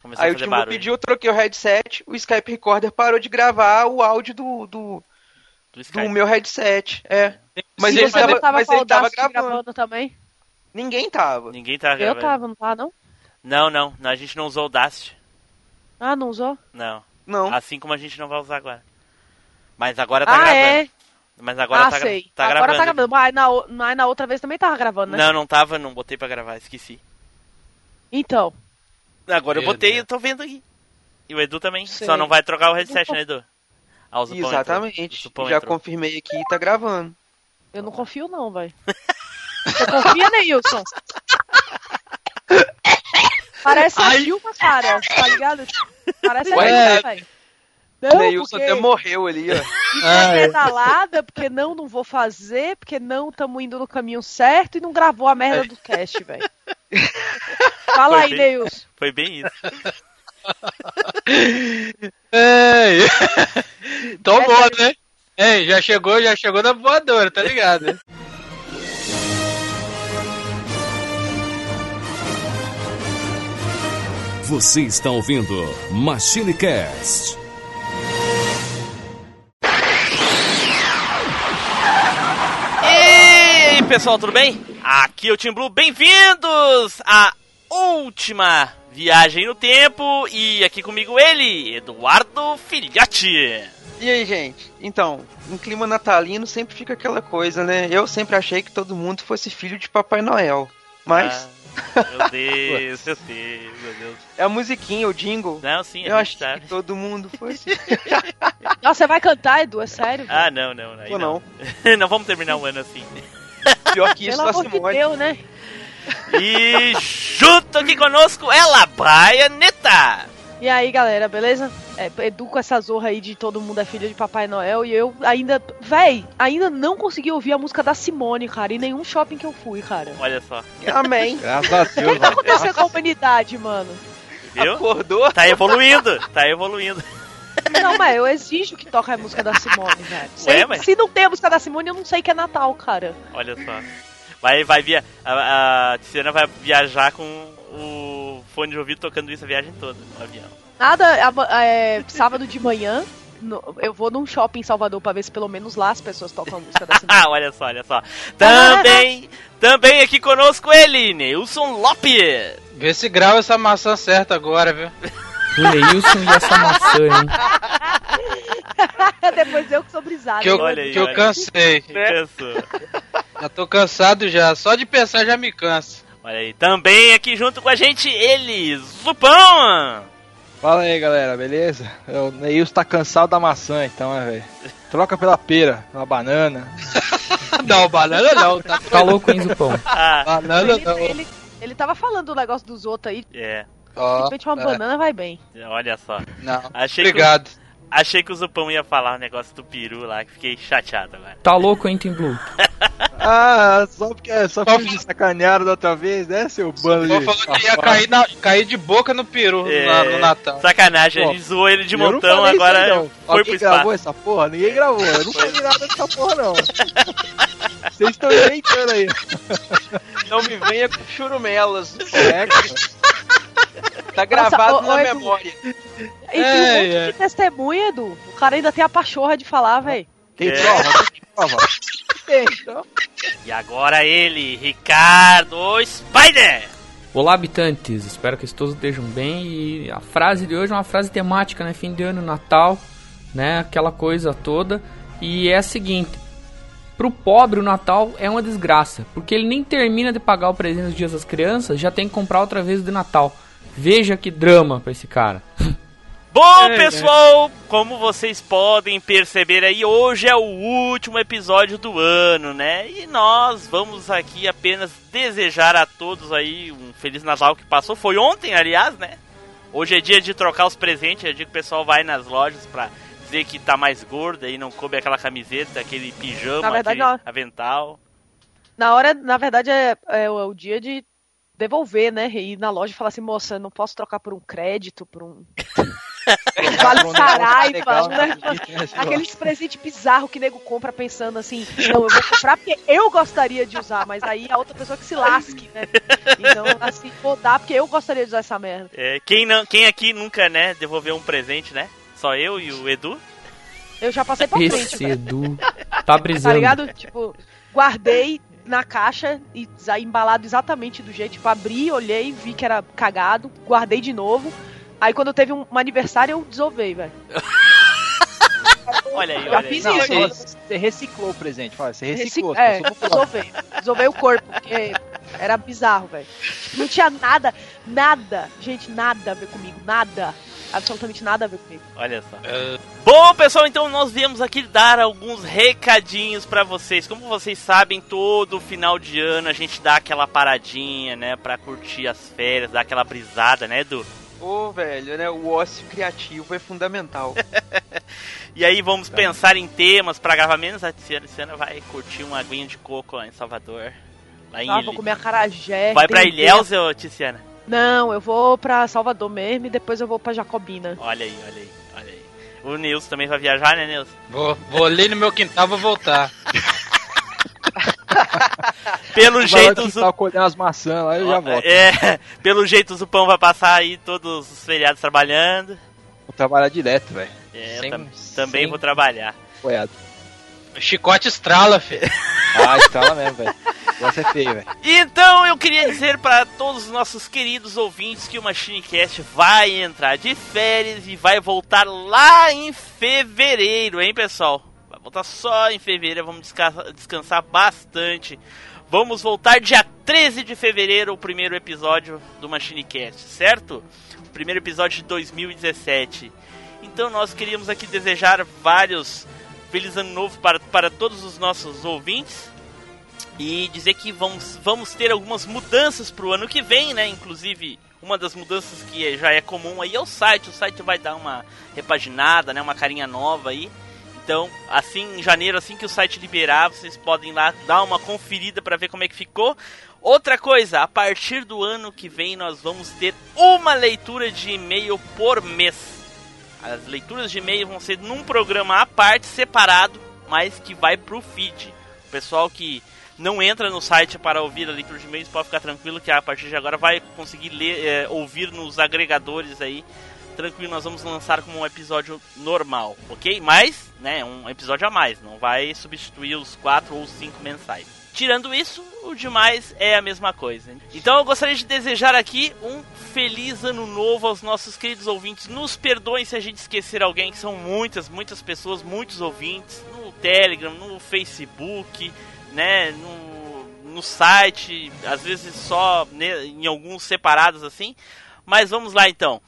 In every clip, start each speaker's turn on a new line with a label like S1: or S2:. S1: Começou
S2: Aí
S1: a
S2: o
S1: fazer
S2: Timo
S1: barulho
S2: pediu, eu troquei o headset, o Skype Recorder parou de gravar o áudio do, do,
S1: do Skype.
S2: do meu headset. É. Mas
S3: E
S2: ele
S3: você não
S2: tava, mas
S3: com a
S2: ele tava
S3: Audacity
S2: gravando.
S3: também?
S2: Ninguém tava.
S1: Ninguém tá
S3: Eu
S1: gravando.
S3: tava, não tava, não?
S1: Não, não. A gente não usou o Dast.
S3: Ah, não usou?
S1: Não.
S2: Não.
S1: Assim como a gente não vai usar agora. Mas agora tá
S3: ah,
S1: gravando.
S3: é?
S1: Mas agora
S3: ah,
S1: tá, gra-
S3: sei.
S1: tá
S3: Agora
S1: gravando.
S3: tá gravando. Mas na, o- mas na outra vez também tava gravando, né?
S1: Não, não tava, não botei pra gravar, esqueci.
S3: Então.
S1: Agora eu
S4: Meu
S1: botei,
S4: Deus.
S1: eu tô vendo aqui. E o Edu também.
S3: Sei.
S1: Só não vai trocar o headset, né, Edu? Ah, o Zupão entrou. O
S2: Exatamente.
S1: Zupão
S2: Já
S1: entrou.
S2: confirmei aqui e tá gravando.
S3: Eu não confio não, velho. Você confia, Neilson? Parece a Dilma, cara. Tá ligado? Parece
S2: Ué, é.
S3: a Dilma, velho. Não,
S2: Neilson
S3: porque
S2: até morreu ali, ó.
S4: Ah, é.
S3: pedalada, porque não, não vou fazer, porque não, tamo indo no caminho certo e não gravou a
S2: É.
S3: merda do cast, velho. Fala
S1: Foi
S3: aí,
S1: bem-
S3: Neilson.
S1: Foi bem isso.
S4: Ei!
S3: Essa-
S4: Tomou, né? Ei, já chegou, já chegou na voadora, tá ligado? né?
S5: Você está ouvindo Machine Cast.
S1: Ei, pessoal, tudo bem? Aqui é o Tim Blue, bem-vindos à última viagem no tempo. E aqui comigo ele, Eduardo Filhote.
S2: E aí, gente? Então, em clima natalino sempre fica aquela coisa, né? Eu sempre achei que todo mundo fosse filho de Papai Noel. Mas
S1: Ah, meu Deus, meu Deus, meu Deus.
S2: é a musiquinha, o jingle.
S1: Não, sim,
S2: Eu
S1: a gente
S2: achei
S1: sabe.
S2: que todo mundo assim. fosse.
S3: Nossa, você vai cantar, Edu? É sério? velho?
S1: Ah, não, não, aí
S2: Ou não.
S1: não. não vamos terminar o ano assim.
S2: Pior Ah, que isso,
S3: Pelo
S2: nossa
S3: amor de
S2: Simone.
S3: Deus, né?
S1: E junto aqui conosco, ela, Baianeta.
S3: E aí, galera, beleza? É, Edu com essa zorra aí de todo mundo é filho de Papai Noel e eu ainda. Véi, ainda não consegui ouvir a música da Simone, cara, em nenhum shopping que eu fui, cara.
S1: Olha só,
S2: Amém.
S4: Graças a
S3: O que, que tá acontecendo com a humanidade, mano?
S1: viu?
S2: Acordou?
S1: Tá evoluindo, tá evoluindo.
S3: Não, mas eu exijo que toque a música da Simone, velho. Se,
S1: mas-
S3: se não tem a música da Simone, eu não sei que é Natal, cara.
S1: Olha só. Vai, vai via. A, a Tiziana vai viajar com o fone de ouvido tocando isso a viagem toda no avião.
S3: Nada, ama- é, sábado de manhã. no- eu vou num shopping em Salvador pra ver se pelo menos lá as pessoas tocam a música da Simone.
S1: Ah, olha só, olha só. Também, também aqui conosco ele, Nilson Lopes.
S4: Vê se grava essa maçã certa agora, viu?
S6: O Neilson e essa é maçã, hein?
S3: Depois eu que sou brisada. né?
S4: Que eu,
S1: Olha aí, Né?
S4: que eu
S1: olha.
S4: cansei.
S1: Cansou.
S4: Já tô cansado já. Só de pensar já me cansa.
S1: Olha aí, também aqui junto com a gente ele, Zupão.
S7: Fala aí, galera, beleza? O Neilson tá cansado da maçã, então, né, velho? Troca pela pera, pela banana.
S4: Não, banana não, tá?
S6: Tá louco, hein, Zupão?
S1: Ah,
S4: Banana
S3: ele,
S4: não.
S3: ele, ele tava falando do negócio dos outros aí.
S1: é,
S3: De
S4: Ó,
S3: repente uma
S4: é,
S3: banana vai bem.
S1: olha só.
S4: Não.
S1: Achei que o
S4: Obrigado.
S1: Achei que o Zupão ia falar o negócio do peru lá, que fiquei chateado agora.
S6: Tá louco, hein, Tim Blue?
S7: Ah, só porque só porque me sacanearam da outra vez, né, seu bando
S4: Vou
S7: de...
S4: falar que ia
S7: safado?
S4: cair, na- cair de boca no peru
S1: É,
S4: na- no Natal.
S1: Sacanagem, a
S7: Pô,
S1: gente zoou ele de
S7: Eu não
S1: montão,
S7: falei isso
S1: agora
S7: aí, não.
S1: foi pro
S7: Alguém
S1: espaço.
S7: gravou essa porra? Ninguém gravou, eu não falei nada dessa porra, não. Vocês estão inventando aí.
S2: Não me venha com churumelas.
S7: É, cara.
S2: Tá gravado
S3: ô,
S2: na
S3: ô, Edu.
S2: memória.
S3: E tem um
S4: É,
S3: monte
S4: é.
S3: de testemunha, Edu. O cara ainda tem a pachorra de falar, velho.
S7: Tem
S1: É.
S7: prova, tem prova.
S1: E agora ele, Ricardo Spider!
S6: Olá, habitantes. Espero que todos estejam bem. E a frase de hoje é uma frase temática, né? Fim de ano, Natal, né? Aquela coisa toda. E é a seguinte: Pro pobre, o Natal é uma desgraça. Porque ele nem termina de pagar o presente dos dias das crianças, já tem que comprar outra vez o de Natal. Veja que drama pra esse cara.
S1: Bom,
S3: É,
S1: pessoal, como vocês podem perceber aí, hoje é o último episódio do ano, né? E nós vamos aqui apenas desejar a todos aí um Feliz Natal que passou. Foi ontem, aliás, né? Hoje é dia de trocar os presentes, é dia que o pessoal vai nas lojas pra dizer que tá mais gorda e não coube aquela camiseta, aquele pijama,
S3: Na verdade,
S1: aquele
S3: não.
S1: avental.
S3: Na hora, na verdade, é, é o é o dia de devolver, né? E ir na loja e falar assim, moça, eu não posso trocar por um crédito, por um.
S7: Pra
S3: vale
S7: um
S8: tá
S7: negócio legal,
S3: Saraiva, né? Aqueles presentes bizarros que nego compra pensando assim, não, eu vou comprar porque eu gostaria de usar, mas aí a outra pessoa que se lasque, né? Então, assim, vou dar porque eu gostaria de usar essa merda.
S1: É, quem, não, quem aqui nunca, né, devolveu um presente, né? Só eu e o Edu?
S3: Eu já passei pra frente,
S6: Esse Edu tá
S3: tá
S6: brisando.
S3: ligado? Tipo, guardei na caixa e za- embalado exatamente do jeito, tipo, abri, olhei, vi que era cagado, guardei de novo. Aí quando teve um, um aniversário eu desovei, velho.
S1: Olha aí,
S3: Eu já
S1: olha aí.
S3: fiz
S7: Não,
S3: isso.
S7: você, você reciclou o presente, vai. Você reciclou.
S3: Recic- É,
S7: você passou por lá.
S3: desovei. Desovei o corpo, porque era bizarro, velho. Tipo, Não tinha nada, nada, gente, nada a ver comigo, nada. Absolutamente nada a ver comigo.
S1: Olha só. Bom, pessoal, então nós viemos aqui dar alguns recadinhos pra vocês. Como vocês sabem, todo final de ano a gente dá aquela paradinha, né, pra curtir as férias, dar aquela brisada, né, Edu?
S2: Ô, velho, né? O ócio criativo é fundamental.
S1: E aí vamos
S4: Tá.
S1: pensar em temas pra gravar menos. A Tiziana Tiziana vai curtir uma aguinha de coco lá em Salvador. Lá em
S3: Ah,
S1: Ilhe-
S3: vou comer acarajé.
S1: Vai pra
S3: dendê.
S1: Ilhéus, ô, Tiziana?
S3: Não, eu vou pra Salvador mesmo e depois eu vou pra Jacobina.
S1: Olha aí, olha aí, olha aí. O Nilson também vai viajar, né, Nilson?
S4: Vou, vou ali no meu quintal, vou voltar.
S7: Vai
S1: Pelo
S7: lá
S1: jeito,
S7: no
S1: os
S7: quintal colher tá as maçãs lá, eu já volto.
S1: É, pelo jeito o Zupão vai passar aí todos os feriados trabalhando.
S7: Vou trabalhar direto, velho.
S1: É, eu
S4: Sem-
S1: tam- também
S4: sem-
S1: vou trabalhar.
S7: Apoiado.
S4: Chicote estrala, filho.
S7: Ah, estrala mesmo, velho. Você é feio, velho.
S1: Então eu queria dizer para todos os nossos queridos ouvintes que o MachineCast vai entrar de férias e vai voltar lá em fevereiro, hein, pessoal? Vai voltar só em fevereiro, vamos descansar, descansar bastante. Vamos voltar dia 13 de fevereiro, o primeiro episódio do MachineCast, certo? O primeiro episódio de 2017. Então nós queríamos aqui desejar vários Feliz Ano Novo para, para todos os nossos ouvintes e dizer que vamos, vamos ter algumas mudanças pro ano que vem, né? Inclusive, uma das mudanças que é- já é comum aí é o site. O site vai dar uma repaginada, né? Uma carinha nova aí. Então, assim, em janeiro, assim que o site liberar, vocês podem ir lá dar uma conferida para ver como é que ficou. Outra coisa, a partir do ano que vem nós vamos ter uma leitura de e-mail por mês. As leituras de e-mail vão ser num programa à parte, separado, mas que vai pro feed. O pessoal que não entra no site para ouvir a leitura de e-mails, pode ficar tranquilo que a partir de agora vai conseguir ler, é, ouvir nos agregadores aí. Tranquilo, nós vamos lançar como um episódio normal, ok? Mas, né, um episódio a mais, não vai substituir os quatro ou cinco mensais. Tirando isso, o demais é a mesma coisa. Então eu gostaria de desejar aqui um feliz ano novo aos nossos queridos ouvintes. Nos perdoem se a gente esquecer alguém, que são muitas, muitas pessoas, muitos ouvintes, no Telegram, no Facebook, né, no, no site, às vezes só né, em alguns separados assim. Mas vamos lá então.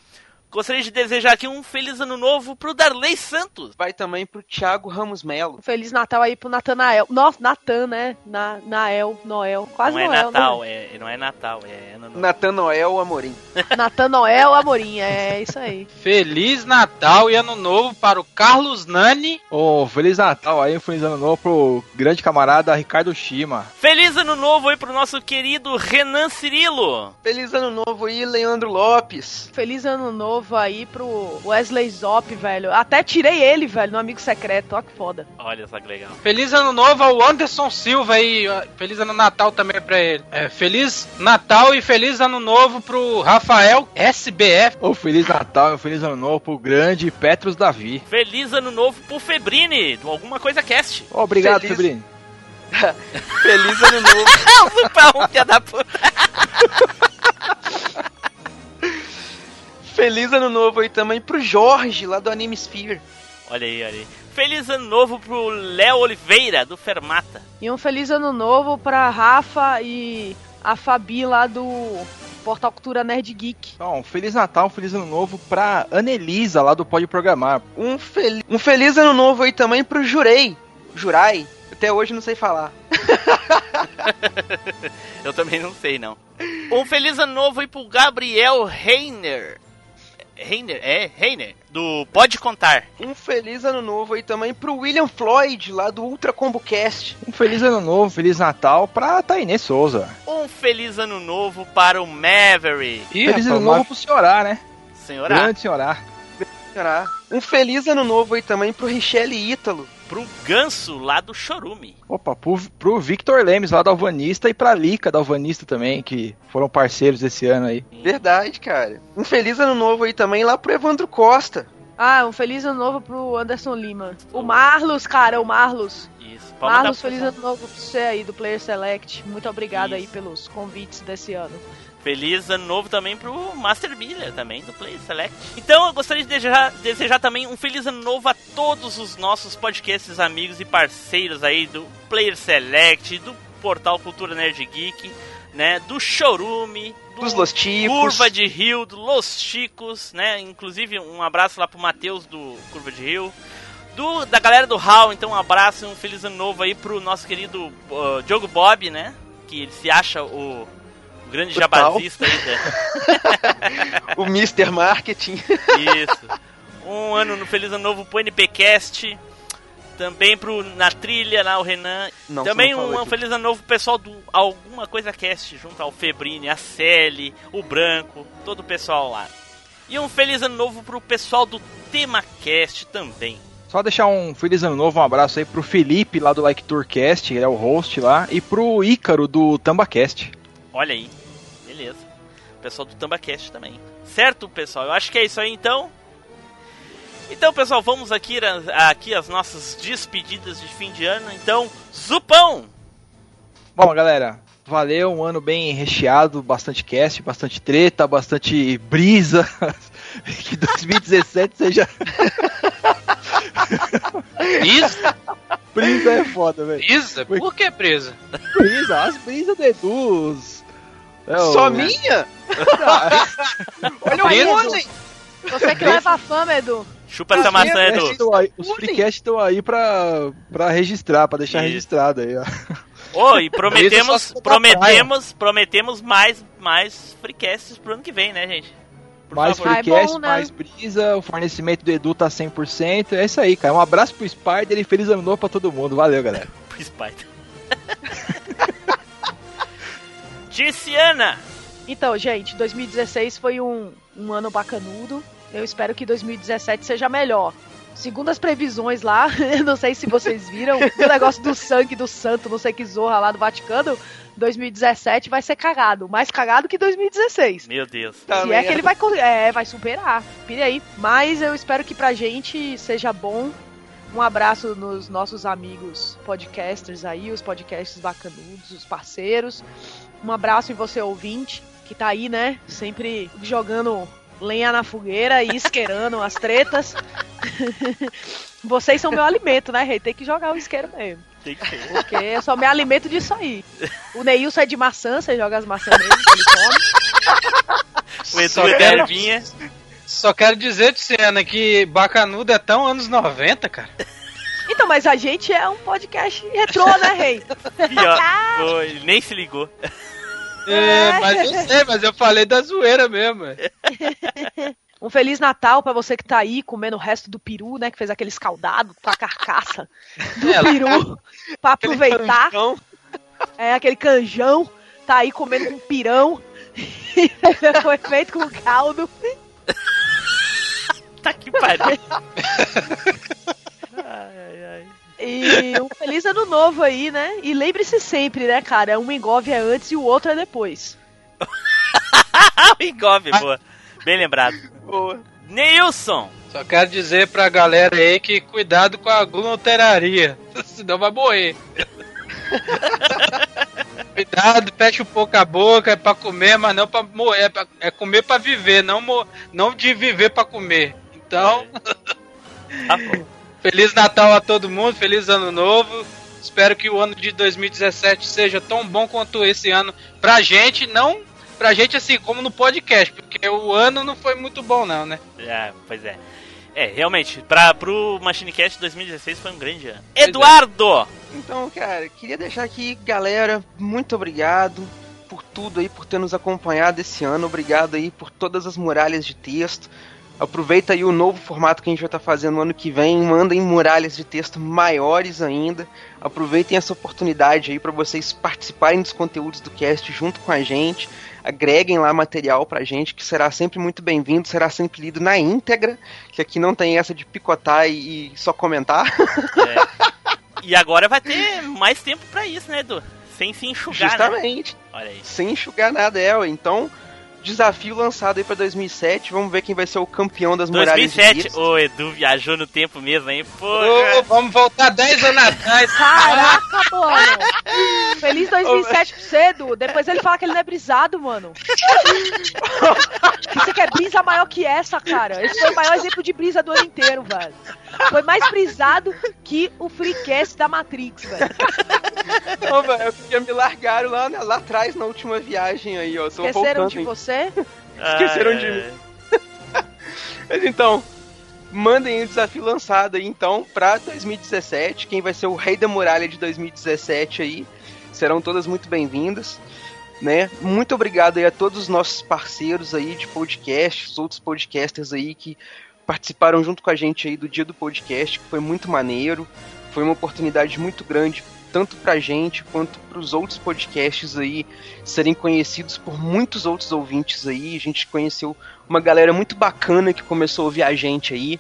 S1: Gostaria de desejar aqui um feliz ano novo pro Darley Santos.
S2: Vai também pro Thiago Ramos Melo.
S3: Um Feliz Natal aí pro Natanael. Nossa, Natan, né? Na, Nael, Noel. Quase
S1: não é
S3: Noel, né?
S1: Natal, é, não é Natal, é ano novo.
S2: Natanoel Amorim.
S1: é.
S3: né? Natan Noel Amorim, é isso aí.
S4: Feliz Natal e Ano Novo para o Carlos Nani.
S7: Ô, Feliz Natal aí, um Feliz Ano Novo pro grande camarada Ricardo Shima.
S1: Feliz ano novo aí pro nosso querido Renan Cirilo.
S2: Feliz ano novo aí, Leandro Lopes.
S3: Feliz ano novo aí pro Wesley Zop, velho. Até tirei ele, velho, no amigo secreto. Ó que foda.
S1: Olha só que legal.
S4: Feliz Ano Novo ao Anderson Silva aí. ó, Feliz Ano Natal também pra ele. É, feliz Natal e Feliz Ano Novo pro Rafael SBF.
S7: Ô, Feliz Natal e um Feliz Ano Novo pro grande Petros Davi.
S1: Feliz ano novo pro Febrine, do Alguma Coisa Cast.
S7: Obrigado,
S2: Feliz-
S7: Febrini.
S2: Feliz ano novo.
S1: Pra um que é da puta.
S2: Feliz ano novo aí também pro Jorge, lá do Anime Sphere.
S1: Olha aí, olha aí. Feliz ano novo pro Léo Oliveira, do Fermata.
S3: E um feliz ano novo pra Rafa e a Fabi lá do Portal Cultura Nerd Geek.
S7: Então, um Feliz Natal, um Feliz Ano Novo pra Anelisa, lá do Pode Programar.
S2: Um, fel- um feliz ano novo aí também pro Jurei. Jurai. Até hoje não sei falar.
S1: Eu também não sei, não. Um feliz ano novo aí pro Gabriel Reiner. Reiner, é, Reiner, do Pode Contar.
S2: Um feliz ano novo aí também pro William Floyd, lá do Ultra Combo Cast.
S7: Um feliz ano novo, feliz Natal pra Tainê Souza.
S1: Um feliz ano novo para o Maverick,
S4: Ih,
S7: feliz ano
S4: rapaz,
S7: novo pro senhorar, né?
S1: senhorá.
S7: Grande senhorar.
S2: Será? Um feliz ano novo aí também pro Richelle Ítalo.
S1: Pro Ganso, lá do Chorume.
S7: Opa, pro, pro Victor Lemes lá da Alvanista e pra Lica da Alvanista também, que foram parceiros esse ano aí.
S2: Verdade, cara. Um feliz ano novo aí também lá pro Evandro Costa.
S3: Ah, um feliz ano novo pro Anderson Lima. O Marlos, cara, o Marlos.
S1: Isso, palma
S3: Marlos,
S1: da-
S3: feliz ano novo pra você aí do Player Select. Muito obrigado aí
S1: Isso.
S3: pelos convites desse ano.
S1: Feliz ano novo também pro Master Miller, também do Play Select. Então, eu gostaria de desejar, desejar também um feliz ano novo a todos os nossos podcasts, amigos e parceiros aí do Player Select, do portal Cultura Nerd Geek, né, do Chorume, do
S2: Dos Los Ticos.
S1: Curva de Rio, do Los Chicos, né? Inclusive, um abraço lá pro Matheus do Curva de Rio. Do, da galera do HAL, então um abraço e um feliz ano novo aí pro nosso querido ah, Diogo Bob, né? Que ele se acha o, o grande
S2: O
S1: jabazista aí né? da-
S2: o Mr. Marketing.
S1: Isso. Um ano no feliz ano novo pro NPcast. Também pro Na Trilha, lá o Renan.
S2: Não,
S1: Também
S2: você não
S1: um,
S2: falou aqui.
S1: feliz ano novo pro pessoal do Alguma Coisa Cast, junto ao Febrine, a Celi, o Branco, todo o pessoal lá. E um feliz ano novo pro pessoal do TemaCast também.
S7: Só deixar um feliz ano novo, um abraço aí pro Felipe lá do Like Tourcast, ele é o host lá, e pro Ícaro do Tambacast.
S1: Olha aí. Beleza. Pessoal do TambaCast também. Certo, pessoal? Eu acho que é isso aí então. Então, pessoal, vamos aqui, a- aqui as nossas despedidas de fim de ano. Então, Zupão!
S7: Bom, galera, valeu, um ano bem recheado, bastante cast, bastante treta, bastante brisa. que 2017 seja.
S4: Brisa?
S7: Brisa é foda, velho.
S4: Brisa? Por que brisa?
S7: Brisa, as brisas deduz. É, o-
S2: Só minha? Olha
S4: Preso.
S2: o Onem!
S3: Você que leva a fama, Edu.
S1: Chupa essa maçã,
S7: Os
S1: Edu.
S7: freecasts tão aí- Os freecasts estão aí pra, pra registrar, pra deixar
S1: Isso.
S7: registrado aí, ó.
S1: Ô, e
S7: Brisa
S1: prometemos,
S7: só se for pra
S1: prometemos, prometemos mais, mais freecasts pro ano que vem, né, gente? Por
S7: mais
S1: favor.
S3: free-
S7: freecast,
S3: Ah, é bom, né?
S7: mais brisa, o fornecimento do Edu tá 100%. É isso aí, cara. Um abraço pro Spider e feliz ano novo pra todo mundo. Valeu, galera.
S1: Pro Spider. Ticiana!
S3: Então, gente, 2016 foi um, um ano bacanudo. Eu espero que 2017 seja melhor. Segundo as previsões lá, eu não sei se vocês viram, o negócio do sangue do santo, não sei que zorra lá do Vaticano, 2017 vai ser cagado. Mais cagado que 2016.
S1: Meu Deus.
S2: Tá,
S3: Se é
S2: merda.
S3: que ele vai, con- é, vai superar. Pire aí. Mas eu espero que pra gente seja bom. Um abraço nos nossos amigos podcasters aí, os podcasts bacanudos, os parceiros. Um abraço em você, ouvinte, que tá aí, né? Sempre jogando lenha na fogueira e isqueirando as tretas. Vocês são meu alimento, né, Rei? Tem que jogar o isqueiro mesmo.
S1: Tem que ser.
S3: Porque eu só me alimento disso aí. O Neilson é de maçã, você joga as maçãs nele, que ele come.
S1: O Edu
S4: Só
S1: é da
S4: quero-
S1: ervinha.
S4: Só quero dizer, Tiziana, que Bacanudo é tão anos 90, cara.
S3: Então, mas a gente é um podcast retrô, né, Rei? Tá.
S1: Pior. Pô, ele nem se ligou.
S4: É, mas eu sei, mas eu falei da zoeira mesmo. é.
S3: Um feliz Natal pra você que tá aí comendo o resto do peru, né? Que fez aquele escaldado com a carcaça do
S4: É,
S3: peru pra aproveitar.
S2: Então,
S3: É aquele canjão, tá aí comendo com pirão. Foi feito com caldo.
S1: Tá que pariu.
S3: E um feliz ano novo aí, né? E lembre-se sempre, né, cara? Um engove é antes e o outro é depois.
S1: Ah, o Ingove, boa. Bem lembrado.
S2: boa.
S1: Neilson!
S4: Só quero dizer pra galera aí que cuidado com a gluteraria, senão vai morrer. cuidado, fecha um pouco a boca, é pra comer, mas não pra morrer. É, pra- é comer pra viver, não, mo- não de viver pra comer. Então,
S1: Tá bom.
S4: Feliz Natal a todo mundo, feliz ano novo. Espero que o ano de 2017 seja tão bom quanto esse ano pra gente, não pra gente assim como no podcast, porque o ano não foi muito bom não, né?
S1: Ah, pois é. É, realmente, pra, pro MachineCast 2016 foi um grande ano. Eduardo!
S2: Então, cara, queria deixar aqui, galera, muito obrigado por tudo aí, por ter nos acompanhado esse ano. Obrigado aí por todas as muralhas de texto. Aproveita aí o novo formato que a gente vai estar fazendo no ano que vem, mandem muralhas de texto maiores ainda. Aproveitem essa oportunidade aí para vocês participarem dos conteúdos do cast junto com a gente. Agreguem lá material pra gente, que será sempre muito bem-vindo, será sempre lido na íntegra, que aqui não tem essa de picotar e e só comentar.
S1: E agora vai ter mais tempo pra isso, né, Edu? Sem se enxugar, né?
S2: Justamente.
S1: Olha aí.
S2: sem enxugar nada ela. Então, desafio lançado aí pra 2007. Vamos ver quem vai ser o campeão das muralhas de
S1: 2007,
S2: Pisa.
S1: o Edu viajou no tempo mesmo, hein? Pô,
S9: Ô, ô, vamos voltar 10 anos atrás.
S3: Caraca, mano! Feliz 2007 pra você, Edu. Depois ele fala que ele não é brisado, mano. Você quer brisa maior que essa, cara? Esse foi o maior exemplo de brisa do ano inteiro, velho. Foi mais brisado que o freecast da Matrix, velho.
S2: Ô, velho, eu queria me largaram lá, né, lá atrás na última viagem aí, ó. Tô
S3: Esqueceram
S2: voltando
S3: de
S2: aí.
S3: você?
S2: esqueceram de
S1: ai,
S2: mim.
S1: ai.
S2: Mas então, mandem o desafio lançado aí então pra 2017. Quem vai ser o rei da muralha de 2017 aí. Serão todas muito bem-vindas. Né? Muito obrigado aí a todos os nossos parceiros aí de podcasts, outros podcasters aí que participaram junto com a gente aí do dia do podcast, que foi muito maneiro. Foi uma oportunidade muito grande, tanto pra gente quanto pros outros podcasts aí serem conhecidos por muitos outros ouvintes aí. A gente conheceu uma galera muito bacana que começou a ouvir a gente aí,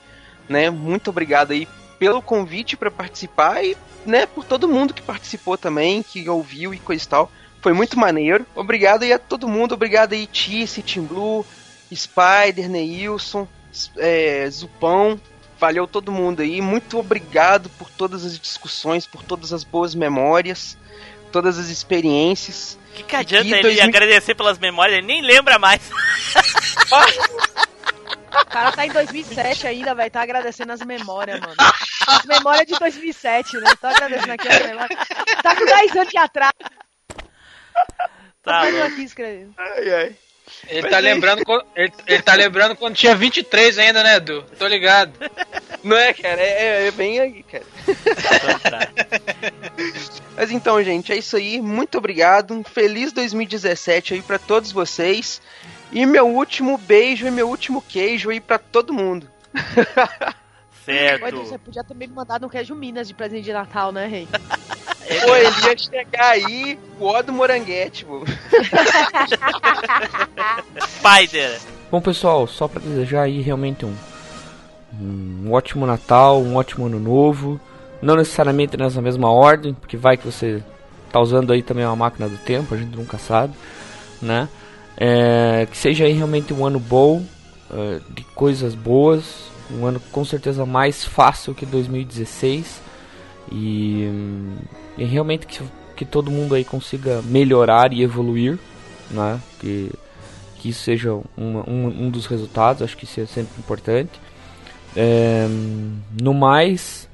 S2: né? Muito obrigado aí pelo convite para participar e, né, por todo mundo que participou também, que ouviu e coisa e tal. Foi muito maneiro. Obrigado aí a todo mundo, obrigado aí Tice, Team Blue, Spider, Neilson, S- é, Zupão. Valeu todo mundo aí. Muito obrigado por todas as discussões, por todas as boas memórias, todas as experiências.
S1: O que, que adianta
S2: E
S1: ele
S2: 2000
S1: agradecer pelas memórias? Ele nem lembra mais.
S3: O cara tá em 2007 ainda, velho. Tá agradecendo as memórias, mano. As memórias de 2007, né? Tá agradecendo aqui as memórias. Tá com 10 anos de atraso.
S1: Tá,
S3: Tá
S2: é.
S1: bom.
S3: aqui escrevendo.
S2: Ai, ai.
S9: Ele
S2: é.
S9: tá, lembrando, quando- ele, ele tá lembrando quando tinha 23 ainda, né, Edu? Tô ligado.
S2: Não é, cara? É, é- é bem aí, cara.
S1: Então tá.
S2: Mas então, gente, é isso aí. Muito obrigado. Um feliz 2017 aí pra todos vocês. E meu último beijo e meu último queijo aí pra todo mundo.
S3: Ô, Edu, você
S1: Certo.
S3: podia também me mandar um queijo Minas de presente de Natal, né, Rei?
S2: Pô, ele ia chegar aí, o ó do moranguete, pô.
S1: Spider.
S10: Bom, pessoal, só pra desejar aí realmente um, um ótimo Natal, um ótimo Ano Novo. Não necessariamente nessa mesma ordem, porque vai que você tá usando aí também uma máquina do tempo, a gente nunca sabe, né? É, que seja aí realmente um ano bom, é, de coisas boas, um ano com certeza mais fácil que 2016 e, hum, e realmente que, que todo mundo aí consiga melhorar e evoluir, né? Que que isso seja uma- um, um dos resultados, acho que isso é sempre importante. É, no mais,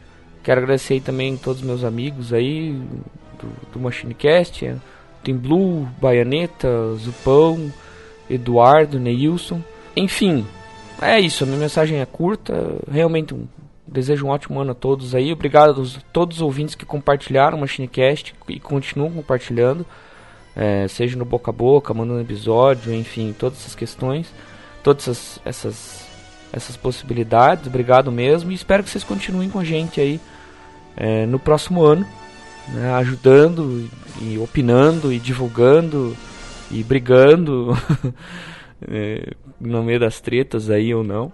S10: quero agradecer aí também todos os meus amigos aí do, do MachineCast, é, tem Blue, Baianeta, Zupão, Eduardo, Neilson, enfim, é isso, a minha mensagem é curta, realmente um- desejo um ótimo ano a todos aí, obrigado a todos os ouvintes que compartilharam o MachineCast e continuam compartilhando, é, seja no boca a boca, mandando episódio, enfim, todas essas questões, todas essas, essas, essas possibilidades. Obrigado mesmo e espero que vocês continuem com a gente aí é, no próximo ano, né, ajudando e opinando e divulgando e brigando é, no meio das tretas aí ou não.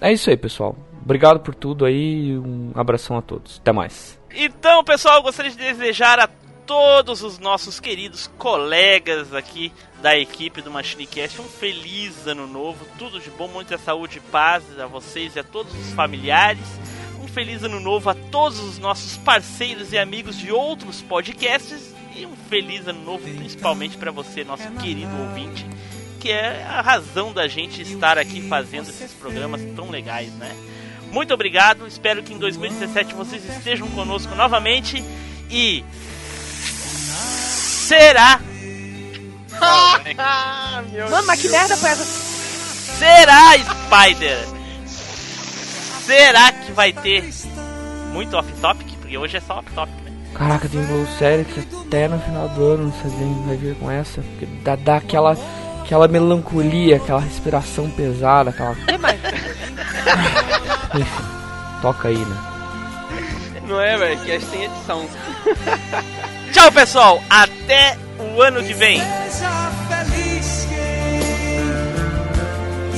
S10: É isso aí, pessoal. Obrigado por tudo aí. Um abração a todos. Até mais.
S1: Então, pessoal, eu gostaria de desejar a todos os nossos queridos colegas aqui da equipe do MachineCast um feliz ano novo, tudo de bom, muita saúde e paz a vocês e a todos os familiares. Um feliz ano novo a todos os nossos parceiros e amigos de outros podcasts e um feliz ano novo principalmente para você, nosso querido ouvinte, que é a razão da gente estar aqui fazendo esses programas tão legais, né? Muito obrigado, espero que em 2017 vocês estejam conosco novamente e. Será?
S7: Ah,
S3: Mano, mas que merda foi essa?
S1: Será, Spider? Será que vai ter muito off-topic? Porque hoje é só off-topic, né?
S10: Caraca, tem um Blue Série que até no final do ano você vem, vai vir com essa. Porque dá, dá aquela,
S6: aquela melancolia, aquela respiração pesada, aquela. Toca aí, né?
S2: Não é, velho? Que tem edição.
S1: Tchau, pessoal. Até o ano que vem.
S8: Seja feliz quem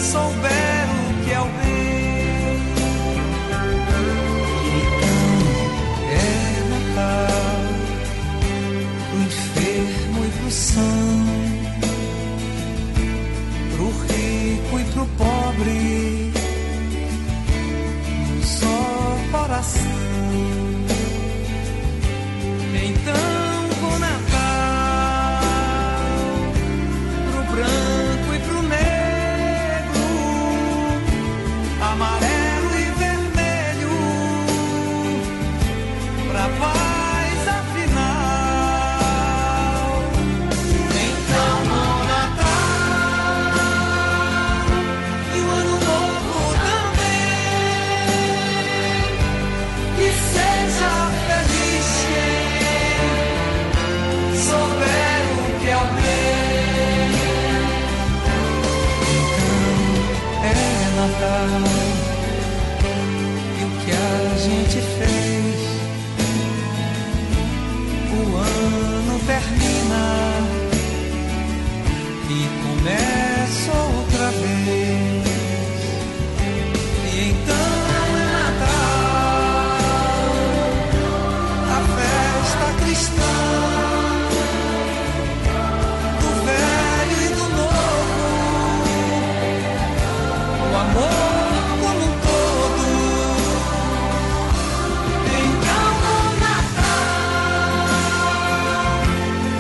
S8: souber o que é o bem. Que é Natal, pro enfermo e pro são, pro rico e pro pobre, num só coração. Então o Natal pro branco e pro negro, amarelo e vermelho, pra paz afinal. Então o Natal e o ano novo também, que seja feliz quem souber o que é o bem. Então é Natal e o que a gente fez. O ano termina e começa outra vez. E então é Natal, a festa cristã do velho e do novo, o amor como um todo. Então o Natal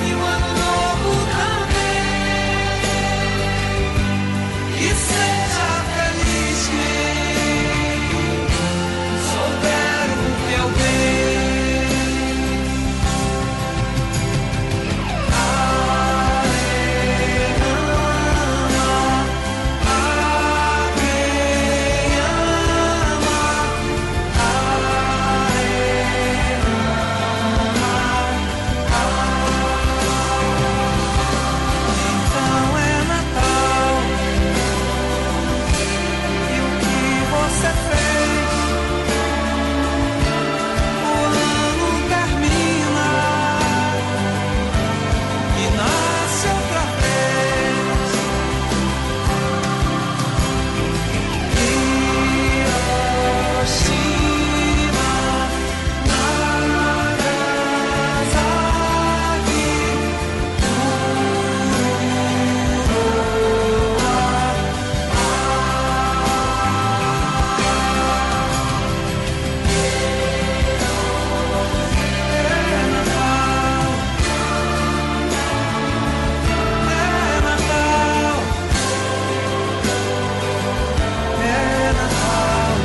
S8: e o ano novo também, que seja feliz quem souber o que é o Então bem. Então é Natal e o que você fez? O ano termina e nasce outra vez. Hiroshima, Nagasaki. É Natal, é Natal.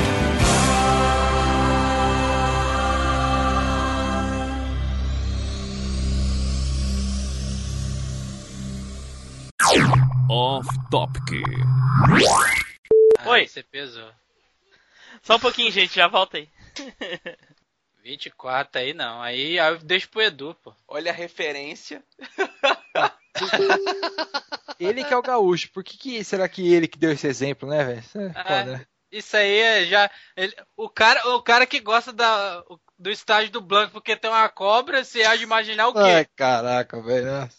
S11: Off Topic.
S1: Oi.
S4: Ah, Você pesou.
S1: Só um pouquinho, gente. Já volta aí.
S4: 24 aí não. Aí, aí eu deixo pro Edu, pô.
S2: Olha a referência.
S7: Ele que é o gaúcho. Por que, que será que ele que deu esse exemplo, né, velho? Isso é
S4: Ah,
S7: foda, né?
S4: Isso aí é já. ele- o, cara, o cara que gosta da, do estágio do Blanco porque tem uma cobra, você há de imaginar o quê?
S7: Ai, caraca, velho. nossa.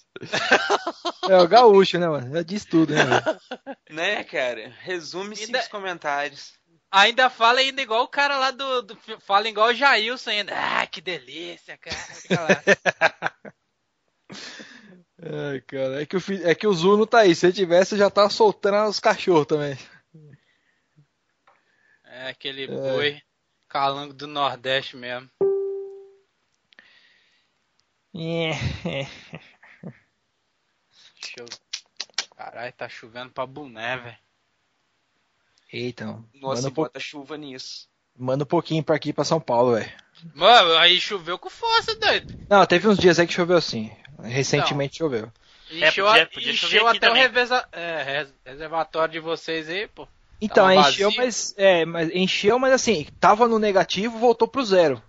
S7: É o gaúcho, né, mano? Já diz tudo, né, velho?
S2: Né, cara? Resume-se
S4: Ainda-
S2: nos comentários.
S4: Ainda fala ainda igual o cara lá do. do- fala igual o Jailson ainda. Ah, que delícia, cara. Fica lá.
S7: Ai, cara, é que, o fi- é que o Zu não tá aí. Se ele tivesse, já tá soltando os cachorros também.
S4: É aquele boi calango do Nordeste mesmo.
S7: É.
S4: Deixa eu... Caralho, tá chovendo pra boné, velho.
S7: Eita, mano.
S2: Nossa,
S7: manda, um
S2: e
S7: po-
S2: bota chuva nisso.
S7: manda um pouquinho pra aqui, pra São Paulo, velho.
S4: Mano, aí choveu com força, doido.
S7: Não, teve uns dias aí que choveu sim. Recentemente choveu.
S1: É,
S4: Encheu,
S1: podia-
S4: a-
S1: podia chover
S4: encheu
S1: aqui
S4: até o
S1: também.
S4: revesa... é, res- reservatório de vocês aí, pô.
S7: Então,
S4: Tava
S7: encheu,
S4: vazio.
S7: mas, é, mas encheu, mas assim, tava no negativo, voltou pro zero.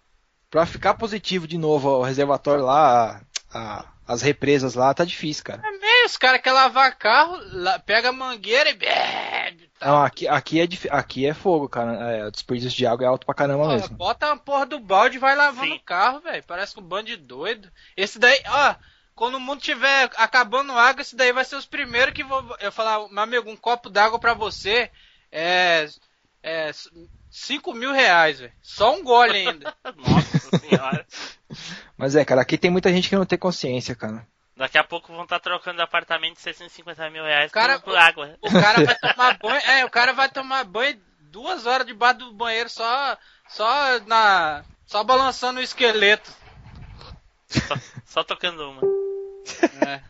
S7: Pra ficar positivo de novo ó, o reservatório lá, a- a- as represas lá, tá difícil, cara.
S4: Meio os caras querem lavar carro, la- pega a mangueira e. bebe.
S7: Não, aqui, aqui, é, dif- aqui é fogo, cara. É, o desperdício de água é alto pra caramba
S4: Ó,
S7: mesmo.
S4: bota a porra do balde e vai lavando
S1: Sim.
S4: o carro, velho. Parece um bando de doido. Esse daí, ó. Quando o mundo tiver acabando água, esse daí vai ser os primeiros que vou. Eu falar, meu amigo, um copo d'água pra você é. é 5 mil reais, velho. Só um gole ainda.
S1: Nossa senhora.
S7: Mas é, cara, aqui tem muita gente que não tem consciência, cara.
S1: Daqui a pouco vão estar trocando de apartamento de 650 mil reais
S4: Cara,
S1: por, por água.
S4: O cara vai tomar banho. É, o cara vai tomar banho duas horas debaixo do banheiro só. Só na. Só balançando o esqueleto.
S1: Só, só tocando uma.
S4: É.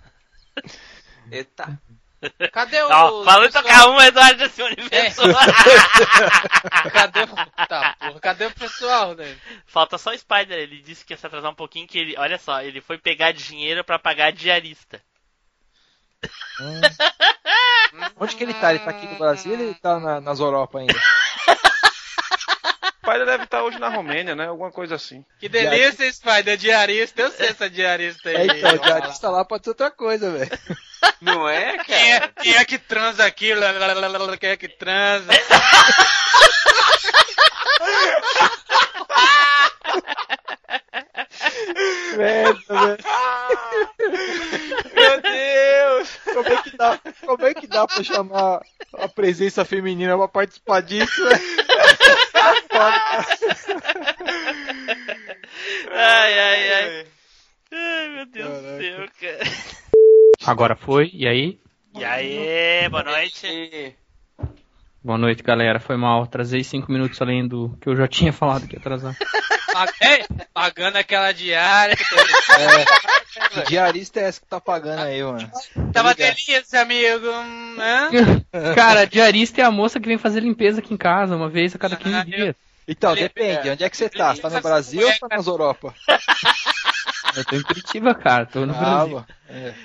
S2: Eita.
S4: Cadê o. É.
S1: Ó, falando em tocar uma, Eduardo se manifestou.
S4: Cadê o. Tá, porra, cadê o pessoal, né?
S1: Falta só o Spider, ele disse que ia se atrasar um pouquinho, que ele. Olha só, ele foi pegar dinheiro pra pagar a diarista.
S7: Onde que ele tá? Ele tá aqui no Brasil ou ele tá na- nas Europa ainda?
S12: O pai deve estar hoje na Romênia, né? Alguma coisa assim.
S4: Que delícia, hein, Spider, diarista. Eu sei essa diarista aí.
S7: É, então,
S4: Vamos
S7: o artista lá pode ser outra coisa, velho.
S2: Não é,
S4: lá. Quem é,
S2: cara?
S4: quem é que transa aqui? Lá, lá, lá, lá, lá, Quem é que transa?
S7: Merda, velho.
S12: assim.
S2: Meu Deus!
S7: Como é que dá, como é que dá pra chamar a presença feminina pra participar disso, né? velho?
S1: Ai, ai, ai. Ai, meu Deus do céu, cara.
S6: Agora foi, e aí?
S1: E aí, boa noite.
S2: E-
S6: Boa noite, galera. Foi mal. Atrasei cinco minutos além do que eu já tinha falado que ia atrasar.
S4: Pag- é, Pagando aquela diária. que teve.
S7: Que diarista é essa que tá pagando aí, mano?
S4: Tava delícia, amigo. hum, hã?
S6: Cara, diarista é a moça que vem fazer limpeza aqui em casa uma vez a cada 15 dias.
S7: Então, depende. Onde é que você tá? Você tá no Brasil ou tá nas Europa?
S6: Eu tô em Curitiba, cara. Tô no
S7: Ah,
S6: Brasil.
S7: mano.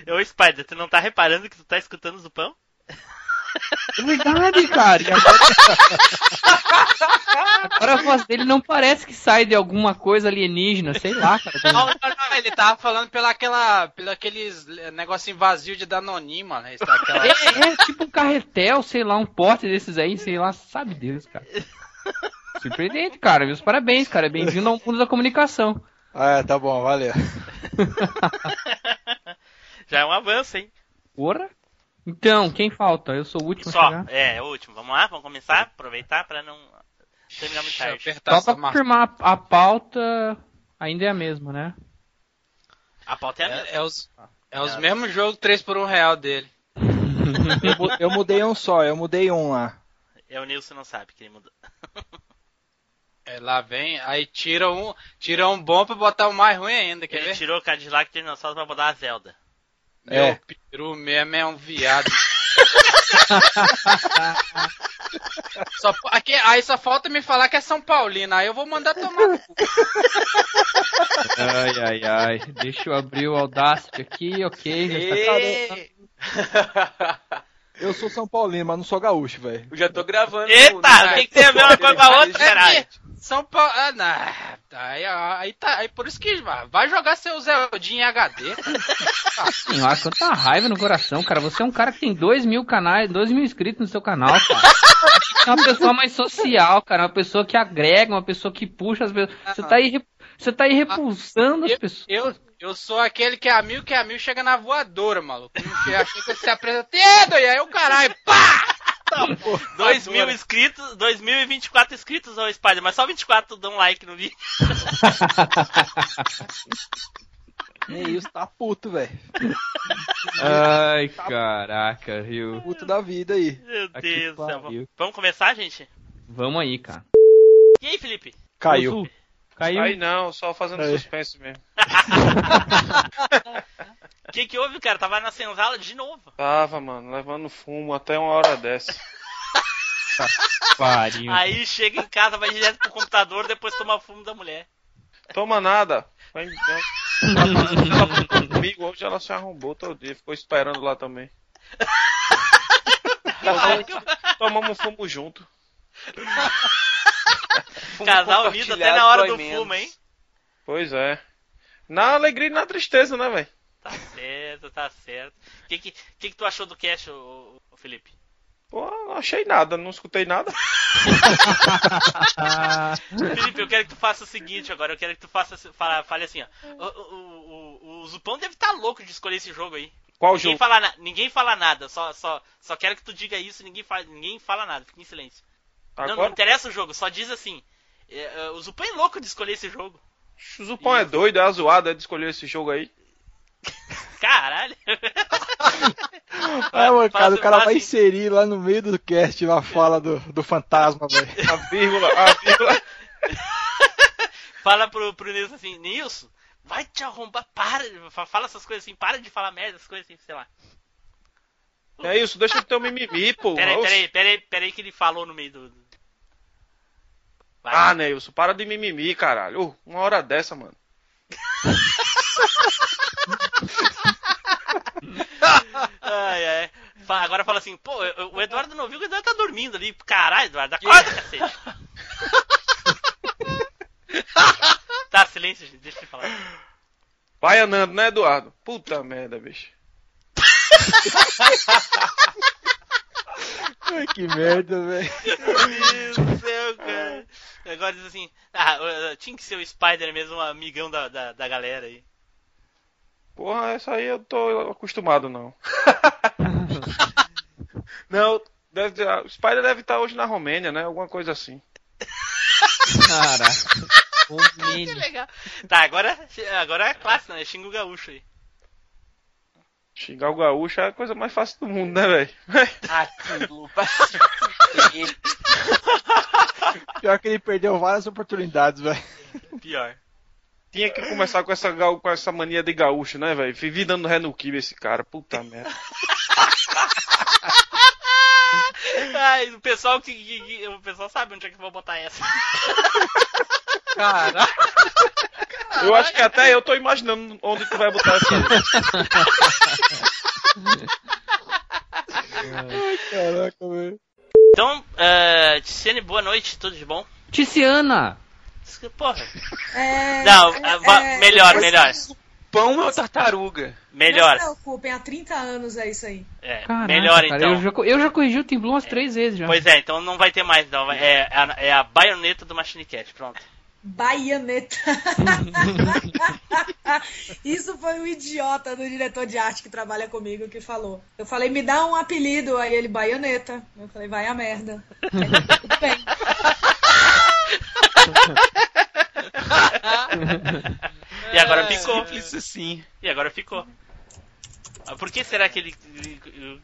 S7: É.
S1: Ô, Spider, tu não tá reparando que tu tá escutando o Zupão?
S6: É verdade, cara. E agora... agora a voz dele não parece que sai de alguma coisa alienígena, sei lá,
S4: Não,
S6: cara.
S4: não, não, ele tava falando pela aquela, pela aqueles eh, negocinho vazio de Danoninho, mano. Esse tá, aquela-
S6: É, é tipo um carretel, sei lá, um pote desses aí, sei lá, sabe Deus, cara. Surpreendente, cara. Meus parabéns, cara. Bem-vindo ao mundo da comunicação.
S7: Ah, tá bom, valeu.
S1: Já é um avanço, hein?
S6: Porra. Então, quem falta? Eu sou o último a
S1: Só,
S6: chegar.
S1: é, é o último. Vamos lá, vamos começar, aproveitar pra não terminar muito
S4: Deixa eu
S1: tarde.
S4: apertar
S6: Só
S4: essa
S6: pra
S4: marca.
S6: confirmar, a pauta ainda é a mesma, né?
S1: A pauta é a mesma.
S4: É, é os, é os mesmos jogos 3 por 1 real dele.
S7: Eu, mu- eu mudei um só, eu mudei um lá.
S1: É o Nilson não sabe que ele mudou.
S4: É, lá vem, aí tira um, tira um bom pra botar o mais ruim ainda, é quer
S1: Ele
S4: ver?
S1: tirou o Cadillac Tiranossauro pra botar a Zelda.
S4: Meu
S7: É.
S4: peru mesmo é um viado. Só po- aqui- aí só falta me falar que é São Paulino, aí eu vou mandar tomar no cu.
S6: Ai, ai, ai. Deixa eu abrir o Audacity aqui, ok. Já está
S7: Eu sou São Paulino, mas não sou gaúcho, velho.
S2: Eu já tô gravando. né?
S1: Eita, o que, que Tá, tem a ver uma coisa com a outra,
S4: né? É
S1: caralho?
S4: que São Paulo. Ah, não. Tá, Aí, aí tá. Aí por isso que vai vai jogar seu Zeldinho em HD. cara.
S6: Senhora, quanta raiva no coração, cara. Você é um cara que tem dois mil canais, dois mil inscritos no seu canal, cara. Você é uma pessoa mais social, cara. Uma pessoa que agrega, uma pessoa que puxa as pessoas. Você tá aí, re- você tá aí repulsando as pessoas.
S4: Eu, eu sou aquele que é amigo, que é amigo, chega na voadora, maluco. Eu achei que eu se apresentei, e aí o caralho, pá!
S12: Tá
S1: 2 mil inscritos, 2024 inscritos ao Spider, mas só 24 dão like no vídeo.
S7: É isso, tá puto, velho.
S1: Ah.
S6: Ai, caraca, viu?
S7: Puto da vida aí.
S1: Meu
S6: Tá que
S1: Deus do céu.
S6: pariu.
S1: Vamos começar, gente?
S6: Vamos aí, cara.
S1: E aí, Felipe?
S7: Caiu.
S6: Azul, Caiu.
S12: Aí não, só fazendo
S7: Aí.
S12: suspense mesmo.
S1: O que, que houve, cara? Tava na senzala de novo.
S12: Tava, mano, levando fumo até uma hora dessa.
S6: Pariu.
S1: Aí chega em casa, vai direto pro computador, depois toma fumo da mulher.
S12: Toma nada. Vai embora. Ela falou comigo hoje ela se arrombou todo dia, ficou esperando lá também.
S13: um
S12: Tomamos- Tomamos fumo junto.
S1: um Casal rido até na hora do fumo, hein?
S12: Pois é. Na alegria e na tristeza, né, velho?
S1: Tá certo. certo, tá certo. O que que, que que tu achou do cast, ô, ô, Felipe?
S13: Pô, não achei nada, não escutei nada. Ah.
S1: Felipe, eu quero que tu faça o seguinte agora. Eu quero que tu faça, fala, fale assim, ó. O, o, o- o Zupão deve estar louco de escolher esse jogo aí.
S13: Qual
S1: Ninguém
S13: jogo?
S1: fala, na- ninguém fala nada, só, só, só quero que tu diga isso, ninguém fala, ninguém fala nada, fica em silêncio. Não, não
S13: Agora,
S1: interessa o jogo, só diz assim. é, é, o Zupão é louco de escolher esse jogo.
S13: o Zupão é doido, é azoado, é de escolher esse jogo aí.
S1: Caralho!
S14: Ah, mano, cara, o
S1: Fala- fala
S14: cara vai
S1: assim,
S14: inserir lá no meio do cast lá a fala do, do fantasma, velho.
S13: A vírgula, a vírgula.
S1: Fala pro, pro Nilson assim, Nilson, vai te arrombar, para, de- fa- fala essas coisas assim, para de falar merda, essas coisas assim, sei lá.
S13: É isso, deixa de ter um mimimi, pô.
S1: Peraí, peraí, peraí, peraí que ele falou no meio do... do- Vai.
S13: Ah, Neilson, para de mimimi, caralho. Ô, uma hora dessa, mano.
S1: Ai, ai. Fa- Agora fala assim, pô, eu- eu- o Eduardo não viu que o Eduardo tá dormindo ali. Caralho, Eduardo, acorda, cacete. tá, silêncio, gente, deixa eu falar.
S13: Vai andando, né, Eduardo? Puta merda, bicho.
S14: Ai, que merda, velho.
S1: Meu Deus do céu, cara. Agora diz assim, ah, eh, tinha que ser o Spider mesmo, um amigão da, da, da galera aí.
S13: Porra, essa aí eu tô acostumado, não. não, deve, o Spider deve estar hoje na Romênia, né? Alguma coisa assim.
S6: Cara,
S1: Ah, Que legal. Tá, agora, agora é clássico, né? Xinga o gaúcho aí.
S13: Xingar o gaúcho é a coisa mais fácil do mundo, né, velho?
S1: Ah,
S8: Aquilo,
S14: Pior que ele perdeu várias oportunidades, velho.
S1: Pior.
S13: Tinha que começar com essa, ga- com essa mania de gaúcho, né, velho? Vivi dando ré no kibe esse cara, puta merda.
S1: Ai, o pessoal que, que- que- O pessoal sabe onde é que vão botar essa.
S4: Caralho,
S13: Eu acho que até eu tô imaginando onde tu vai botar essa.
S14: Caraca, velho.
S1: Então, uh, Tiziane, boa noite, tudo de bom?
S6: Tiziana!
S1: Porra.
S3: É,
S1: Não,
S3: é,
S1: ah, va-
S3: é,
S1: melhor,
S3: mas-
S1: melhor.
S8: Pão é o tartaruga.
S1: Melhor.
S3: Não se preocupem, há 30 anos é isso aí.
S1: É,
S6: Caraca,
S1: melhor
S6: cara,
S1: então.
S6: Eu já, co- eu já corrigi o Tim Blue umas três vezes já.
S1: Pois é, então não vai ter mais, não. Vai- É, a, é a baioneta do Machine Cat, pronto.
S3: Baianeta. Isso foi um idiota do diretor de arte que trabalha comigo que falou. Eu falei, me dá um apelido. Aí ele, Baianeta. Eu falei, vai a merda. Aí ele, Tudo bem.
S1: E agora ficou.
S8: Simples assim.
S1: E agora ficou. Ah, Por que será que ele.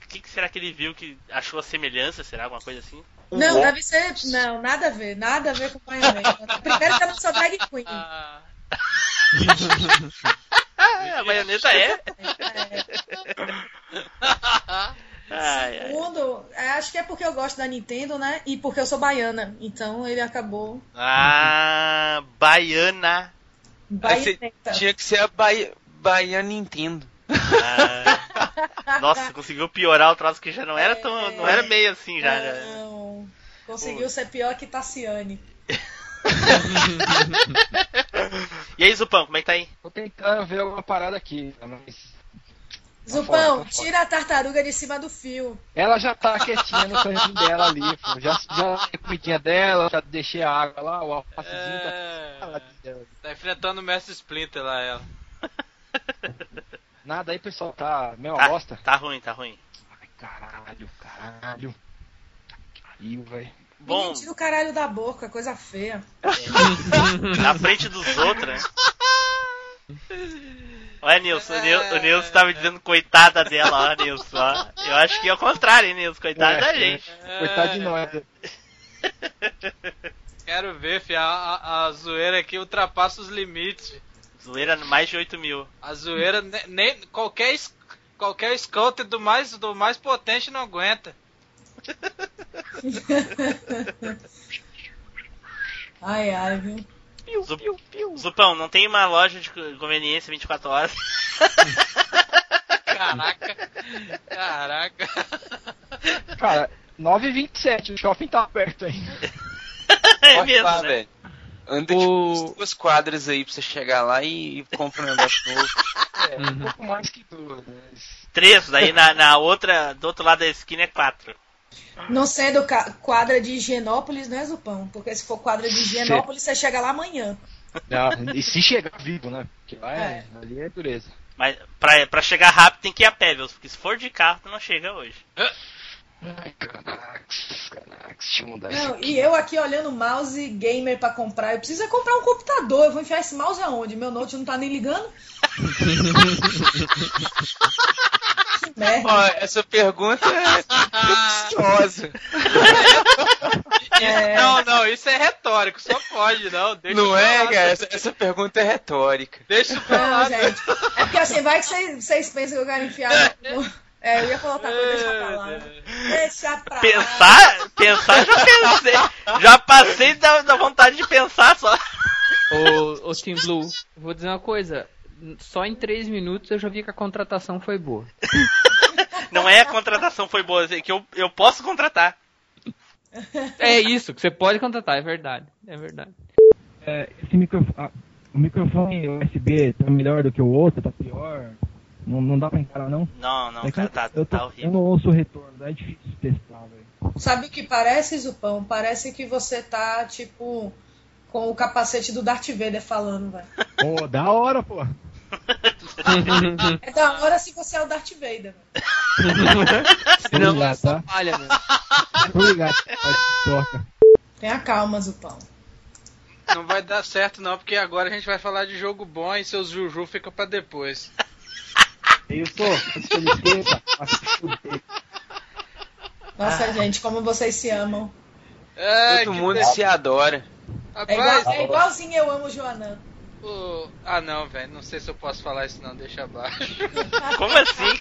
S1: O que, que será que ele viu que achou a semelhança? Será alguma coisa assim?
S3: Não, deve ser. Não, nada a ver. Nada a ver com Baianeta. Primeiro que eu não sou drag queen.
S1: Ah, a baioneta é? Ai, ai.
S3: Segundo, é, acho que é porque eu gosto da Nintendo, né? E porque eu sou baiana. Então ele acabou.
S1: Ah, baiana.
S8: Aí você
S3: Baianeta.
S8: Tinha que ser a Bahia, Bahia Nintendo.
S1: Ah. Nossa, conseguiu piorar o troço que já não era tão. Não era meio assim já. né?
S3: É. Não. Conseguiu ser pior que Tassiane.
S1: E aí, Zupão, como é que tá aí?
S7: Tô tentando ver alguma parada aqui, mas.
S3: Zupão,
S7: fora, tá fora.
S3: tira a tartaruga de cima do fio.
S7: Ela já tá quietinha no cantinho dela ali, pô. Já, já dei a comidinha dela, já deixei a água lá, o alfacezinho
S1: É.
S7: tá. lá dela.
S4: tá enfrentando o Mestre Splinter lá, ela.
S7: Nada aí, pessoal, tá. Meu,
S1: Tá,
S7: bosta.
S1: tá ruim, tá ruim.
S7: Ai, caralho, caralho. Caiu, velho.
S1: Bom,
S3: Menino, tira o caralho da boca, coisa feia.
S1: na frente dos outros, né? Olha, Nilson, o Nil- o Nilson tava dizendo coitada dela, ó, Nilson. ó. Eu acho que é o contrário, hein, Nilson? Coitada
S7: É,
S1: Tá da
S7: é.
S1: gente.
S7: Coitado de nós. né?
S4: Quero ver, fi. A, a- a zoeira aqui ultrapassa os limites. fi.
S1: Zoeira mais de 8 mil.
S4: A zoeira, ne- nem, qualquer, es- qualquer scouter do mais, do mais potente não aguenta.
S3: Ai, ai, viu?
S1: Zu- Zupão, não tem uma loja de co- conveniência 24 horas?
S4: Caraca. Caraca.
S7: Cara, 9h27, o shopping tá aberto ainda.
S1: É
S8: Pode
S1: mesmo,
S8: falar,
S1: né?
S8: velho. Anda
S6: O-
S8: tipo umas duas quadras aí pra você chegar lá e, e compra um negócio novo. né? É,
S7: Uhum.
S8: um pouco mais que duas. Mas...
S1: Três, daí na, na outra, do outro lado da esquina é quatro.
S3: Não sendo ca- quadra de Higienópolis, não é Zupão. Porque se for quadra de Higienópolis, você chega lá amanhã.
S8: Não, e se chegar vivo, né? Porque lá é, ali é dureza.
S1: Mas pra, pra chegar rápido tem que ir a pé, viu? Porque se for de carro, tu não chega hoje.
S8: Ai, Canax, Canax, deixa eu mudar isso
S3: Não,
S8: aqui.
S3: e eu aqui olhando mouse gamer pra comprar. Eu preciso é comprar um computador. Eu vou enfiar esse mouse aonde? Meu note não tá nem ligando. Que
S1: Né?
S3: merda.
S4: Ó, essa pergunta é capciosa.
S3: É.
S4: Não, não, isso é retórico, só pode, não. Deixa
S13: Não
S4: pra
S13: é,
S4: lá,
S13: cara? Essa, essa pergunta é retórica.
S4: Deixa pra
S3: Não,
S4: lá.
S3: gente. É porque assim, vai que vocês, vocês pensam que eu quero enfiar. no- É, eu ia falar outra coisa, deixa pra lá. né? Deixa pra lá.
S1: Pensar, pensar já pensei. Já passei da, da vontade de pensar só.
S6: Ô, ô Team Blue, vou dizer uma coisa. Só em três minutos eu já vi que a contratação foi boa.
S1: Não é a contratação foi boa, é que eu, eu posso contratar.
S6: É isso, que você pode contratar, é verdade. É verdade.
S7: É, esse microfone, o microfone USB tá melhor do que o outro, tá pior. Não, não dá pra encarar, não?
S1: Não, não,
S7: É que
S1: cara, tá,
S7: eu, tô-
S1: tá
S7: eu
S1: horrível.
S7: não ouço o retorno, é difícil testar, velho.
S3: Sabe o que parece, Zupão? Parece que você tá, tipo, com o capacete do Darth Vader falando, velho.
S7: Pô, da hora, pô.
S3: É da hora se você é o Darth Vader, velho.
S7: Obrigado, tá?
S6: Olha, meu.
S7: Obrigado. Toca.
S3: Tenha calma, Zupão.
S4: Não vai dar certo, não, porque agora a gente vai falar de jogo bom e seus Juju fica pra depois.
S7: Isso, com licença.
S3: Nossa,
S6: Ah.
S3: gente, como vocês se amam.
S4: Ai,
S13: Todo
S4: É, que
S13: mundo
S4: delícia.
S13: se adora.
S3: É, igual, é
S4: Rapaz,
S3: igualzinho eu amo o Joanã.
S4: o- ah não, velho, não sei se eu posso falar isso não, deixa abaixo.
S1: Como assim?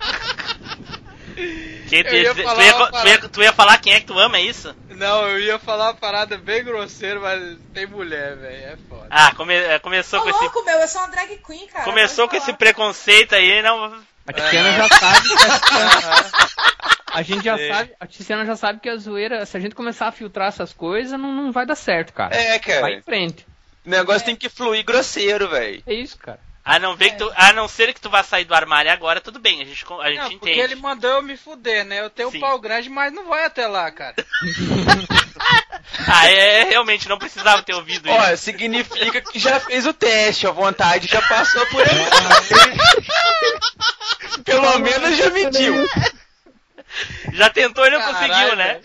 S1: Que
S4: Eu ia
S1: tu, ia,
S4: falar
S1: tu ia-
S4: uma
S1: tu ia- tu ia falar quem é que tu ama, é isso?
S4: Não, eu ia falar uma parada bem grosseira, mas tem mulher, velho, é foda.
S1: Ah, come- eh, começou
S3: Ô,
S1: com esse.
S3: Tá louco, meu, eu sou uma drag queen, cara.
S1: Começou com
S3: Pode
S1: esse
S3: falar.
S1: preconceito aí, não.
S6: A Tiziana já sabe que é a, a gente já
S1: É.
S6: sabe, a Tiziana já sabe que a zoeira, se a gente começar a filtrar essas coisas, não, não vai dar certo, cara.
S13: É, cara.
S6: Vai em frente.
S13: O
S3: É.
S13: negócio tem que fluir grosseiro, velho.
S6: É isso, cara.
S1: A não, ver que tu- a não ser que tu vá sair do armário agora, tudo bem, a gente, con- a gente
S4: Não, porque
S1: entende.
S4: ele mandou eu me fuder, né? Eu tenho um pau grande, mas não vai até lá, cara.
S1: Ah, é, realmente, não precisava ter ouvido isso.
S13: Ó, significa que já fez o teste, à vontade já passou por ali. Pelo menos já mediu.
S1: Já tentou e não
S13: Caralho,
S1: conseguiu, né?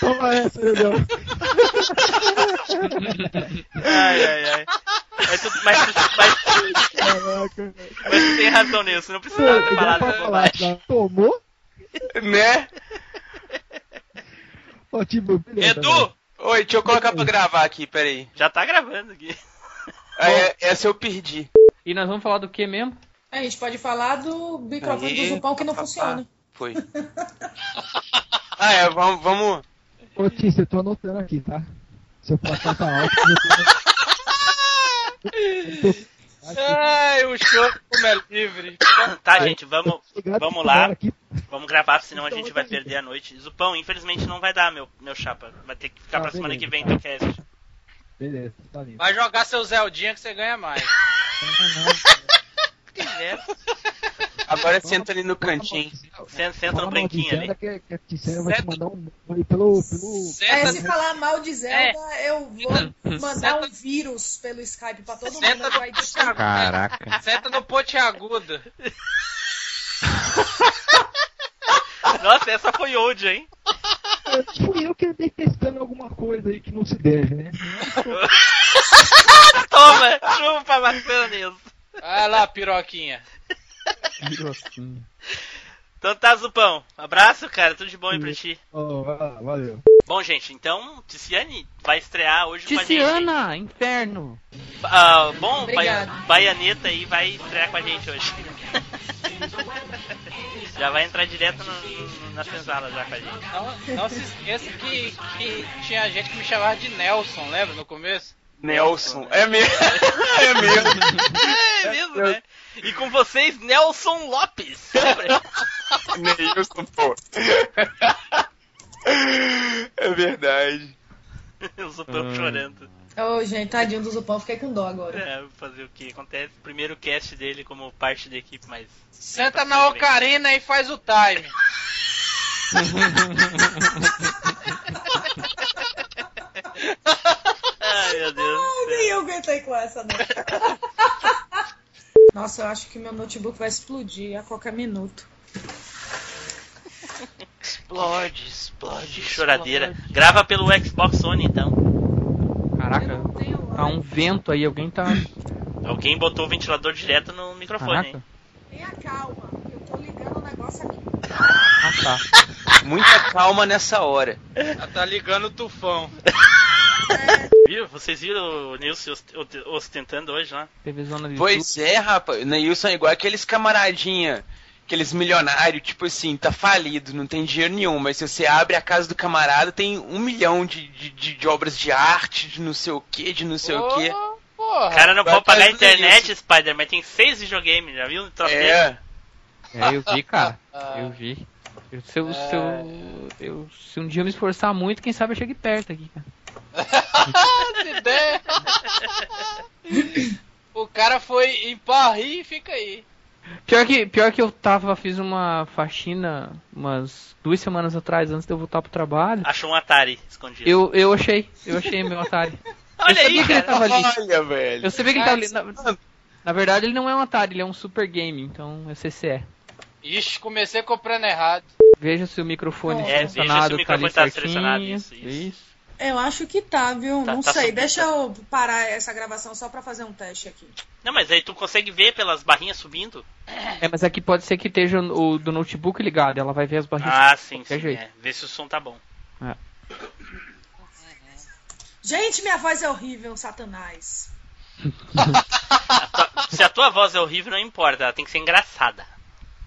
S7: Toma essa, Leandro.
S1: Ai, ai, ai. Mas tu, mas, tu, mas,
S7: Caraca.
S1: mas tu tem razão nisso, não precisava ter falado essa bobagem.
S7: Tomou?
S13: Né?
S7: Ó, tipo,
S15: É
S7: beleza,
S13: Edu! Oi, deixa eu colocar pra gravar aqui, peraí.
S1: Já tá gravando aqui.
S13: Ah, é- essa eu perdi.
S6: E nós vamos falar do que mesmo?
S3: A gente pode falar do microfone do
S13: Aí,
S3: Zupão que não
S6: tá
S13: papapá.
S1: tá
S3: funciona.
S13: Foi. Ah, é, vamos. vamos...
S7: Ô, Tícia, eu tô anotando aqui, tá? Se eu passar tá alto, eu tô...
S4: Ai, o show como é livre.
S1: Tá, gente, vamos,
S7: Obrigado
S1: vamos
S7: por
S1: lá.
S7: falar aqui.
S1: Vamos gravar, senão
S7: Então
S1: a gente vai perder a noite. Zupão, infelizmente não vai dar, meu, meu chapa. Vai ter que ficar
S7: Ah,
S1: pra semana
S7: beleza.
S1: que vem do cast.
S7: Beleza, tá lindo.
S4: Vai jogar seu Zeldinha que você ganha mais.
S1: Que merda.
S13: Agora senta ali no cantinho.
S1: Senta, senta no
S7: Fala mal de
S1: branquinho ali.
S7: Zelda, Que, que a Tiziana vai te mandar um aí pelo, pelo...
S3: É,
S4: Senta,
S3: se falar mal de Zelda,
S6: É.
S3: eu vou mandar um vírus pelo Skype pra todo
S4: Senta
S3: mundo.
S6: tá
S3: Vai
S4: no-
S8: Caraca.
S4: senta no ponte aguda.
S1: Nossa, essa foi old, hein?
S7: É, Fui eu que andei testando alguma coisa aí que não se deve, né?
S1: Ah, Toma, chupa, Marcelinho.
S4: Vai lá, piroquinha.
S1: Então tá, Zupão. Abraço, cara. Tudo de bom aí pra ti.
S7: Ó, vai lá, valeu.
S1: Bom, gente, então, Ticiane vai estrear hoje com a gente.
S6: Tiziana, inferno.
S1: Ah, bom,
S3: Obrigada.
S1: Bai- Baianeta aí vai estrear com a gente hoje. já vai entrar direto no- no- na senzala já com a gente.
S4: Não, não se esqueça que, que tinha gente que me chamava de Nelson, lembra no começo?
S13: Nelson. É mesmo. É mesmo.
S1: É mesmo, né? E com vocês, Nelson Lopes. Sempre.
S13: Nelson, pô. É verdade.
S2: Ah.
S1: o Zupão chorando.
S3: Ô, gente, tadinho do Zupão, fiquei com dó agora.
S1: É, fazer o que acontece. Primeiro cast dele como parte da equipe, mas.
S4: Senta na ocarina e faz o time.
S6: É.
S1: Ai, meu Deus.
S3: Ai, nem eu aguentei com essa, né? não. Nossa, eu acho que meu notebook vai explodir a qualquer minuto.
S1: Explode, explode. Choradeira. Grava pelo Xbox One então.
S6: Caraca, tá um vento aí, alguém tá.
S1: Alguém botou o ventilador direto no microfone, hein?
S3: Tenha calma, eu tô ligando o negócio aqui.
S6: Ah, tá.
S2: Muita calma nessa hora.
S4: Ela tá ligando o tufão.
S1: Viu? Vocês viram o Nilson ost- ost- ostentando hoje lá?
S2: Pois é, rapaz. O Neilson é igual aqueles camaradinha, aqueles milionários, tipo assim, tá falido, não tem dinheiro nenhum, mas se você abre a casa do camarada, tem um milhão de, de, de- de obras de arte, de não sei o que, de não sei o que.
S1: O cara não pode pagar a
S2: atrás do
S1: internet, Spider, mas tem seis videogames, já viu? Um Troço
S2: É.
S6: É, eu vi, cara. Eu vi. Eu, se, eu, se, eu, eu- se um dia eu me esforçar muito, quem sabe eu chegue perto aqui, cara.
S4: o cara foi em Paris e fica aí.
S6: Pior que, pior que eu tava, fiz uma faxina umas duas semanas atrás, antes de eu voltar pro trabalho.
S1: Achou um Atari escondido.
S6: Eu, eu achei, eu achei meu Atari.
S1: Olha
S6: eu sabia
S1: aí,
S6: que
S1: cara.
S6: ele tava ali.
S2: Olha, velho.
S6: Eu sabia que ele tava ali. Na, na verdade, ele não é um Atari, ele é um Super Game, então é CCE.
S4: Ixi, comecei comprando errado.
S6: Veja se o microfone
S4: É, veja se o
S6: selecionado tá
S1: microfone
S6: ali
S1: tá
S6: certinho.
S1: selecionado,
S6: isso,
S3: Eu acho que tá, viu?
S1: Tá-
S3: não
S1: tá
S3: sei,
S1: subindo,
S3: deixa eu parar essa gravação só pra fazer um teste aqui.
S1: Não, mas aí tu consegue ver pelas barrinhas subindo?
S6: É, mas aqui pode ser que esteja o do notebook ligado, ela vai ver as barrinhas.
S1: Ah,
S6: de
S1: sim,
S6: qualquer
S1: sim.
S6: jeito.
S1: É. Vê se o som tá bom.
S3: Gente, minha voz é horrível, Satanás.
S1: Se a tua voz é horrível, não importa, ela tem que ser engraçada.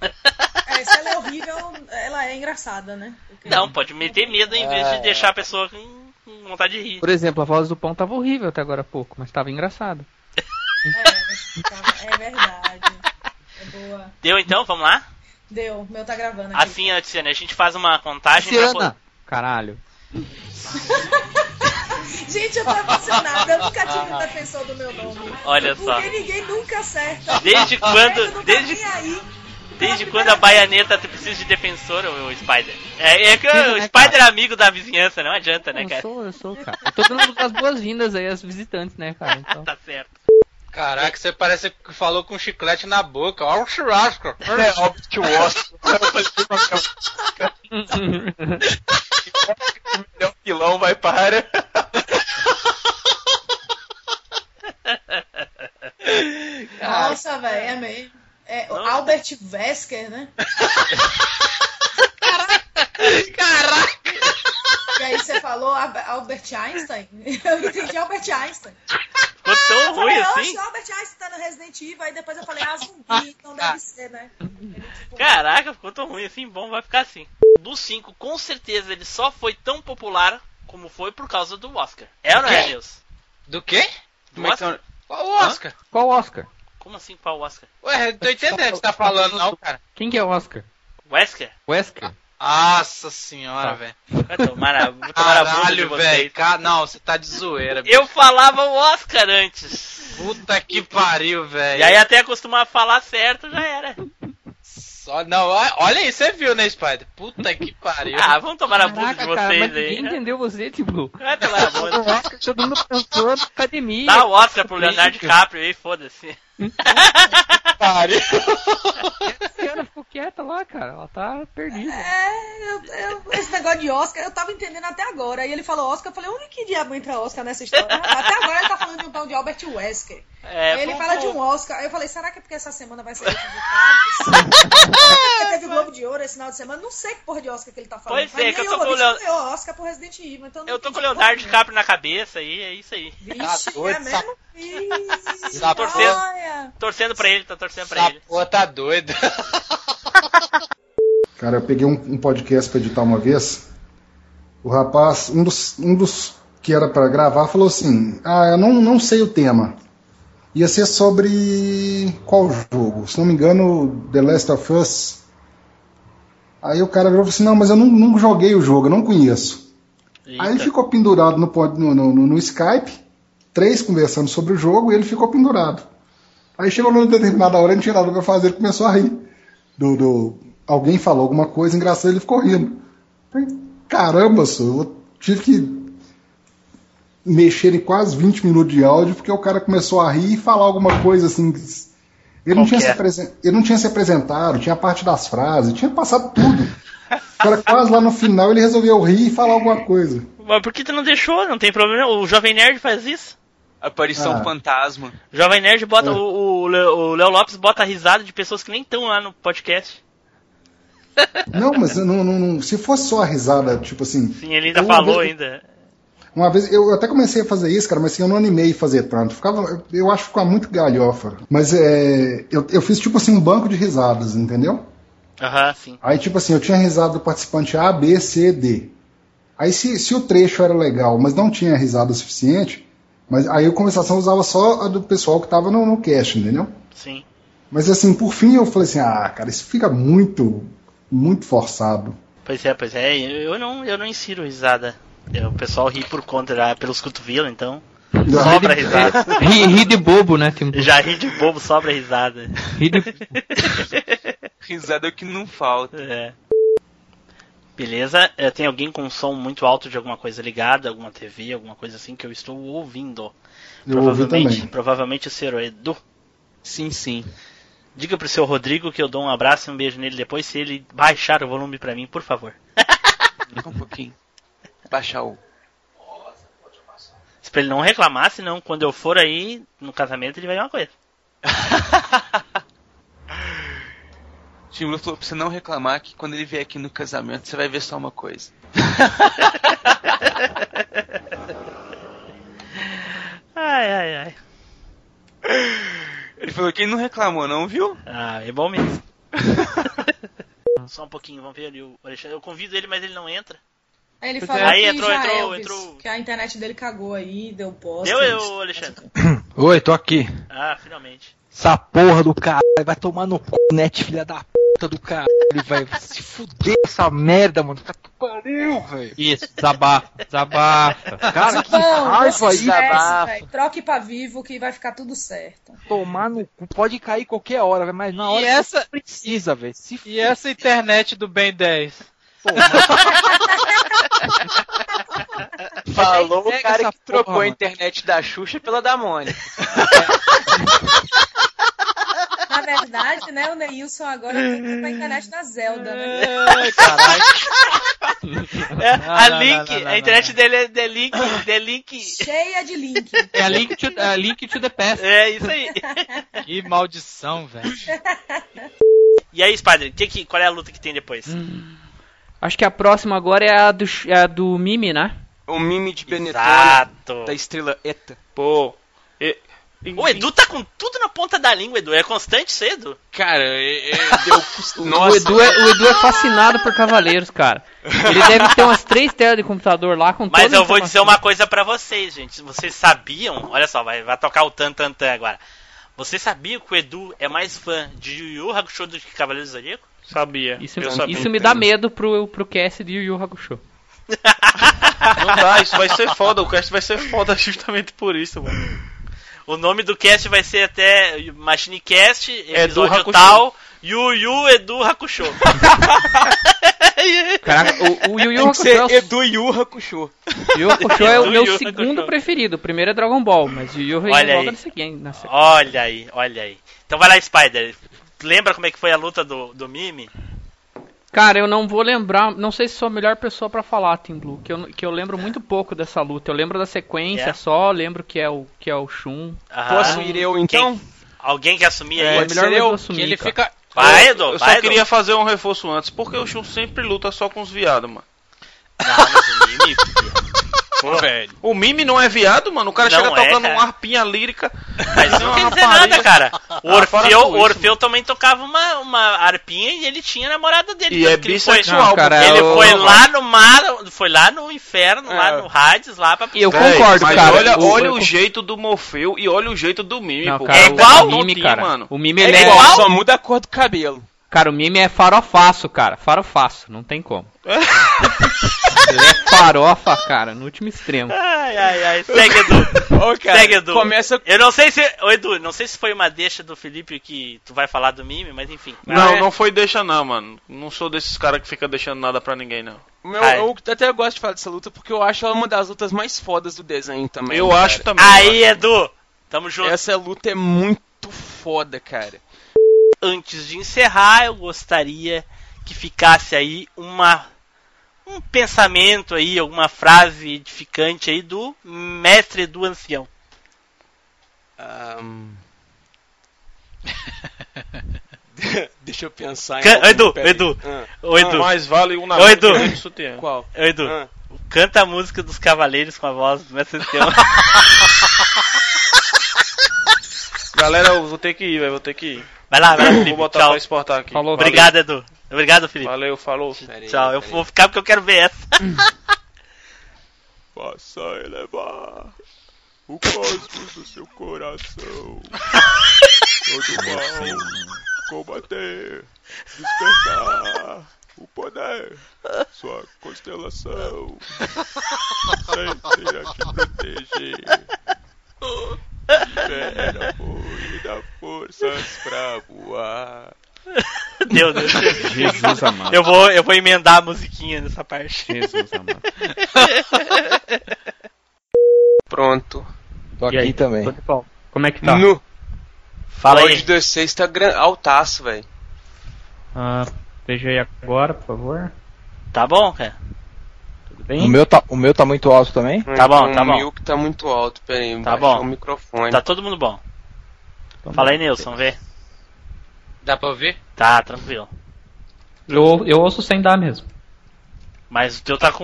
S3: É, se ela é horrível, ela é engraçada, né?
S1: Não, pode meter medo em vez
S6: É.
S1: de deixar a pessoa com com vontade de rir.
S6: Por exemplo, a voz do pão tava horrível até agora há pouco, mas tava engraçada.
S3: É verdade. É boa.
S1: Deu então? Vamos lá?
S3: Deu, o meu tá gravando aqui.
S1: Assim, Luciana, a gente faz uma contagem pra
S6: Luciana! Caralho.
S3: Gente, eu tô emocionada. Eu nunca tive muita atenção do meu nome.
S1: Olha só.
S3: Porque ninguém nunca acerta.
S1: Desde
S3: Eu
S1: quando.
S3: não
S1: Desde,
S3: E aí?
S1: desde quando a baianeta tu precisa de defensor, o Spider? É, é que
S6: Precisa,
S1: o
S6: né,
S1: Spider é amigo da vizinhança, não adianta, né,
S6: Eu
S1: cara?
S6: sou, eu sou, cara. Eu tô dando as boas-vindas aí às visitantes, né, cara? Então,
S1: Tá certo.
S4: Caraca, você parece que falou com um chiclete na boca. Olha o churrasco.
S2: É óbvio que o Oscar Um é o pilão, vai para.
S3: Nossa, velho, é mesmo. É, o Albert Wesker, né? Caraca! E aí você falou Ab- Albert Einstein? Eu entendi Albert Einstein. Ah,
S1: Ficou tão ruim
S3: eu
S1: assim?
S3: acho que Albert Einstein tá no Resident Evil, aí depois eu falei, ah, zumbi, então deve ser, né?
S1: Caraca, ficou tão ruim assim, bom, vai ficar assim. Do 5, com certeza ele só foi tão popular como foi por causa do Oscar. É ou não é,
S4: Quê?
S1: Deus?
S4: Do quê?
S1: Do Oscar?
S4: Qual o Oscar?
S6: Qual Oscar?
S1: Como assim qual Oscar?
S4: Ué, é eu não tô entendendo o que você tá falando, não, cara.
S6: Quem que é o Oscar?
S1: Wesker?
S6: Wesker?
S4: Nossa senhora, velho.
S1: Tá. Vai tomar a, vou tomar a bunda de
S4: Caralho,
S1: vocês.
S4: velho. Ca- Não, você tá de zoeira, bicho.
S1: Eu falava o Oscar antes.
S4: Puta que pariu, velho.
S1: E aí até acostumar a falar certo já era.
S4: Só, não, ó- olha aí, você viu, né, Spider? Puta que pariu.
S1: Ah, vamos tomar a bunda de
S6: Caraca, cara, mas
S1: vocês
S6: ninguém
S1: aí. né?
S6: entendeu você, tipo.
S1: Vai tomar a bunda.
S6: O Oscar, todo mundo pensou na academia.
S1: Dá o Oscar pro Leonardo DiCaprio aí, foda-se.
S4: Pariu.
S6: A Luciana ficou quieta lá, cara. Ela tá perdida.
S3: É, eu- eu- esse negócio de Oscar, eu tava entendendo até agora. Aí ele falou Oscar, eu falei, onde que diabo entra Oscar nessa história? Até agora ele tá falando de um tal de Albert Wesker.
S1: É,
S3: Aí ele
S1: pô,
S3: fala
S1: pô.
S3: de um Oscar. Aí eu falei, será que é porque essa semana vai sair os resultados? Será que é teve o Globo de Ouro esse final de semana? Não sei que porra de Oscar que ele tá falando.
S1: Pois é,
S3: Mas
S1: que eu
S3: nem
S1: tô com o
S3: bicho
S1: Leon-
S3: ganhou Oscar pro Resident Evil. Então não
S1: Eu tô
S3: entendi
S1: com o Leonardo
S3: porra
S1: DiCaprio na cabeça aí, é isso aí.
S3: nenhuma. Vixe,
S4: Tá doido,
S3: é mesmo? Vixe,
S4: Tá
S1: torcendo.
S3: olha.
S1: Torcendo pra ele, tá torcendo pra
S4: Essa
S1: ele.
S4: porra tá doida.
S16: Cara, eu peguei um, um podcast pra editar uma vez. O rapaz, um dos, um dos que era pra gravar, falou assim: Ah, eu não, não sei o tema. Ia ser sobre qual jogo? Se não me engano, The Last of Us. Aí o cara virou e falou assim: Não, mas eu não, não joguei o jogo, eu não conheço. Aí ele ficou pendurado no, pod- no, no, no- no Skype. três conversando sobre o jogo e ele ficou pendurado. Aí chegou numa determinada hora, ele não tinha nada pra fazer, ele começou a rir. Do, do- Alguém falou alguma coisa engraçada, ele ficou rindo. Falei, Caramba, só, eu tive que mexer em quase 20 minutos de áudio, porque o cara começou a rir e falar alguma coisa assim. que- Ele não,
S12: Qual
S16: tinha
S12: que
S16: se
S12: é?
S16: apresen- ele não tinha se apresentado, tinha a parte das frases, tinha passado tudo. O cara quase lá no final ele resolveu rir e falar alguma coisa.
S1: Mas por que tu não deixou? Não tem problema. O Jovem Nerd faz isso.
S4: Aparição
S16: Ah.
S4: fantasma.
S1: O Jovem Nerd bota. O, o Le- o Léo Lopes bota a risada de pessoas que nem estão lá no podcast.
S16: Não, mas eu não, não- não- se fosse só a risada, tipo assim.
S1: Sim, ele ainda
S16: Eu uma
S1: falou
S16: vez-
S1: ainda.
S16: Uma vez eu até comecei a fazer isso, cara, mas assim, eu não animei a fazer tanto. Ficava, eu acho que ficava muito galhofa. Mas é, eu, eu fiz tipo assim um banco de risadas, entendeu?
S1: Aham, sim.
S16: Aí tipo assim, eu tinha risada do participante A, B, C, D. Aí se, se o trecho era legal, mas não tinha risada suficiente, mas aí a conversação usava só a do pessoal que tava no, no cast, entendeu?
S1: Sim.
S16: Mas assim, por fim eu falei assim, ah, cara, isso fica muito, muito forçado.
S1: Pois é, pois é. Eu não, eu não insiro risada. Eu- O pessoal ri por conta, já, pelos cotovelos, então. Sobra risada.
S6: Ri, ri de bobo, né? Tem...
S1: Já ri de bobo, sobra risada.
S6: Ri de...
S4: Risada é o que não falta.
S1: É. Beleza? É, tem alguém com som muito alto de alguma coisa ligada, alguma TV, alguma coisa assim que eu estou ouvindo.
S16: Eu ouvi
S1: provavelmente,
S16: também.
S1: provavelmente o ser o Edu.
S4: Sim, sim.
S1: Diga pro seu Rodrigo que eu dou um abraço e um beijo nele depois se ele baixar o volume pra mim, por favor.
S4: Um pouquinho. Baixar o.
S1: Se pra ele não reclamar, senão quando eu for aí no casamento ele vai dar uma coisa.
S4: Timur falou pra você não reclamar que quando ele vier aqui no casamento você vai ver só uma coisa.
S1: Ai, ai, ai.
S4: Ele falou que ele não reclamou, não, viu?
S1: Ah, é bom mesmo. Só um pouquinho, vamos ver ali o Alexandre. Eu convido ele, mas ele não entra.
S3: Aí ele
S1: Pois
S3: falou
S1: é. Aí
S3: que
S1: entrou,
S3: já
S1: entrou,
S3: Elvis,
S1: entrou.
S3: que a internet dele cagou aí, deu post.
S1: Deu eu, Alexandre.
S7: Oi, tô aqui.
S1: Ah, finalmente.
S7: Essa porra do caralho vai tomar no cu, net, filha da puta do caralho, velho. Vai Se fuder essa merda, mano. Tá que pariu, velho.
S17: Isso, desabafa, desabafa.
S7: Cara, que raiva aí, desabafa.
S3: Troque pra vivo que vai ficar tudo certo.
S7: Tomar no cu. Pode cair qualquer hora, velho, mas na hora
S4: E
S7: que
S4: essa-
S7: precisa, velho. Se
S4: E essa internet do Ben 10? Falou o cara que trocou a internet da Xuxa pela da Mônica.
S3: Na verdade, né, o Neilson agora tá com a internet da Zelda, né?
S1: É, a
S17: não,
S1: Link,
S17: não, não,
S1: a
S17: não,
S1: internet dele é The Link, The Link.
S3: Cheia de link.
S17: É a link to, é a link to the past.
S1: É isso aí.
S17: Que maldição, velho.
S1: E aí, Spider, que que, qual é a luta que tem depois?
S4: É
S6: Acho que a próxima agora é a do, Sh- é a do Mimi, né?
S4: O um mime de Benetton
S1: Exato.
S4: da estrela Eta.
S12: Pô.
S1: O Edu tá com tudo na ponta da língua, Edu. É constante cedo?
S4: Cara, é, deu.
S6: O Edu, é, o Edu é fascinado por cavaleiros, cara. Ele deve ter umas três telas de computador lá com
S1: Mas
S6: toda a
S1: eu vou
S6: informação.
S1: dizer uma coisa pra vocês, gente. Vocês sabiam? Olha só, vai, vai tocar o tan tan tan agora. Vocês sabiam que o Edu é mais fã de Yu Yu Hakusho do que Cavaleiros do Zodíaco?
S12: Sabia.
S6: Isso, é
S12: eu sabia.
S6: isso me dá medo pro, pro cast de Yu Yu Hakusho.
S12: Não dá, isso vai ser foda. O cast vai ser
S1: é
S12: foda justamente por isso, mano.
S1: O nome do cast vai ser até Machine Cast,
S12: Edu
S1: episódio
S12: Hakusho.
S1: tal, Yu Yu Edu Hakusho.
S6: Caraca, o, o Yu Yu
S4: Tem que
S6: Hakusho, é
S4: ser
S6: o-
S4: Edu Yu Hakusho.
S6: Yu Yu Hakusho é o
S1: Edu
S6: meu
S1: Yu Hakusho.
S6: segundo preferido. O primeiro é Dragon Ball, mas Yu Yu
S1: Olha
S6: logo
S1: aí.
S6: na seguinte. na se-
S1: Olha aí, olha aí. Então vai lá, Spider. Lembra como é que foi a luta do, do Mimi?
S6: Cara, eu não vou lembrar, não sei se sou a melhor pessoa pra falar, Tim Blue, que eu, que eu lembro muito pouco dessa luta. Eu lembro da sequência
S1: É?
S6: só, lembro que é o que é o Shun.
S1: Aham.
S4: Posso ir eu então?
S1: Alguém que assumir aí?
S6: É, melhor eu assumir,
S1: Que ele
S6: cara.
S1: fica... Vai, Edu,
S12: Eu
S1: vai,
S12: só
S1: Edu.
S12: queria fazer um reforço antes, porque o Shun sempre luta só com os viados, mano.
S1: Não, mas o Mimi...
S12: Pô, velho. O Mimi não é viado, mano. O cara
S1: Não
S12: chega
S1: é,
S12: tocando um
S1: cara.
S12: uma harpinha lírica.
S1: Mas isso não é quer dizer nada, cara. O
S12: Ah, para
S1: Orfeu,
S12: com
S1: o
S12: isso,
S1: Orfeu também tocava uma, uma harpinha e ele tinha a namorada dele.
S12: E
S1: tanto
S12: é
S1: que ele foi- é
S12: bissexual,
S6: Não, cara,
S1: Ele
S6: eu-
S1: foi lá no mar, foi lá no inferno, lá no Hades, lá pra...
S6: Eu
S12: Véi,
S6: concordo,
S12: mas
S6: cara.
S12: Olha,
S6: O-
S12: olha
S6: eu-
S12: o jeito do Morfeu e olha o jeito do Mimi,
S6: Não,
S12: pô.
S6: cara,
S1: É
S6: o-
S1: igual?
S6: o Mimi,
S12: Tontinho,
S6: cara.
S12: mano.
S6: O Mimi
S4: É
S6: ele é
S4: igual, só muda a cor do cabelo.
S6: Cara, o meme é farofaço, cara. Farofaço, não tem como. Ele é farofa, cara, no último extremo.
S1: Ai, ai, ai. Segue, Edu. Segue, Edu. Eu não sei se. Ô, Edu, não sei se foi uma deixa do Felipe que tu vai falar do mime, mas enfim.
S12: Não, é? não foi deixa não, mano. Não sou desses caras que fica deixando nada pra ninguém, não.
S18: Meu,
S1: Ai.
S18: eu até gosto de falar dessa luta porque eu acho ela uma das lutas mais fodas do desenho também.
S12: Eu
S18: cara.
S12: acho também,
S1: Aí, Edu. Tamo junto.
S18: Essa luta é muito foda, cara.
S1: Antes de encerrar, eu gostaria que ficasse aí uma um pensamento aí, alguma frase edificante aí do mestre do ancião.
S18: Deixa eu pensar
S1: Can-
S18: algum,
S1: Edu,
S18: peraí.
S1: Edu,
S18: Ah.
S1: ô, Edu.
S12: mais vale um na
S1: Ô,
S12: mão
S1: Edu.
S12: que um no sutiã.
S18: Qual?
S1: Ô, Edu,
S18: Ah.
S1: canta a música dos Cavaleiros com a voz do mestre do ancião.
S12: Galera, eu vou ter que ir, velho. Vou ter que ir.
S1: Vai lá, vai lá,
S12: Vou
S1: Felipe,
S12: botar
S1: tchau.
S12: pra exportar aqui.
S1: Falou, Obrigado, Edu. Obrigado, Felipe.
S12: Valeu, falou.
S1: Tchau, eu vou ficar porque eu quero ver essa.
S12: Faça elevar o cosmos do seu coração. Todo mal combater, despertar o poder, sua constelação. Sempre a te proteger. Libera amor e dá forças pra voar.
S1: Meu Deus.
S12: Jesus amado.
S1: Eu vou, eu vou emendar a musiquinha nessa parte.
S6: Jesus amado.
S18: Pronto.
S7: Tô aqui também.
S6: Como é que
S7: tá?
S18: Nu. o
S1: Fala aí.
S18: áudio 16 tá gran... altaço, velho.
S6: Ah, veja aí agora, por favor.
S1: Tá bom, cara.
S6: Tudo
S7: O meu, tá, o meu tá muito alto também?
S1: Tá bom, tá
S18: O
S1: bom.
S18: Milk tá muito alto, peraí.
S1: Tá
S18: baixa
S1: bom.
S18: o microfone.
S1: Tá todo mundo bom. Fala aí, Nilson, vê.
S4: Dá pra ouvir?
S1: Tá, tranquilo.
S6: Eu, eu ouço sem dar mesmo.
S1: Mas o teu tá com.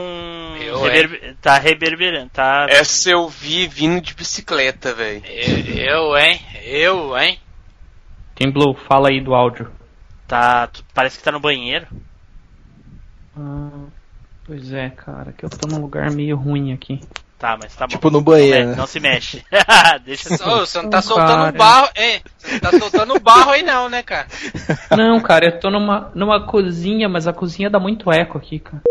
S18: Eu,
S4: é.
S1: reverber- Tá reverberando, tá.
S18: Essa eu vi vindo de bicicleta, velho.
S4: Eu, hein? Eu, hein?
S6: Tim Blue, fala aí do áudio.
S1: Tá. tu- Parece que tá no banheiro.
S6: Ah, pois é, cara, que eu tô num lugar meio ruim aqui.
S1: Tá, mas tá bom.
S6: Tipo no banheiro,
S1: Não, me-
S6: né?
S1: não se mexe. Deixa assim.
S4: Ô, você não tá
S6: Não,
S4: soltando
S6: cara.
S4: barro, hein? Você não tá soltando barro aí não, né, cara?
S6: Não, cara, eu tô numa, numa cozinha, mas a cozinha dá muito eco aqui, cara.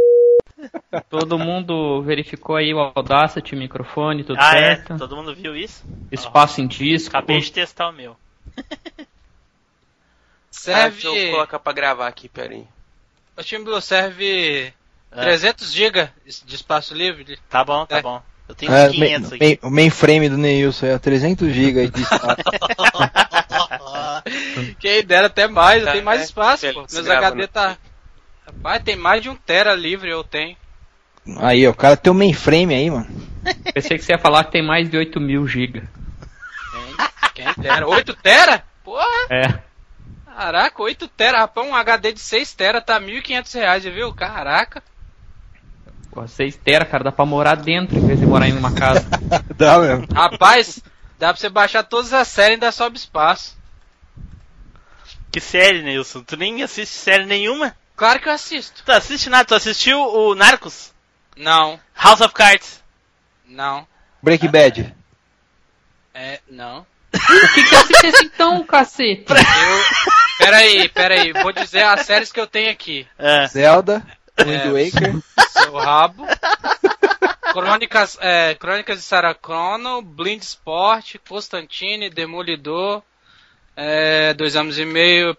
S6: Todo mundo verificou aí o Audacity, o microfone, tudo
S1: ah, é?
S6: certo.
S1: Todo mundo viu isso?
S6: Espaço em disco.
S1: Acabei de testar o meu.
S18: Serve.
S4: Serve.
S18: Ah, eu colocar pra gravar aqui, peraí.
S4: O time Blue serve 300 GB de espaço livre.
S1: É. Tá bom, tá bom. Eu tenho
S7: É, main- main- o mainframe do Neilson é 300 GB de espaço.
S4: Quem dera até mais,
S18: Tá,
S4: eu tenho mais
S18: né?
S4: espaço,
S18: Ele
S4: pô.
S18: se
S4: Meus
S18: grava,
S4: HD
S18: né?
S4: tá. Rapaz, tem mais de um Tera livre, eu tenho.
S7: aí, ó, o cara tem um mainframe aí, mano.
S6: Pensei que você ia falar que tem mais de 8 mil giga.
S4: Quem dera? 8 Tera? Porra!
S6: É.
S4: Caraca, 8 Tera, rapaz, um HD de 6 Tera tá 1.500 reais, viu? Caraca!
S6: Pô, 6 tera, cara, dá pra morar dentro em vez de morar em uma casa.
S7: Dá mesmo.
S4: Rapaz, dá pra você baixar todas as séries e ainda sobe espaço.
S1: Que série, Ah, Nilson? Tu nem assiste série nenhuma?
S4: Claro que eu assisto.
S1: Tu assiste nada? Tu assistiu o Narcos?
S4: Não,
S1: House of Cards?
S4: não,
S7: Break Bad.
S4: é, não.
S6: O que que acontece então, cacete?
S4: Eu. Peraí, peraí, vou dizer as séries que eu tenho aqui.
S7: Zelda.
S4: É,
S7: Wind Waker.
S4: Seu rabo. Crônicas, é, Crônicas de Sarah Crono, Blind Sport, Constantine, Demolidor, é, Dois Anos e Meio,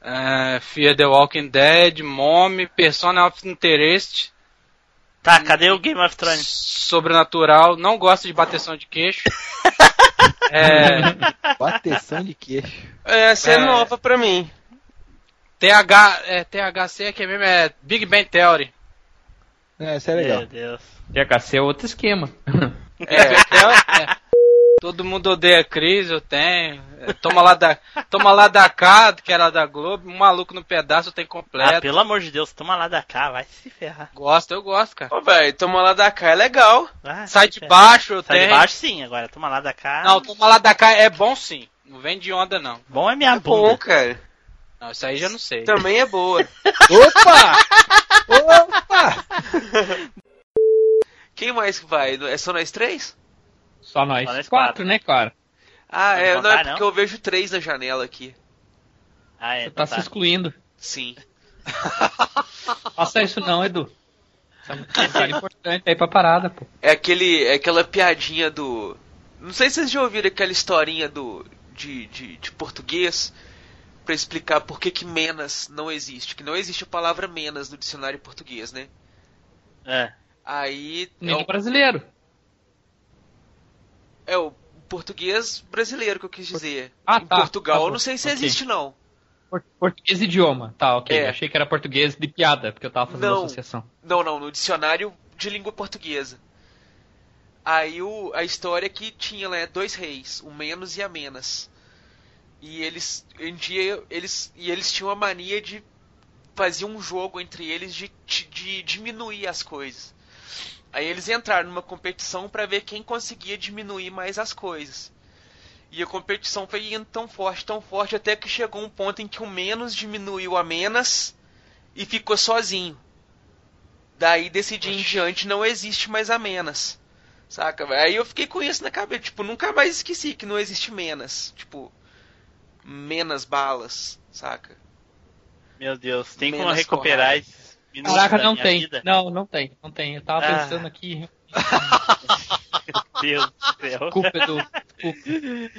S4: é, Fear the Walking Dead, Mome, Persona of Interest,
S1: Tá, cadê o Game of Thrones?
S4: Sobrenatural, não gosto de bateção de queixo. é,
S7: Bateção de queixo.
S18: Essa é,
S4: É.
S18: nova pra mim.
S4: TH, é, THC aqui mesmo é Big Bang Theory.
S7: É, isso é
S1: Meu
S7: legal.
S1: Deus.
S6: THC é outro esquema.
S4: É, Betel, é. Todo mundo odeia Cris, eu tenho. É, Toma lá da, toma lá da cá, que era da Globo. Um maluco no pedaço tem completo.
S1: Ah, pelo amor de Deus, toma lá da cá, vai se ferrar.
S4: Gosto, eu gosto, cara.
S18: Ô, velho, toma lá da cá, é legal.
S6: Ah,
S1: Vai
S4: Sai
S1: se
S4: de
S1: ferrar.
S4: baixo, eu
S1: Ah, é. Sai de
S4: tenho.
S1: baixo sim, agora toma lá da cá.
S4: Não, toma lá da cá é bom sim. Não vem de onda, não.
S1: Bom é minha bunda.
S18: Bom, cara.
S4: Não, isso aí já não sei.
S18: Também é boa.
S7: Opa! Opa!
S18: Quem mais que vai? É só nós três?
S6: Só nós.
S1: Só nós
S6: É quatro, né, cara?
S18: Ah,
S1: Não
S18: é, não,
S1: vai
S18: é
S1: contar,
S18: porque
S1: não?
S18: eu vejo três na janela aqui.
S1: Ah, é,
S6: Você
S1: então
S6: tá se excluindo.
S1: Sim.
S6: Faça isso não, Edu. Isso é muito importante aí pra parada, pô.
S13: É aquele, é aquela piadinha do. Não sei se vocês já ouviram aquela historinha do de, de, de português pra explicar por que, que menas não existe, que não existe a palavra menas no dicionário português, né?
S1: É.
S13: Aí
S6: Nem
S13: é
S6: do
S13: o,
S6: brasileiro.
S13: é o português brasileiro que eu quis dizer.
S6: Ah,
S13: em
S6: tá,
S13: Portugal,
S6: tá bom.
S13: eu não sei se
S6: Ok.
S13: existe não.
S6: Por- Português idioma. Tá, ok.
S13: É.
S6: Achei que era português de piada, porque eu tava fazendo
S13: Não.
S6: associação.
S13: Não, não, no dicionário de língua portuguesa. Aí o, a história é que tinha né, dois reis, o Menos e a Menas. E eles um dia eles e eles tinham a mania de fazer um jogo entre eles de, ti- de diminuir as coisas. Aí eles entraram numa competição para ver quem conseguia diminuir mais as coisas. E a competição foi indo tão forte, tão forte, até que chegou um ponto em que o menos diminuiu a menos e ficou sozinho. Daí desse dia em diante não existe mais a menos. Saca? velho? Aí eu fiquei com isso na cabeça, tipo, nunca mais esqueci que não existe menos. Tipo, menos balas, saca?
S1: Meu Deus, tem como
S13: Menos
S1: recuperar
S13: porrada.
S1: esses minutos
S6: Caraca,
S1: da
S6: não
S1: minha
S6: tem.
S1: vida?
S6: Não, não tem. Não tem. Eu tava
S1: Ah.
S6: pensando aqui.
S1: Meu Deus do céu.
S6: Desculpa, Edu. Desculpa.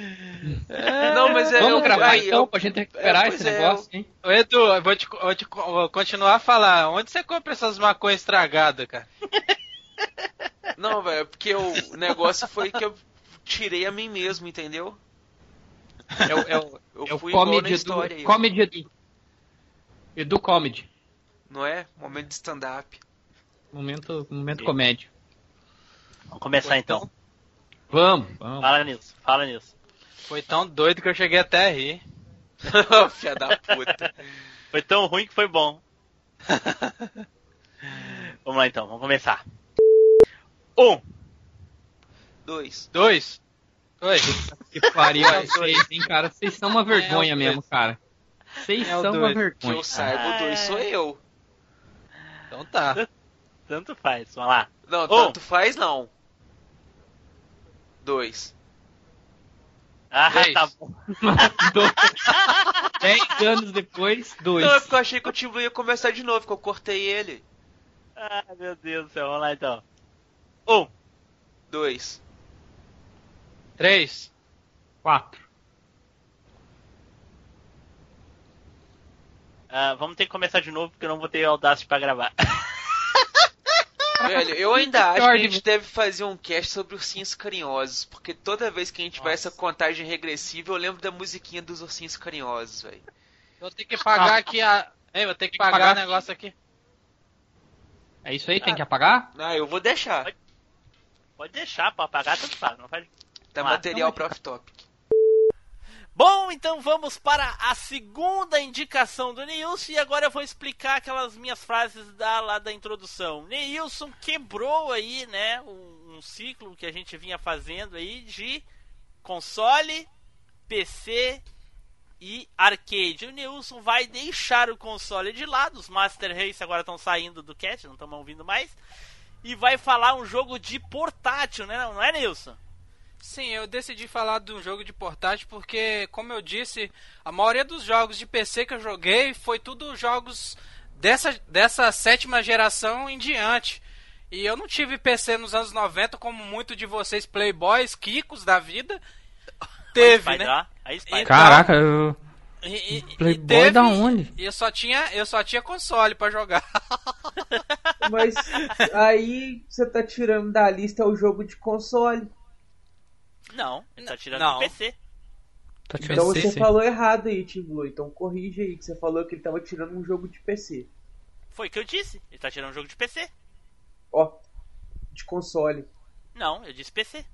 S13: Não, mas é-
S6: Vamos
S13: eu-
S6: gravar
S13: aí,
S6: então
S13: eu-
S6: pra gente recuperar
S13: é,
S6: esse
S13: pois é,
S6: negócio, hein?
S19: Ô, Edu, eu vou te, co- vou te co- vou continuar a falar. Onde você compra essas maconhas estragadas, cara?
S13: Não, velho, é porque o negócio foi que eu tirei a mim mesmo, entendeu? É Eu, eu, eu, fui igual na
S6: é Comedy Edu.
S13: história aí,
S6: Comedy Edu. Edu Comedy.
S13: não é? Momento de stand-up.
S6: Momento, momento comédia.
S1: Vamos começar então.
S6: Vamos, vamos.
S1: Fala nisso, fala nisso.
S19: Foi tão doido que eu cheguei até a rir.
S13: Filha da puta.
S1: Foi tão ruim que foi bom. vamos lá então, vamos começar. Um.
S13: Dois.
S19: Dois? Dois.
S6: Que pariu
S19: É o
S6: vocês, hein, cara? Vocês são uma vergonha
S19: É o dois.
S6: mesmo, cara. Vocês
S19: É o
S6: são uma
S19: dois. Ah.
S6: vergonha.
S13: Que eu saiba, o dois sou eu.
S19: Então tá.
S1: Tanto faz, vamos lá.
S13: Não,
S1: Um.
S13: tanto faz não. Dois.
S1: Ah,
S13: Dez.
S1: tá bom.
S6: Dez anos depois, dois.
S13: Não, é porque eu achei que o Timbu ia começar de novo, que eu cortei ele.
S1: Ah, meu Deus do céu, vamos lá então. Um.
S13: Dois.
S19: Três.
S6: Quatro.
S1: Ah, vamos ter que começar de novo porque eu não vou ter audácia pra gravar.
S13: Velho, eu ainda acho que a
S1: Jorge.
S13: gente deve fazer um cast sobre ursinhos carinhosos, porque toda vez que a gente vai essa contagem regressiva, eu lembro da musiquinha dos ursinhos carinhosos, velho.
S19: Vou ter que pagar aqui a. Ei, vou ter que pagar,
S6: Ah, pagar.
S19: o negócio aqui.
S6: É isso aí, tem que apagar?
S13: Ah, eu vou deixar.
S1: Pode deixar, pra apagar tanto faz, não faz
S13: Tá
S1: Vamos lá.
S13: material pro off-top.
S1: Bom, então vamos para a segunda indicação do Neilson e agora eu vou explicar aquelas minhas frases da, lá da introdução. Neilson quebrou aí, né, um, um ciclo que a gente vinha fazendo aí de console, PC e arcade. O Neilson vai deixar o console de lado, os Master Race agora estão saindo do cast, não estão ouvindo mais, e vai falar um jogo de portátil, né, não é, Neilson?
S4: Sim, eu decidi falar de um jogo de portátil porque, como eu disse, a maioria dos jogos de PC que eu joguei foi tudo jogos dessa, dessa sétima geração em diante. E eu não tive PC nos anos 90, como muito de vocês, playboys, kikos da vida, teve, né?
S1: Aí
S4: Então,
S6: Caraca, eu...
S4: E, e-
S6: Playboy
S4: e teve-
S6: da onde?
S4: E eu só tinha, eu só tinha console pra jogar.
S2: Mas aí você tá tirando da lista o jogo de console.
S1: Não, ele tá tirando
S4: Não.
S1: do PC.
S6: Tá
S2: Então você falou errado aí, Tim Blue. Então corrige aí que você falou que ele tava tirando um jogo de PC.
S1: Foi o que eu disse. Ele tá tirando um jogo de PC.
S2: Ó, de console.
S1: Não, eu disse PC.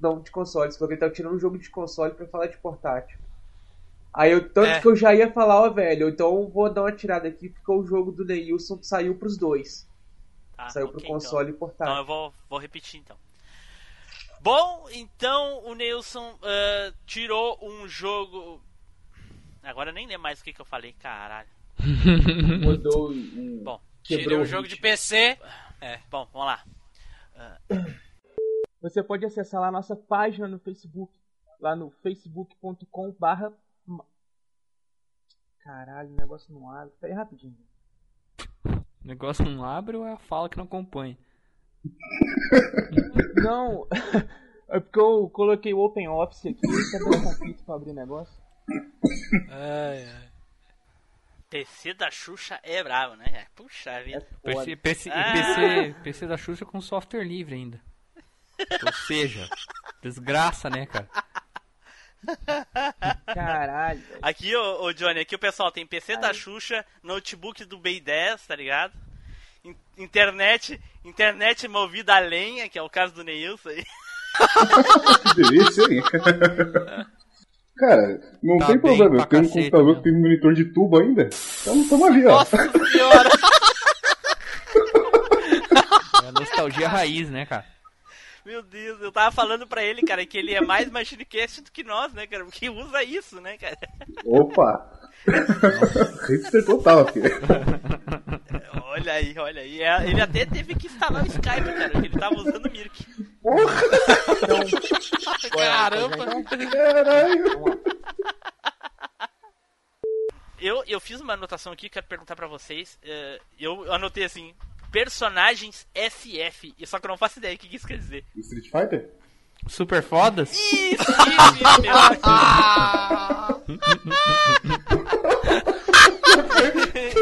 S2: Não, de console. Você falou que ele tava tirando um jogo de console pra falar de portátil. Aí eu, tanto
S4: É.
S2: que eu já ia falar, ó, velho, então eu vou dar uma tirada aqui porque o jogo do Neilson saiu pros dois.
S1: Tá,
S2: saiu pro
S1: ok,
S2: console e portátil.
S1: Então eu vou, vou repetir então. Bom, então o Nelson ah, tirou um jogo. Agora eu nem lembro mais o que, que eu falei, caralho.
S2: Mudou o.
S1: Bom,
S2: quebrou
S1: um
S4: Tirei o
S2: o
S4: jogo
S2: ritmo.
S4: de PC.
S1: É. Bom, vamos lá. Ah,
S2: Você pode acessar lá a nossa página no Facebook, lá no facebook.com barra...
S13: Caralho, o negócio não abre. Pera aí rapidinho.
S6: O negócio não abre ou é a fala que não acompanha?
S13: Não, é porque eu coloquei o Open Office aqui, tá dando conflito pra abrir o negócio.
S1: Ai, ai. PC da Xuxa é bravo, né? Puxa vida.
S2: É
S6: PC, PC,
S1: Ah.
S6: PC, PC da Xuxa com software livre ainda. Ou seja, desgraça, né, cara?
S13: Caralho.
S1: Aqui, ô, ô, Johnny, aqui o pessoal tem PC da Xuxa, notebook do Bay 10, tá ligado? In- Internet, internet movida a lenha, que é o caso do Neilson aí.
S16: Que delícia, hein? Cara, não
S6: Tá
S16: tem
S6: bem
S16: problema. Eu
S6: pra
S16: tenho um
S6: cacete,
S16: computador que tem monitor de tubo ainda. Então estamos ali, ó.
S6: É a nostalgia raiz, né, cara?
S1: Meu Deus, eu tava falando pra ele, cara, que ele é mais MachineCast do que nós, né, cara? Porque usa isso, né, cara?
S16: Opa! Hipster total aqui.
S1: Olha aí, olha aí. É, Ele até teve que instalar o Skype, cara, que ele tava usando o Mirk.
S8: Então,
S1: Caramba!
S16: Caralho!
S1: Eu, eu fiz uma anotação aqui, quero perguntar pra vocês. eh, eu anotei assim, personagens SF, e só que eu não faço ideia o que que isso quer dizer.
S16: Street Fighter?
S6: Super fodas?
S1: Isso, isso,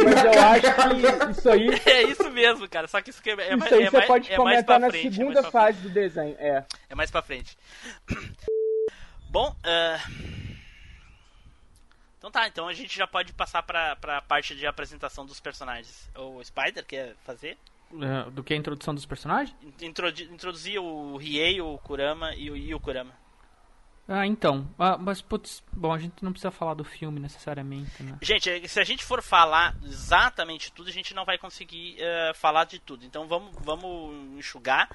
S13: Mas eu acho que isso aí.
S1: É isso mesmo, cara. Só que isso que é, é, mais-
S13: Isso aí
S1: é
S13: Então, você
S1: mais,
S13: pode
S1: é mais
S13: comentar
S1: pra
S13: na
S1: frente. é
S13: segunda
S1: mais pra
S13: fase do desenho. É.
S1: É mais pra frente. Bom, ah, então tá, então a gente já pode passar pra, pra parte de apresentação dos personagens. O Spider quer fazer?
S6: Eh, Do que a introdução dos personagens?
S1: Introdu- introduzir o Riei, o Kurama e o, e o Kurama.
S6: Ah, então. Ah, mas, putz, bom, a gente não precisa falar do filme necessariamente, né?
S1: Gente, eh, se a gente for falar exatamente tudo, a gente não vai conseguir eh, falar de tudo. Então vamos, vamos enxugar,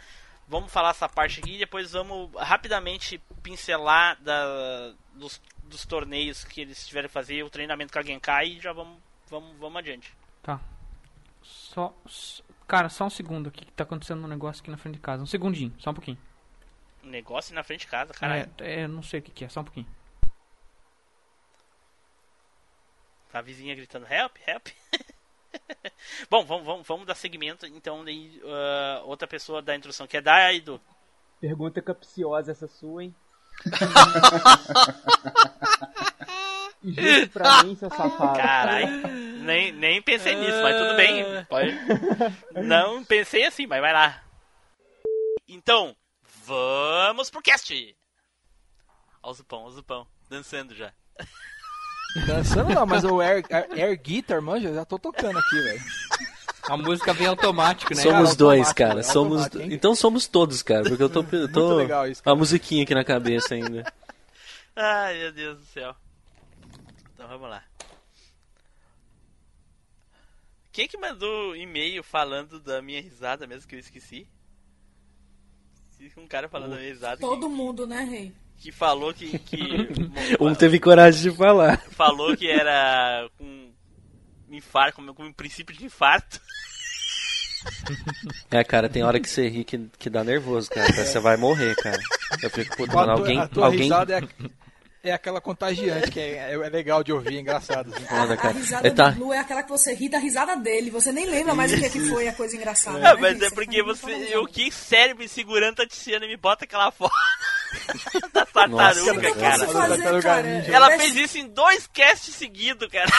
S1: vamos falar essa parte aqui e depois vamos rapidamente pincelar da- dos, dos torneios que eles tiveram que fazer, o treinamento com a Genkai e já vamos, vamos, vamos adiante.
S6: Tá. Só. s- Cara, só um segundo aqui que tá acontecendo um negócio aqui na frente de casa. Um segundinho, só um pouquinho.
S1: Negócio na frente de casa, caralho.
S6: É, é, não sei o que, que é, só um pouquinho.
S1: A vizinha gritando help, help. Bom, vamos, vamos, vamos dar segmento. Então, daí, ah, outra pessoa da introdução quer dar aí do.
S13: Pergunta capciosa essa sua, hein? E Justo pra mim, seu safado.
S1: Caralho, nem, nem pensei nisso, mas tudo bem. Pode... Não pensei assim, mas vai lá. Então, vamos pro cast. Ó o Zupão, ó o Zupão, dançando já.
S7: Dançando não, mas o air, air, air guitar, manja, eu já tô tocando aqui, velho.
S6: A música vem automático, né?
S20: Somos
S6: cara?
S20: dois,
S6: Automático,
S20: cara.
S6: né?
S20: Somos do- Então somos todos, cara. Porque eu tô. eu tô...
S6: Muito legal isso,
S20: A musiquinha aqui na cabeça ainda.
S1: Ai, meu Deus do céu. Então vamos lá. Quem é que mandou e-mail falando da minha risada mesmo que eu esqueci? Um cara falando da minha risada que,
S3: Todo mundo, né, Rei?
S1: que falou que, que
S20: Um teve coragem de falar.
S1: falou que era com um infarto, com, com princípio de infarto.
S20: É, cara, tem hora que você ri que, que dá nervoso, cara. Você vai morrer, cara. Eu fico puto,
S7: É.
S20: mano.
S7: A tua-
S20: Alguém.
S7: a tua
S20: alguém...
S7: risada é, a- é aquela contagiante que é, é- é legal de ouvir, é engraçado. assim.
S20: Foda,
S3: A risada
S20: É, tá.
S3: do Blue é aquela que você ri da risada dele, você nem lembra mais o que, que foi a coisa engraçada.
S1: Ah,
S3: né,
S1: mas
S3: Rei?
S1: é porque você. Eu que cérebro me segurando a Tiziana e me bota aquela foto da tartaruga,
S3: Nossa, velho.
S1: cara.
S3: Eu não posso fazer, cara.
S1: Ela
S3: Eu
S1: fez isso em dois casts seguidos, cara.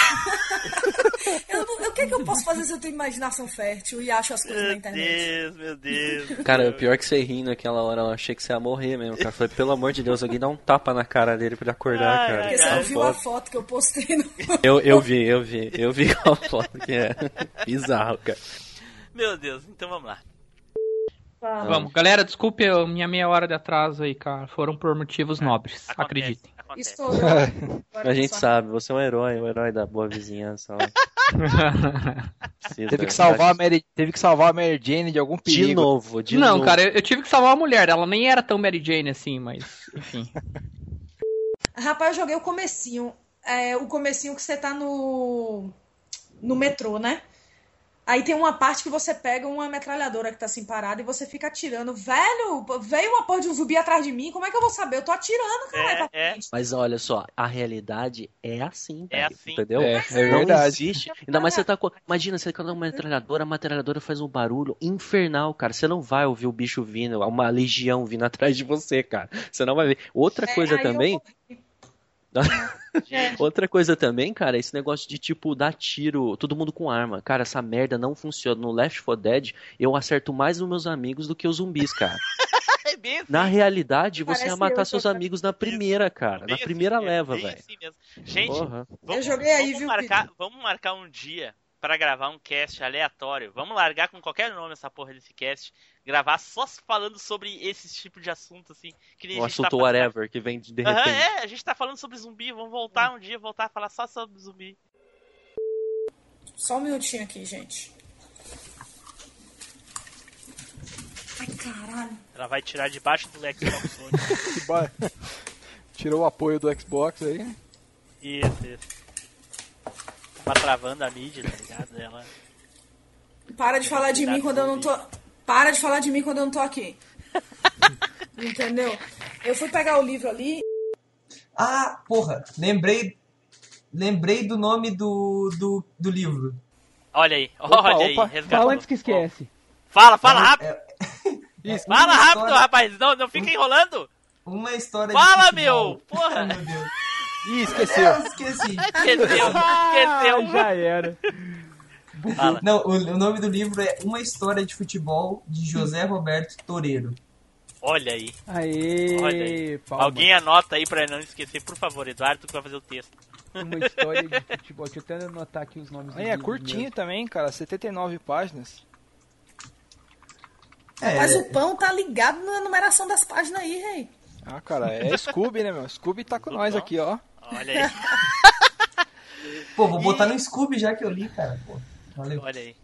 S3: Eu não- eu- O que, que eu posso fazer se eu tenho imaginação fértil e acho as coisas na
S1: Meu
S3: internet?
S1: Deus, meu Deus.
S20: Cara, o pior é que você rindo naquela hora, eu achei que você ia morrer mesmo, cara. Eu Falei, pelo amor de Deus, alguém dá um tapa na cara dele pra ele acordar, cara.
S3: Porque você
S20: Tá
S3: não viu
S20: foda.
S3: a foto que eu postei no.
S20: Eu, eu vi, eu vi, eu vi qual foto que é. Bizarro, cara.
S1: Meu Deus, então vamos lá.
S6: Tá, Vamos, galera, desculpe a minha meia hora de atraso aí, cara. Foram por motivos nobres, acreditem.
S3: Estou.
S20: A gente sabe, você é um herói, um herói da boa vizinhança. ó. Precisa,
S7: Teve que,
S20: cara.
S7: salvar a Mary, teve que salvar a Mary Jane de algum perigo.
S20: novo,
S6: não,
S10: Tipo,
S6: cara, eu, eu tive que salvar a mulher. Ela nem era tão Mary Jane assim, mas enfim.
S3: Rapaz, eu joguei o comecinho. É, o comecinho que você tá no. no metrô, né? Aí tem uma parte que você pega uma metralhadora que tá assim parada e você fica atirando. Velho, veio uma porra de um zumbi atrás de mim, como é que eu vou saber? Eu tô
S1: É,
S3: atirando, caralho. pra frente.
S21: Mas olha só, a realidade é assim,
S1: É
S21: velho,
S1: assim.
S21: entendeu?
S1: É, é
S21: não
S1: verdade.
S21: existe. Ainda mais você tá com. Imagina, você tá com uma metralhadora, a metralhadora faz um barulho infernal, cara. Você não vai ouvir o bicho vindo, uma legião vindo atrás de você, cara. Você não vai ver. Outra
S3: É,
S21: coisa
S3: aí eu
S21: também. Outra coisa também, cara, é esse negócio de tipo dar tiro, todo mundo com arma. Cara, essa merda não funciona. No Left 4 Dead, eu acerto mais os meus amigos do que os zumbis, cara.
S1: É assim.
S21: Na realidade, você
S1: Parece
S21: ia
S1: eu
S21: matar seus
S1: jogando.
S21: amigos na primeira, cara. Na primeira leva,
S1: assim, bem
S21: velho.
S1: assim mesmo. Gente,
S21: Porra.
S1: vamos,
S3: joguei aí,
S1: vamos marcar, vamos marcar um dia pra gravar um cast aleatório. Vamos largar com qualquer nome essa porra desse cast. Gravar só falando sobre esses tipos de assunto, assim. Que nem
S21: Um
S1: a gente tá
S21: assunto
S1: fazendo
S21: whatever que vem de de
S1: Aham,
S21: repente.
S1: é, a gente tá falando sobre zumbi, vamos voltar um dia, voltar a falar só sobre zumbi.
S3: Só um minutinho aqui, gente. Ai, caralho.
S1: Ela vai tirar debaixo do Lex Sony.
S7: Bora. Tirou o apoio do Xbox aí.
S1: Isso, isso. Tá travando a mídia, tá ligado? Ela...
S3: Para de falar de mim quando eu não tô. Para de falar de mim quando eu não tô aqui. Entendeu? Eu fui pegar o livro ali.
S5: Ah, porra, lembrei. Lembrei do nome do, do, do livro.
S1: Olha aí,
S5: Opa,
S1: olha aí,
S5: opa.
S1: resgatou.
S5: Fala antes que
S1: esquece. Fala, fala rápido. fala
S5: É, uma
S1: rápido,
S5: história-
S1: rapaz. Não, não fica enrolando.
S5: Uma história
S1: Fala,
S5: de futebol.
S1: meu. Porra.
S5: Ih,
S1: esqueceu.
S5: esqueci. Ah,
S1: Esqueceu, esqueceu.
S5: Já era. Não, o, o nome do livro é Uma História de Futebol de José Roberto Toreiro.
S1: Olha aí.
S5: Aê,
S1: Olha aí.
S5: palma.
S1: Alguém anota aí pra não esquecer, por favor, Eduardo, tu que vai fazer o texto.
S13: Uma história de futebol. Deixa eu até anotar aqui os nomes dos
S7: É,
S13: livros
S7: curtinho
S13: mesmo.
S7: também, cara. 79 páginas.
S3: Mas o pão tá ligado na numeração das páginas aí, rei.
S7: Ah, cara, é Scooby, né, meu? Scooby tá com nós aqui, ó.
S1: Olha aí.
S5: Pô, vou botar no Scooby já que eu li, cara. Pô, valeu.
S1: Olha aí.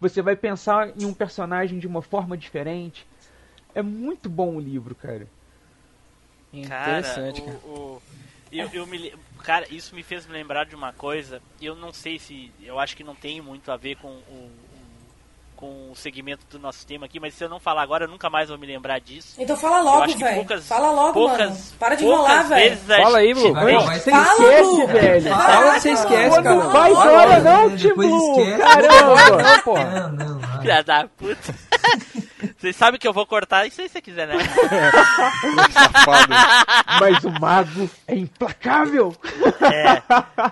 S13: Você vai pensar em um personagem de uma forma diferente. É muito bom o livro, cara. É
S1: Cara,
S13: Interessante,
S1: o-
S13: cara.
S1: o- eu, eu me le- cara, isso me fez lembrar de uma coisa. Eu não sei se. Eu acho que não tem muito a ver com o, com o segmento do nosso tema aqui, mas se eu não falar agora, eu nunca mais vou me lembrar disso.
S3: Então fala
S1: Eu
S3: logo,
S1: acho que
S3: velho.
S1: poucas-
S3: Fala logo,
S1: poucas-
S3: mano. Para de
S1: poucas
S3: enrolar, velho.
S1: vezes a Fala aí, gente- Blue. Vai,
S13: Ei,
S1: vai.
S13: Você
S1: Fala,
S13: esquece,
S1: Blue.
S13: velho.
S1: Vai,
S13: Fala que você esquece,
S1: Quando
S13: cara.
S1: vai,
S13: Fala,
S1: olha,
S13: não, Tibu. Caramba.
S1: Filha da puta. Vocês sabem que eu vou cortar isso aí se você quiser, né?
S13: Mas o mago é implacável.
S1: É.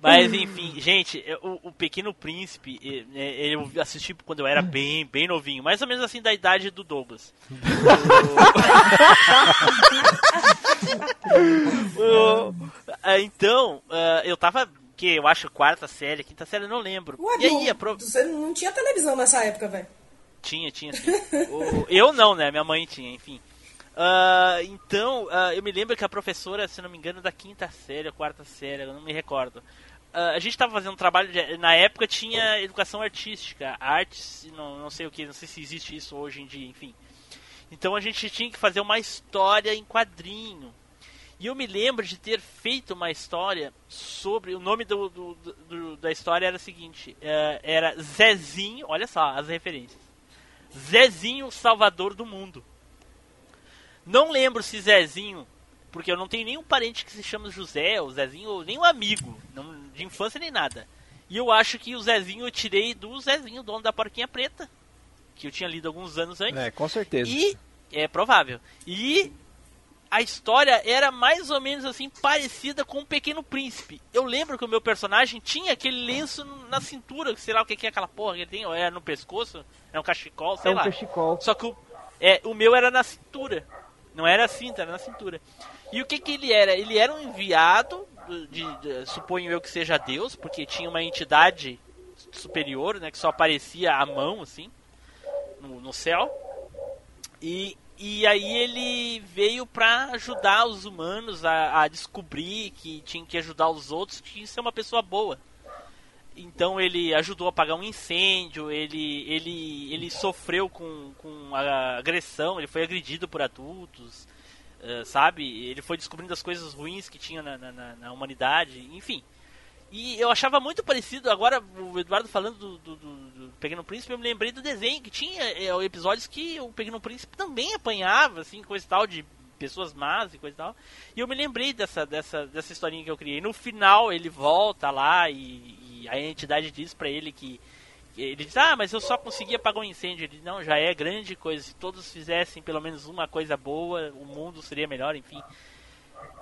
S1: Mas enfim, gente, eu- o, o Pequeno Príncipe, eh, eh, eu assisti quando eu era bem, bem novinho, mais ou menos assim da idade do Douglas. O- Ah, então, ah, eu tava, que eu acho quarta série, quinta série, eu não lembro.
S3: Ué,
S1: e aí,
S3: Bill,
S1: a pro...
S3: Você não tinha televisão nessa época, velho.
S1: Tinha, tinha sim. O- eu não, né? Minha mãe tinha, enfim. Ah, então, ah, eu me lembro que a professora, se não me engano, é da quinta série, ou quarta série, eu não me recordo. Ah, a gente tava fazendo um trabalho, de- na época tinha educação artística, artes, não, não sei o que, não sei se existe isso hoje em dia, enfim. Então a gente tinha que fazer uma história em quadrinho. E eu me lembro de ter feito uma história sobre. O nome do, do- do- da história era o seguinte: eh, era Zezinho, olha só as referências. Zezinho, salvador do mundo. Não lembro se Zezinho, porque eu não tenho nenhum parente que se chama José, ou Zezinho, ou nenhum amigo, não- de infância nem nada. E eu acho que o Zezinho eu tirei do Zezinho, dono da Porquinha Preta, que eu tinha lido alguns anos antes.
S7: É, com certeza.
S1: E é provável. E a história era mais ou menos assim parecida com o Pequeno Príncipe. Eu lembro que o meu personagem tinha aquele lenço na cintura, sei lá o que que é aquela porra que ele tem, ou é no pescoço, é um cachecol, sei
S13: um
S1: lá.
S13: cachecol.
S1: Só que o, é, o meu era na cintura. Não era cinta, era na cintura. E o que que ele era? Ele era um enviado, do- de, de- suponho eu que seja Deus, porque tinha uma entidade superior, né, que só aparecia a mão, assim, no, no céu. E, e aí ele veio pra ajudar os humanos a, a descobrir que tinha que ajudar os outros, que tinha que ser uma pessoa boa. Então ele ajudou a apagar um incêndio, ele, ele, ele sofreu com, com a agressão, ele foi agredido por adultos, eh, sabe? Ele foi descobrindo as coisas ruins que tinha na, na- na- na humanidade, enfim. E eu achava muito parecido, agora o Eduardo falando do, do, do, do Pequeno Príncipe, eu me lembrei do desenho que tinha é, episódios que o Pequeno Príncipe também apanhava, assim, coisa e tal, de pessoas más e coisa e tal. E eu me lembrei dessa, dessa, dessa historinha que eu criei. No final ele volta lá e, e a entidade diz pra ele que. Ele diz, ah, mas eu só consegui apagar um incêndio. Ele diz, não, já é grande coisa. Se todos fizessem pelo menos uma coisa boa, o mundo seria melhor, enfim.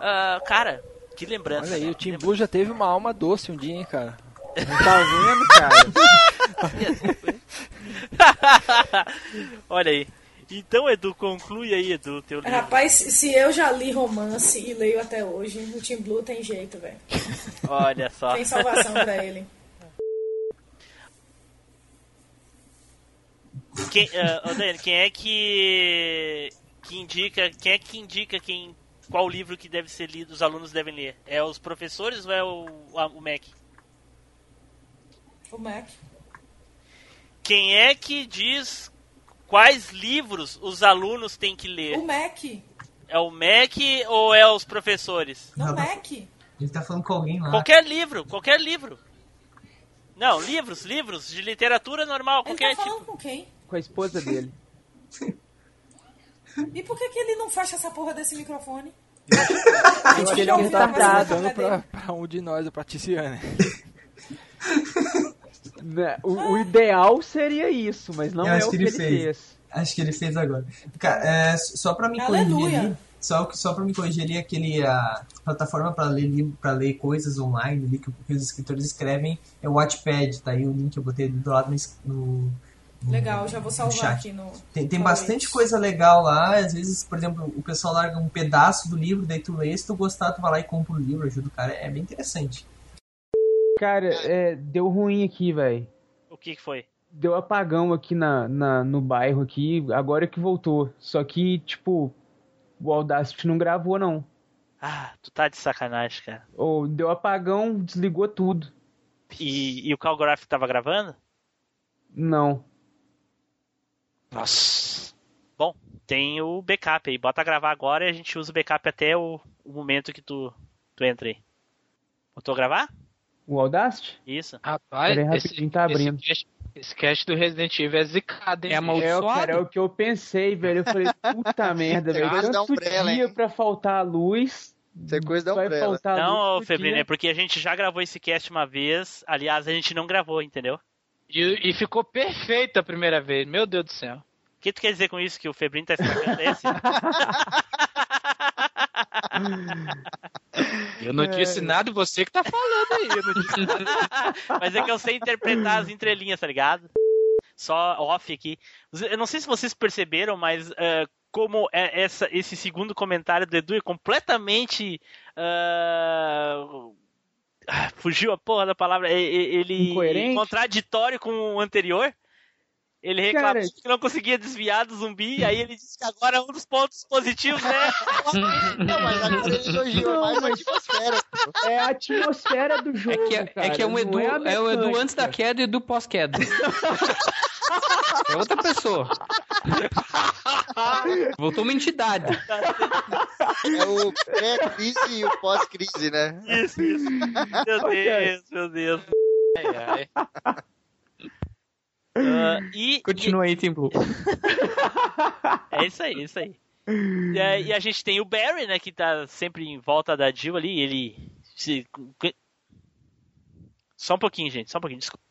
S1: Ah, cara, que lembrança.
S7: Olha aí,
S1: cara.
S7: o Timbu já teve uma alma doce um dia, hein, cara. Não tá vendo, cara?
S1: Olha aí. Então, Edu, conclui aí, Edu, teu livro.
S3: Rapaz, se eu já li romance e leio até hoje, o Tim Blue tem jeito, velho.
S1: Olha só.
S3: Tem salvação pra ele.
S1: Quem, ah, ô, Dani, quem é que que indica, quem é que indica quem qual livro que deve ser lido, os alunos devem ler? É os professores ou é o, a- o MEC?
S3: O Mac.
S1: Quem é que diz quais livros os alunos têm que ler?
S3: O Mac.
S1: É o MEC ou é os professores?
S3: O Mac.
S5: Ele tá falando com alguém lá.
S1: Qualquer livro, qualquer livro. Não, livros, livros de literatura normal,
S3: Ele
S1: qualquer
S3: tá
S1: tipo.
S3: falando com quem?
S13: Com a esposa dele.
S3: E por que, que ele não fecha essa porra desse microfone?
S7: Eu acho que ele tá perguntando pra, pra um de nós, a Paticiana.
S13: Né, o, o ideal seria isso, mas não
S5: Eu
S13: é
S5: acho
S13: o que ele fez.
S5: Acho que ele fez agora. Cara, é, só pra me corrigir
S13: Aleluia.
S5: ali, só, só pra me corrigir ali, aquele, a plataforma pra ler, livro- pra ler coisas online, ali, que, que os escritores escrevem, é o Wattpad, tá aí o link, eu botei ali do lado no... es- no-
S3: Legal, já vou salvar
S5: chat.
S3: aqui no.
S5: tem, tem bastante coisa legal lá, às vezes, por exemplo, o pessoal larga um pedaço do livro, daí tu lê, se tu gostar, tu vai lá e compra o livro, ajuda o cara, é bem interessante.
S13: Cara, é, deu ruim aqui, velho.
S1: O que, que foi?
S13: Deu apagão aqui na, na- no bairro aqui, agora é que voltou. Só que, tipo, o Audacity não gravou, não.
S1: Ah, tu tá de sacanagem, cara.
S13: Ou deu apagão, desligou tudo.
S1: E, e o Calgraph tava gravando?
S13: Não.
S1: Nossa. Bom, tem o backup aí. Bota gravar agora e a gente usa o backup até o, o momento que tu, tu entra aí. Botou gravar?
S13: O Audacity?
S1: Isso.
S13: Rapaz, Peraí, esse- rapidinho, tá esse abrindo.
S4: Esse cast do Resident Evil é zicado, hein?
S13: É, cara, é o que eu pensei, velho. Eu falei, puta merda, velho.
S4: Coisa da
S13: Tanto
S4: Umbrella,
S13: dia pra faltar a luz. vai
S1: né?
S13: faltar a luz
S1: Não, ô,
S13: no
S1: Febrino,
S13: dia.
S1: é porque a gente já gravou esse cast uma vez. Aliás, a gente não gravou, entendeu?
S4: E, e ficou perfeito a primeira vez, meu Deus do céu.
S1: O que tu quer dizer com isso? Que o Febrinho tá estragando esse?
S4: Eu não disse nada, você que tá falando aí. Eu não disse nada.
S1: Mas é que eu sei interpretar as entrelinhas, tá ligado? Só off aqui. Eu não sei se vocês perceberam, mas eh, como é essa- esse segundo comentário do Edu é completamente. ah, ah, fugiu a porra da palavra. E- e- Ele.
S13: Incoerente?
S1: Contraditório com o anterior. Ele reclamou
S13: Cara,
S1: que não conseguia desviar do zumbi, aí ele disse que agora um dos pontos positivos é.
S10: Não, mas agora ele elogiou mais a atmosfera.
S13: É a atmosfera do jogo.
S17: É que é, é, que é um
S13: não
S17: Edu,
S13: a
S17: é, o Edu
S13: mecânica.
S17: antes da queda e o Edu pós-queda. É outra pessoa. Voltou uma entidade.
S10: É o pré-crise e o pós-crise, né?
S1: Isso, isso. Meu Deus, meu Deus.
S4: Ai,
S1: ai. Ah, e,
S17: Continua aí, Tim Blue.
S1: É isso aí, é isso aí. E, a- e a gente tem o Barry, né, que tá sempre em volta da Jill ali, ele se... Só um pouquinho, gente, só um pouquinho, desculpa.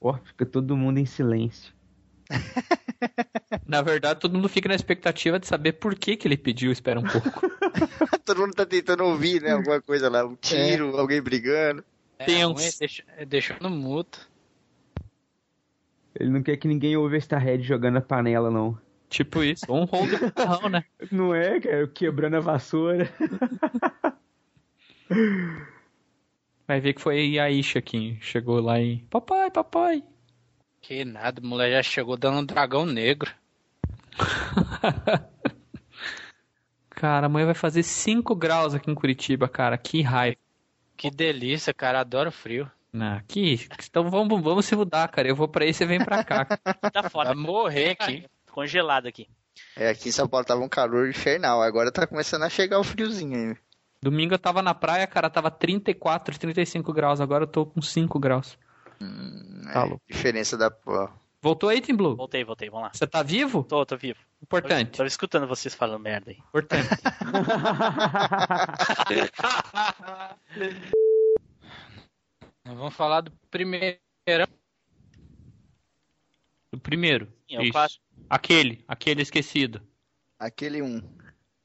S13: Ó, fica todo mundo em silêncio.
S17: Na verdade, todo mundo fica na expectativa de saber por que, que ele pediu, espera um pouco.
S10: Todo mundo tá tentando ouvir, né? Alguma coisa lá, um tiro, alguém brigando.
S4: É, ruim, deixa, deixa no muto.
S13: Ele não quer que ninguém ouve esta head jogando a panela, não.
S17: Tipo isso, um rolo de macarrão, né?
S13: Não é, cara? Quebrando a vassoura.
S17: Vai ver que foi a Isha que chegou lá e. Papai, papai.
S4: Que nada, o moleque já chegou dando um dragão negro.
S17: Cara, amanhã vai fazer 5 graus aqui em Curitiba, cara. Que raiva.
S4: Que delícia, cara, adoro frio.
S17: Ah, que... Então vamos, vamos se mudar, cara. Eu vou pra aí, você vem pra cá.
S1: Tá foda.
S4: Vai morrer aqui.
S1: Congelado aqui.
S10: É, aqui em São Paulo tava um calor infernal, agora tá começando a chegar o friozinho aí.
S6: Domingo eu tava na praia, cara, tava 34, 35 graus. Agora eu tô com 5 graus. tá louco.
S10: Hum, é, Diferença da porra.
S6: Voltou aí, Tim Blue?
S11: Voltei, voltei, vamos lá.
S6: Você tá vivo?
S11: Tô, tô vivo.
S6: Importante.
S11: Tava, tava escutando vocês falando merda aí.
S6: Importante.
S4: Vamos falar do primeiro.
S6: O primeiro.
S4: Sim, é o
S6: Isso.
S4: clássico.
S6: Aquele, aquele esquecido.
S10: Aquele um.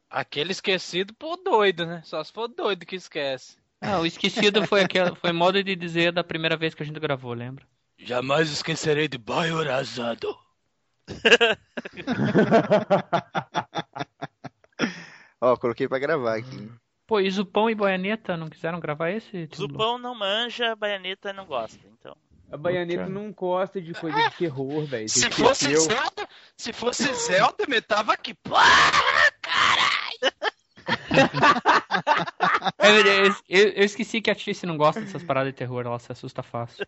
S4: Aquele esquecido por doido, né? Só se for doido que esquece.
S6: Ah, o esquecido foi aquele, foi modo de dizer da primeira vez que a gente gravou, lembra?
S4: Jamais esquecerei de bairro arrasado.
S10: Ó, coloquei pra gravar aqui.
S6: Pô, e Zupão e Boianeta não quiseram gravar esse? Tim Blue?
S1: Zupão não manja, baianeta não gosta, então.
S13: A Baianeta não gosta de coisa de terror, velho.
S4: Se fosse Zelda, se fosse Zelda, me tava aqui.
S6: É, Eu, eu- eu esqueci que a Tice não gosta dessas paradas de terror, ela se assusta fácil.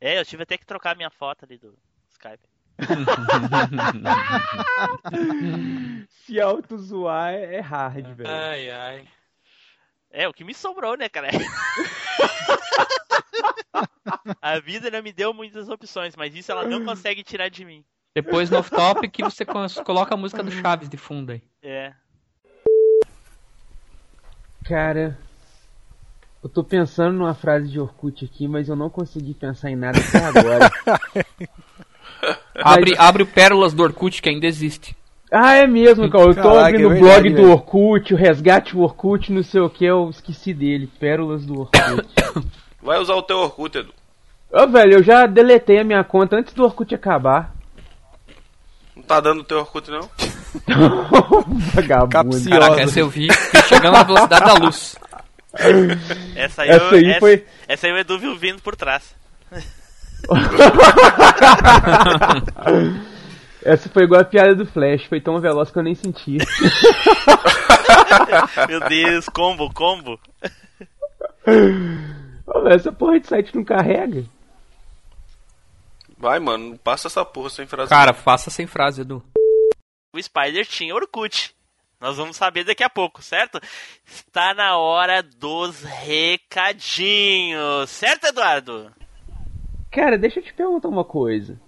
S1: É, eu tive até que trocar minha foto ali do Skype.
S13: Se auto-zoar é é hard, velho.
S4: Ai, ai.
S1: É, o que me sobrou, né, cara? A vida não me deu muitas opções, mas isso ela não consegue tirar de mim.
S6: Depois no off-topic você co- coloca a música do Chaves de fundo aí.
S1: É.
S13: Cara, eu tô pensando numa frase de Orkut aqui, mas eu não consegui pensar em nada até agora.
S6: Abre,
S13: Mas-
S6: abre o Pérolas do Orkut que ainda existe.
S13: Ah, é mesmo, cara. Eu tô
S6: Caraca,
S13: abrindo
S6: é
S13: o blog
S6: verdade,
S13: do
S6: velho.
S13: Orkut, o resgate do Orkut, não sei o que, eu esqueci dele. Pérolas do Orkut.
S12: Vai usar o teu Orkut, Edu.
S13: Ô, velho, eu já deletei a minha conta antes do Orkut acabar.
S12: Não tá dando o teu Orkut, não?
S13: Vagabundo.
S6: Caraca, essa eu vi chegando na velocidade da luz.
S1: Essa aí,
S13: Essa
S1: eu-
S13: aí
S1: essa-
S13: foi-
S1: Essa aí o Edu viu vindo por trás.
S13: Essa foi igual a piada do Flash, foi tão veloz que eu nem senti.
S1: Meu Deus, combo, combo.
S13: Ô, velho, essa porra de site não carrega?
S12: Vai, mano, não passa essa porra sem frase.
S6: Cara, faça sem frase, Edu.
S1: O Spider tinha Orkut. Nós vamos saber daqui a pouco, certo? Está na hora dos recadinhos, certo, Eduardo?
S13: Cara, deixa eu te perguntar uma coisa.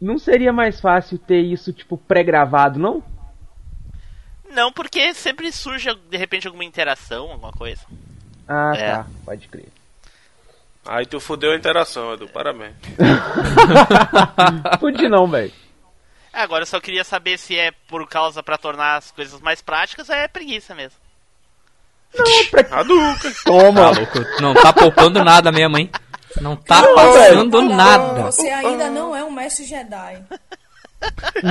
S13: Não seria mais fácil ter isso, tipo, pré-gravado, não?
S1: Não, porque sempre surge de repente alguma interação, alguma coisa.
S13: Ah,
S12: É.
S13: tá. Pode crer.
S12: Aí tu fudeu a interação, Edu, parabéns.
S13: Fude não, velho.
S1: É, Agora eu só queria saber se é por causa pra tornar as coisas mais práticas ou é preguiça mesmo.
S13: Não, pra...
S12: Hadouken.
S6: Tá louco, não tá poupando nada mesmo, hein? Não tá
S13: Não,
S6: passando
S13: velho.
S6: nada.
S3: Você ainda não é um mestre Jedi.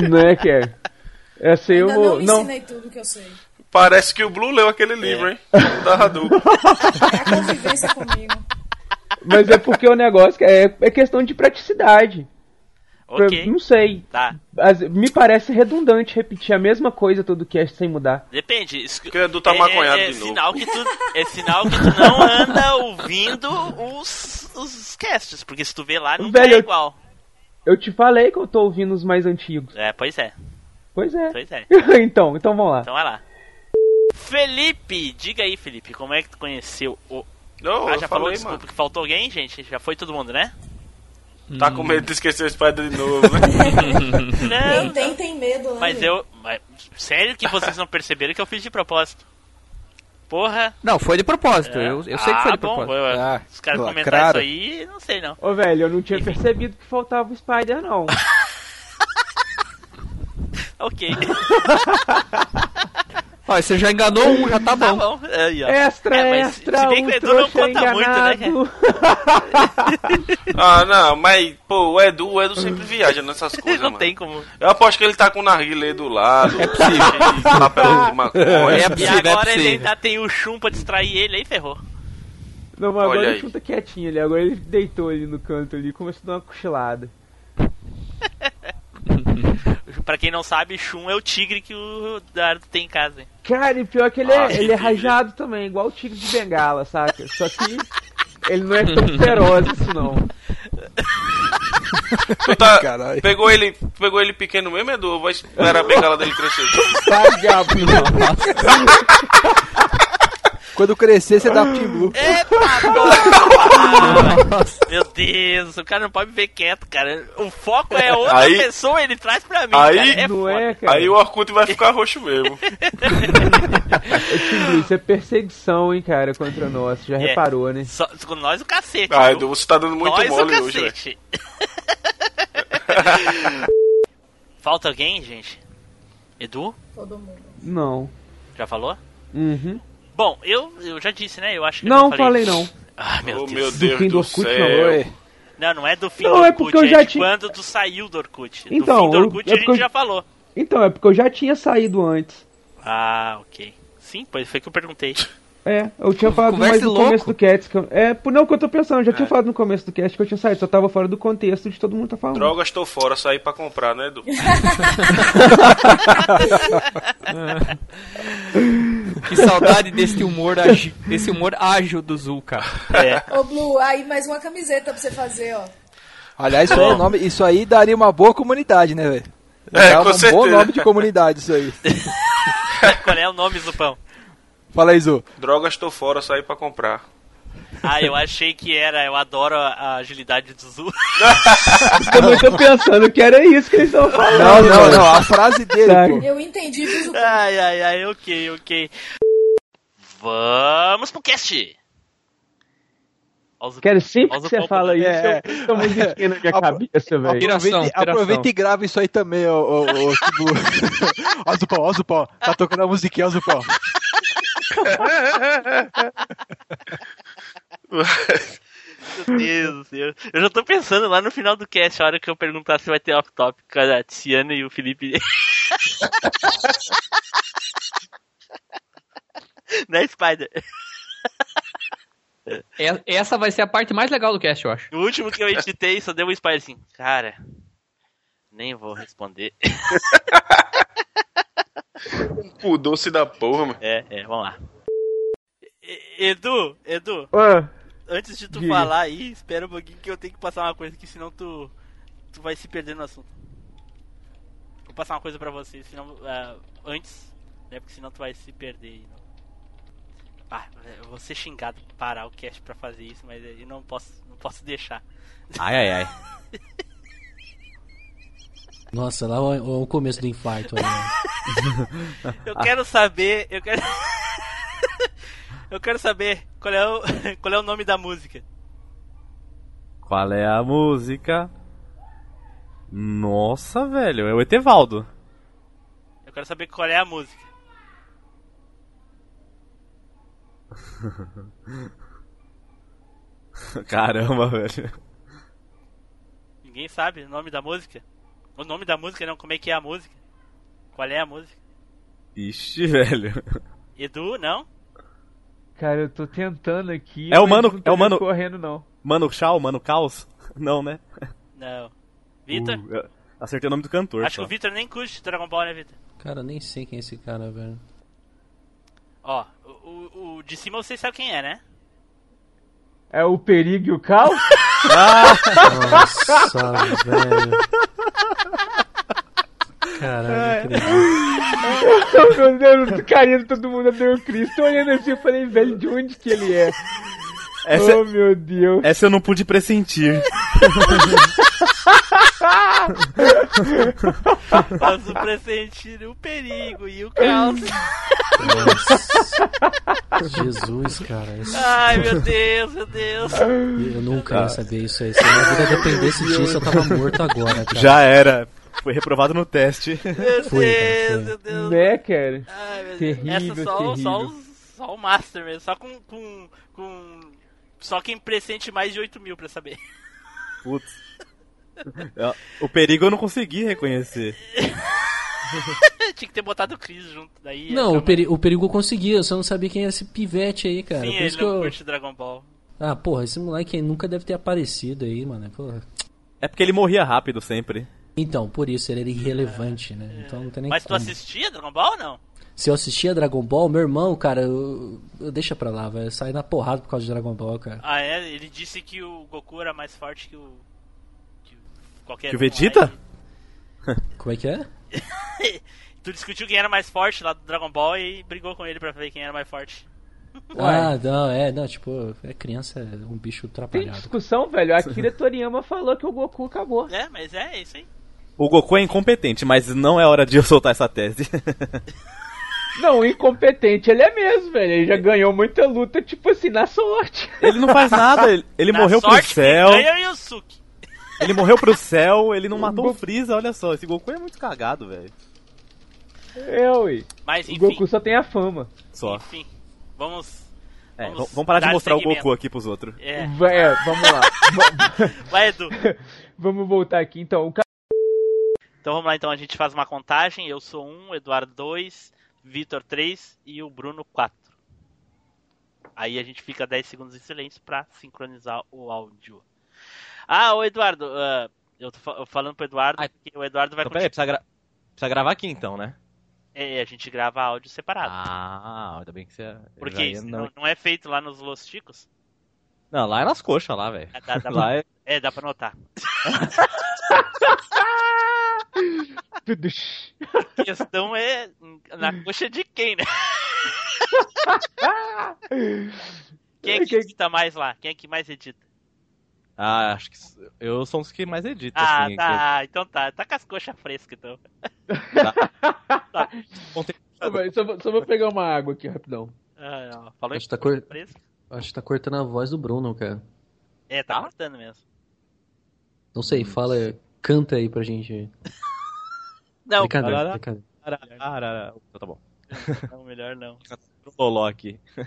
S13: né, cara? Essa eu
S3: Ainda não
S13: vou...
S3: me
S13: Não,
S3: ensinei tudo que eu sei. É
S12: Parece que o Blue leu aquele livro, hein?
S8: É.
S12: Da Hadouken.
S3: Vivência comigo.
S13: mas é porque o negócio é, é questão de praticidade.
S1: Ok.
S13: Eu não sei.
S1: Tá.
S13: As- me parece redundante repetir a mesma coisa todo cast sem mudar.
S1: Depende. Isso...
S12: Porque o Edu tá
S1: é,
S12: maconhado
S1: é, é
S12: de novo.
S1: Sinal que tu, é sinal que tu não anda ouvindo os, os casts, porque se tu vê lá, não
S13: Velho,
S1: é
S13: eu-
S1: igual.
S13: Eu te falei que eu tô ouvindo os mais antigos.
S1: É, pois é.
S13: Pois é.
S1: Pois é.
S13: então, então vamos lá.
S1: Então vai lá. Felipe, diga aí, Felipe, como é que tu conheceu o.
S12: Não,
S1: ah,
S12: eu
S1: já falou,
S12: falei,
S1: desculpa,
S12: mano.
S1: que faltou alguém, gente? Já foi todo mundo, né?
S12: Tá com medo de esquecer o Spider de novo, né?
S3: Quem tem, tem medo, né?
S1: Mas
S3: amigo?
S1: eu. mas- sério que vocês não perceberam que eu fiz de propósito? Porra!
S6: Não, foi de propósito.
S1: É.
S6: Eu, eu sei que
S1: Ah,
S6: foi de
S1: bom,
S6: propósito.
S1: eu-
S13: Ah,
S1: os caras comentaram
S13: lacraram.
S1: isso aí, não sei não.
S13: Ô, velho, eu não tinha percebido que faltava o Spider, não.
S1: Ok.
S6: Ó, você já enganou um, já tá bom.
S1: bom. Aí, ó.
S13: Extra,
S1: É, mas
S13: extra,
S1: se bem que o
S13: um
S1: Edu não
S13: trouxa
S1: conta muito, né, cara?
S13: enganado.
S12: Ah, não, mas, pô, o Edu, o Edu sempre viaja nessas coisas,
S1: Não
S12: mano.
S1: tem como.
S12: Eu aposto que ele tá com o narguilé do lado. É
S1: tá
S12: possível. É Papel de maconha.
S1: né? É, e agora
S12: é
S1: ele ainda tem o chum pra distrair ele, aí ferrou.
S13: Não, mas agora
S12: Olha
S13: ele
S12: aí.
S13: chuta quietinho ali. Agora ele deitou ali no canto ali e começou a dar uma cochilada.
S1: Pra quem não sabe, chum é o tigre que o Dardo tem em casa. hein?
S13: Cara, e pior que ele
S1: Ah,
S13: é, ele é rajado também, igual o tigre de assim, bengala, saca? Só que ele não é tão feroz isso não.
S12: Tu tá- pegou ele, pegou ele pequeno mesmo, Edu? Ou vai esperar a bengala dele crescer?
S7: Tá, diabo. Quando crescer, você dá Team Blue.
S1: Meu Deus, o cara não pode me ver quieto, cara. O foco é outra
S12: Aí-
S1: pessoa, ele traz pra mim.
S12: Aí,
S1: cara. É foda.
S12: aí o Orkut vai ficar roxo mesmo.
S13: Isso é perseguição, hein, cara, contra nós. Já
S1: É.
S13: reparou, né?
S1: Só- com nós o cacete.
S12: Ah,
S1: viu?
S12: Edu, você tá dando muito
S1: nós,
S12: mole
S1: o
S12: hoje,
S1: cacete. Falta alguém, gente? Edu?
S3: Todo mundo.
S13: Não.
S1: Já falou?
S13: Uhum.
S1: Bom, eu, eu já disse, né? Eu acho que eu
S13: Não, falei
S1: falei
S13: não.
S1: Ah, meu
S12: Oh,
S1: Deus.
S12: meu Deus
S13: fim
S12: do
S13: do Orkut, não,
S12: céu.
S13: é.
S1: Não, não é do fim
S13: Não,
S1: do Orkut,
S13: é porque eu
S1: é
S13: já
S1: de
S13: tinha-
S1: quando tu saiu do Orkut. Do
S13: Então,
S1: fim do
S13: eu-
S1: Orkut
S13: é
S1: a
S13: porque
S1: gente
S13: eu-
S1: já falou.
S13: Então, é porque eu já tinha saído antes.
S1: Ah, ok. Sim, pois foi que eu perguntei.
S13: É, eu tinha falado
S1: Conversa
S13: mais no
S1: louco.
S13: começo do cast. Que eu, é, por- não, o que eu tô pensando, eu já
S10: É.
S13: tinha falado no começo do cast que eu tinha saído, só tava fora do contexto de todo mundo tá falando.
S12: Droga, estou fora, saí pra comprar, né, Edu?
S17: Que saudade desse humor, ágil- desse humor ágil do Zul, cara.
S3: Ô, Blue, aí mais uma camiseta pra você fazer, ó.
S7: Aliás, isso aí, é nome, isso aí daria uma boa comunidade, né, velho?
S12: É,
S7: Dava
S12: com
S7: um bom
S12: certeza.
S7: nome de comunidade, isso aí.
S1: Qual é o nome, Zupão?
S7: Fala aí, Zu.
S12: Droga, estou fora, saí pra comprar.
S1: Ah, eu achei que era. Eu adoro a, a agilidade do Zu.
S13: Também tô pensando que era isso que eles estavam falando. Tá.
S7: Não, não, não, a frase dele,
S13: Saca.
S7: pô.
S3: Eu entendi, viu, Zupão?
S1: Ai, ai, ai, ok, ok. Vamos pro cast!
S13: Cara, sempre que você
S1: Paulo
S13: fala isso,
S7: É.
S13: eu fico muito esquina na minha cabeça, velho.
S7: Aproveita, aproveita e grava isso aí também, ô, ô, ô Tibu. Ó, Zupão, ó, Zupão. Tá tocando a musiquinha, ó, Zupão.
S1: Meu Deus do céu. Eu já tô pensando lá no final do cast, a hora que eu perguntar se vai ter off-topic com a Tiziana e o Felipe. né, Spider?
S17: É- Essa vai ser a parte mais legal do cast, eu acho.
S1: No último que eu editei, só deu um Spider assim, cara. Nem vou responder.
S12: Pudou-se da porra, mano.
S1: É, é, vamos lá. E- Edu, Edu,
S13: Ah.
S1: antes de tu
S13: Diga.
S1: falar aí, espera um pouquinho que eu tenho que passar uma coisa, que senão tu, tu vai se perder no assunto. Vou passar uma coisa pra você, senão, ah, antes, né, porque senão tu vai se perder. aí, não. Ah, eu vou ser xingado por parar o cast pra fazer isso, mas eu não posso, não posso deixar.
S8: Ai, ai, ai. Nossa, lá é o é o começo do infarto. Né?
S1: Eu quero saber, eu quero... eu quero saber qual é o, qual é o nome da música.
S8: Qual é a música? Nossa, velho, é o Etevaldo.
S1: Eu quero saber qual é a música.
S8: Caramba, velho.
S1: Ninguém sabe o nome da música. O nome da música não, como é que é a música? Qual é a música?
S8: Ixi, velho.
S1: Edu, não?
S13: Cara, eu tô tentando aqui.
S8: É o
S13: mas
S8: mano,
S13: não
S8: é
S13: tô
S8: o mano.
S13: Correndo, não.
S8: Mano Chau, Mano Caos? Não, né?
S1: Não. Vitor?
S8: Uh, eu acertei o nome do cantor.
S1: Acho
S8: só.
S1: que o Vitor nem curte Dragon Ball, né, Vitor?
S8: Cara, nem sei quem é esse cara, velho.
S1: Ó, o, o- o de cima vocês sabem quem é, né?
S13: É o perigo e o caos?
S8: Nossa,
S13: velho.
S8: Caralho,
S13: que Meu Deus, o carinha de todo mundo adorou o Cristo. Olhando assim, eu falei, velho, de onde que ele é?
S1: é
S8: Essa- é-
S13: Oh, meu Deus.
S8: Essa eu não pude pressentir.
S1: Posso pressentir o perigo e o caos.
S8: Jesus,
S1: é
S8: cara.
S1: Ai, meu Deus, meu Deus.
S8: Eu nunca ia saber isso aí. Se minha
S1: vida dependesse disso, eu tava morto
S8: agora, cara. Já é. era. Foi reprovado no teste.
S1: Meu Deus, meu Deus.
S13: Né, cara?
S1: Ai, meu Deus.
S13: terrível,
S1: Essa só,
S8: um
S13: terrível.
S1: só, os- só o Master mesmo, só com, com, com. Só quem pressente mais de 8 mil pra saber.
S8: Putz. Eu- O perigo eu não consegui reconhecer.
S1: Tinha que ter botado o Chris junto. Daí ia
S8: Não, o
S1: ser uma-
S8: peri- o perigo eu consegui, eu só não sabia quem é esse pivete aí,
S1: Sim,
S8: cara.
S1: assim, ele é um
S8: Por isso que
S1: não
S8: eu...
S1: curte Dragon Ball.
S8: Ah, porra, esse moleque aí nunca deve ter aparecido aí, mano. É porque ele morria rápido sempre.
S20: Então, por isso, ele era irrelevante, né? Então não tem nem
S1: É. Mas tu
S20: como.
S1: assistia Dragon Ball ou não?
S20: Se eu assistia Dragon Ball, meu irmão, cara, eu, eu deixa pra lá, velho. Eu saí na porrada por causa de Dragon Ball, cara.
S1: Ah, é? Ele disse que o Goku era mais forte que o. que o qualquer
S22: Que o
S1: um lá
S22: Vegeta?
S20: Como é que é?
S1: e- né? tu discutiu quem era mais forte lá do Dragon Ball e brigou com ele pra ver quem era mais forte.
S20: Ah, não, é, não, tipo, é criança, é um bicho atrapalhado.
S13: Discussão, velho. A Akira Toriyama falou que o Goku acabou.
S1: É, mas é isso aí.
S22: O Goku é incompetente, mas não é hora de eu soltar essa tese.
S13: Não, incompetente ele é mesmo, velho. Ele já ganhou muita luta, tipo assim, na sorte.
S22: Ele não faz nada, ele, ele
S13: Na
S22: morreu pro
S13: sorte, quem
S22: céu.
S1: ganha é o Yusuke.
S22: Ele morreu pro céu, ele não matou o Freeza, olha só. Esse Goku é muito cagado, velho.
S13: É, ui.
S1: Mas,
S13: o Goku só tem a fama.
S22: Só.
S1: Enfim, vamos.
S22: É, v- vamos parar de
S1: dar
S22: mostrar o
S1: segmento.
S22: Goku aqui pros outros.
S1: É.
S13: Vai, é, vamos lá.
S1: Vai, Edu.
S13: vamos voltar aqui então. O ca-
S1: Então vamos lá, então a gente faz uma contagem. Eu sou um, Eduardo dois, Vitor três e o Bruno quatro. Aí a gente fica 10 segundos em silêncio pra sincronizar o áudio. Ah, ô Eduardo, ah, eu tô fa- falando pro Eduardo, porque o Eduardo vai
S16: Então, peraí,
S1: continuar.
S16: precisa, gra- precisa gravar aqui então, né?
S1: É, a gente grava áudio separado.
S16: Ah, ainda bem que você.
S1: porque
S16: já ia-
S1: isso
S16: não...
S1: não, não é feito lá nos Los Chicos.
S16: não, lá é nas coxas, lá, velho.
S1: Dá- dá
S16: Lá
S1: pra-
S16: é...
S1: é, dá pra notar. A questão é na coxa de quem, né? Quem é que edita mais lá? Quem é que mais edita?
S16: Ah, acho que s- eu sou um dos que mais edita,
S1: Ah,
S16: assim.
S1: tá. Então tá. Tá com as coxas frescas, então.
S13: Só vou- só, vou- só vou pegar uma água aqui rapidão.
S1: Ah, não. Falou
S20: Acho que,
S1: em
S20: tá
S1: coxa
S20: cor-
S1: fresca?
S20: Acho que tá cortando a voz do Bruno, cara.
S1: É, tá cortando mesmo.
S20: Não sei, fala, canta aí pra gente.
S1: Não,
S20: Brincadeira,
S1: cara.
S20: brincadeira.
S16: Então tá bom.
S1: Não, melhor não.
S16: Loló aqui. É.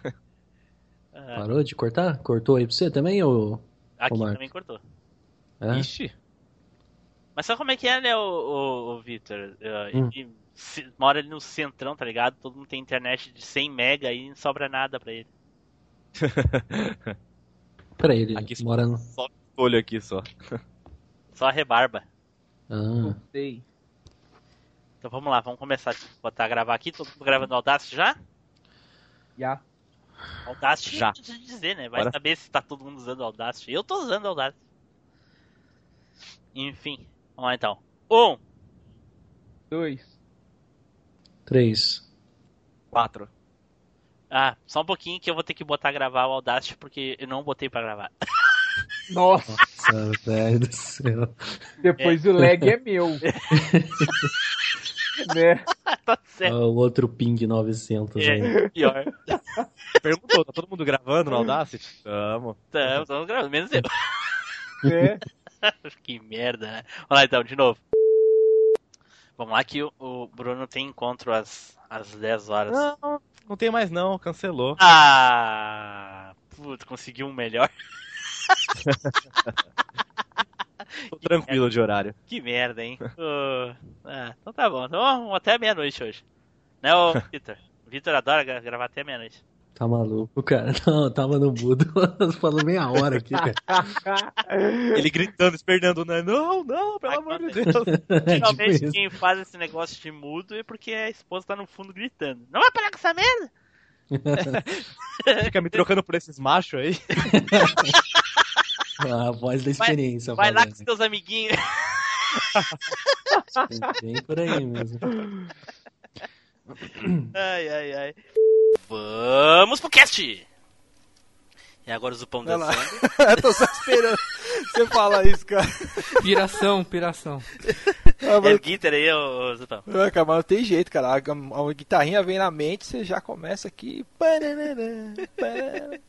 S1: Ah,
S20: Parou de cortar? Cortou aí pra você também, ou
S1: aqui também cortou.
S20: Ixi.
S1: Mas sabe como é que é, né, o, o, o Victor? Ah,
S20: Hum.
S1: Ele se- mora ali no centrão, tá ligado? Todo mundo tem internet de 100 mega e não sobra nada pra ele.
S20: Peraí, ele mora no...
S16: Só olho aqui só.
S1: Só rebarba.
S20: Ah.
S13: Sei.
S1: Então vamos lá, vamos começar a botar a gravar aqui. Todo mundo gravando Audacity já?
S13: Já.
S1: Audacity
S16: Já.
S1: já. de dizer, né? Vai
S16: Bora.
S1: saber se tá todo mundo usando Audacity. Eu tô usando Audacity. Enfim, vamos lá então. Um,
S13: Dois.
S20: Três.
S16: Quatro.
S1: Ah, só um pouquinho que eu vou ter que botar gravar o Audacity porque eu não botei pra gravar.
S13: Nossa.
S20: Nossa, Ah, velho do céu.
S13: Depois o lag é meu. né?
S1: Tá
S20: Ah, o outro ping 900
S1: É.
S20: aí.
S1: pior. Hum.
S16: Perguntou, tá todo mundo gravando no Audacity? Tamo.
S1: Tamo, tamo gravando, menos eu.
S13: Né?
S16: É.
S1: que merda, né? Vamos lá então, de novo. Vamos lá que o, o Bruno tem encontro às, às 10 horas.
S16: Não, não tem mais não, cancelou.
S1: Ah, puto, consegui um melhor.
S16: Tô tranquilo de horário.
S1: Que merda, hein? Ô, ah, então tá bom, então vamos até meia-noite hoje. Né, ô Vitor? O Vitor adora gra- gravar até meia-noite.
S20: Tá maluco, cara. Não, tava no mudo. Falou meia hora aqui, cara.
S16: é? Ele gritando, esperando, né? Não, não, pelo amor de Deus. É
S1: Geralmente
S20: tipo isso.
S1: quem faz esse negócio de mudo é porque a esposa tá no fundo gritando. Não vai parar com essa merda?
S16: Fica me trocando por esses machos aí.
S20: A voz da
S1: Vai-
S20: experiência. né?
S1: Vai lá com
S20: falando.
S1: seus amiguinhos.
S20: Bem por aí mesmo.
S1: ai, ai, ai. Vamos pro cast! E agora o Zupão
S22: Vai lá.
S1: dançando.
S22: Eu tô só esperando você falar isso, cara.
S6: Piração, piração.
S1: É
S22: Ah, mas-
S1: o Guitar aí, ô ô, Zupão.
S22: Ah,
S23: é, cara, mas não tem jeito, cara. A, a- a guitarrinha vem na mente, você já começa aqui. Pararara, pararara.